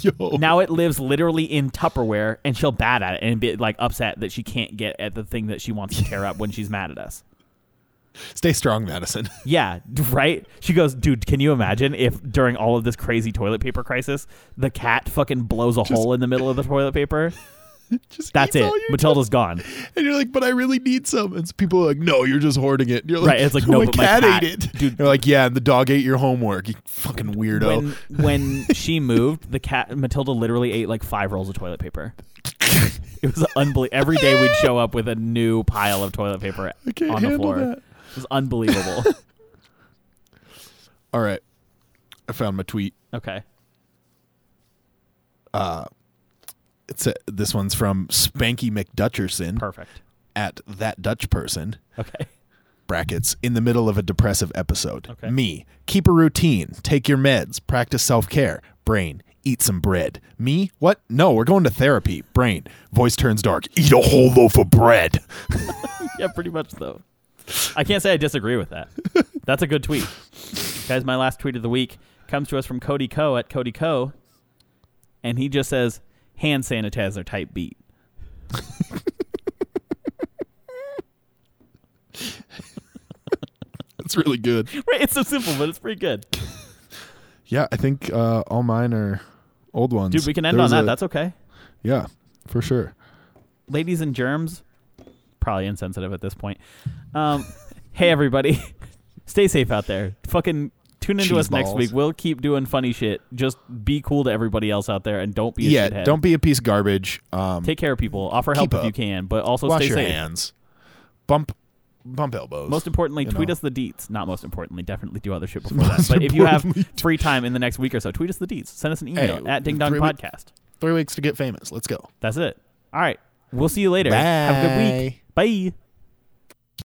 [SPEAKER 2] Yo.
[SPEAKER 3] now it lives literally in Tupperware, and she'll bat at it and be like upset that she can't get at the thing that she wants to tear up when she's mad at us.
[SPEAKER 2] Stay strong, Madison.
[SPEAKER 3] Yeah, d- right? She goes, dude, can you imagine if during all of this crazy toilet paper crisis, the cat fucking blows a hole in the middle of the toilet paper?
[SPEAKER 2] Just
[SPEAKER 3] That's
[SPEAKER 2] eat
[SPEAKER 3] it.
[SPEAKER 2] all you
[SPEAKER 3] Matilda's gone.
[SPEAKER 2] can. And you're like, but I really need some. And people are like, no, you're just hoarding it. And you're like,
[SPEAKER 3] Right, it's like, no,
[SPEAKER 2] my
[SPEAKER 3] but my
[SPEAKER 2] cat,
[SPEAKER 3] cat-
[SPEAKER 2] ate it.
[SPEAKER 3] dude.
[SPEAKER 2] You're like, yeah, and the dog ate your homework. You fucking weirdo.
[SPEAKER 3] When when she moved, the cat Matilda literally ate like five rolls of toilet paper. It was unbelievable. Every day we'd show up with a new pile of toilet paper
[SPEAKER 2] I can't
[SPEAKER 3] on the
[SPEAKER 2] handle
[SPEAKER 3] floor.
[SPEAKER 2] that.
[SPEAKER 3] It was unbelievable.
[SPEAKER 2] All right. I found my tweet.
[SPEAKER 3] okay.
[SPEAKER 2] It's a, this one's from Spanky McDutcherson
[SPEAKER 3] Perfect.
[SPEAKER 2] at that Dutch person.
[SPEAKER 3] Okay.
[SPEAKER 2] brackets in the middle of a depressive episode.
[SPEAKER 3] Okay.
[SPEAKER 2] Me, keep a routine, take your meds, practice self care. Brain, eat some bread. Me, what? No, we're going to therapy. Brain, voice turns dark. Eat a whole loaf of bread.
[SPEAKER 3] Yeah, pretty much though. I can't say I disagree with that. That's a good tweet. Guys, my last tweet of the week comes to us from Cody Coe at Cody Coe, and he just says hand sanitizer type beat.
[SPEAKER 2] That's really good.
[SPEAKER 3] Right, it's so simple, but it's pretty good.
[SPEAKER 2] Yeah, I think uh, all mine are old ones.
[SPEAKER 3] Dude, we can end
[SPEAKER 2] There
[SPEAKER 3] on
[SPEAKER 2] was
[SPEAKER 3] that.
[SPEAKER 2] a-
[SPEAKER 3] That's okay.
[SPEAKER 2] yeah, for sure.
[SPEAKER 3] Ladies and germs, probably insensitive at this point. Um, hey everybody, stay safe out there. Fucking tune into
[SPEAKER 2] Cheese
[SPEAKER 3] us next
[SPEAKER 2] balls.
[SPEAKER 3] week. We'll keep doing funny shit. Just be cool to everybody else out there, and don't be a
[SPEAKER 2] yeah,
[SPEAKER 3] shithead.
[SPEAKER 2] don't be a piece of garbage. Um,
[SPEAKER 3] Take care of people. Offer help
[SPEAKER 2] Keep
[SPEAKER 3] if you
[SPEAKER 2] up.
[SPEAKER 3] can, but also
[SPEAKER 2] wash
[SPEAKER 3] stay
[SPEAKER 2] your
[SPEAKER 3] safe.
[SPEAKER 2] hands. Bump, bump elbows.
[SPEAKER 3] Most importantly,
[SPEAKER 2] you
[SPEAKER 3] tweet
[SPEAKER 2] know.
[SPEAKER 3] us the deets. Not most importantly, definitely do other shit before that. But if you have free time in the next week or so, tweet us the deets. Send us an email
[SPEAKER 2] Hey,
[SPEAKER 3] at Ding Dong
[SPEAKER 2] three week-
[SPEAKER 3] Podcast.
[SPEAKER 2] Three weeks to get famous. Let's go.
[SPEAKER 3] That's it. All right. We'll see you later. Have a good week. Bye.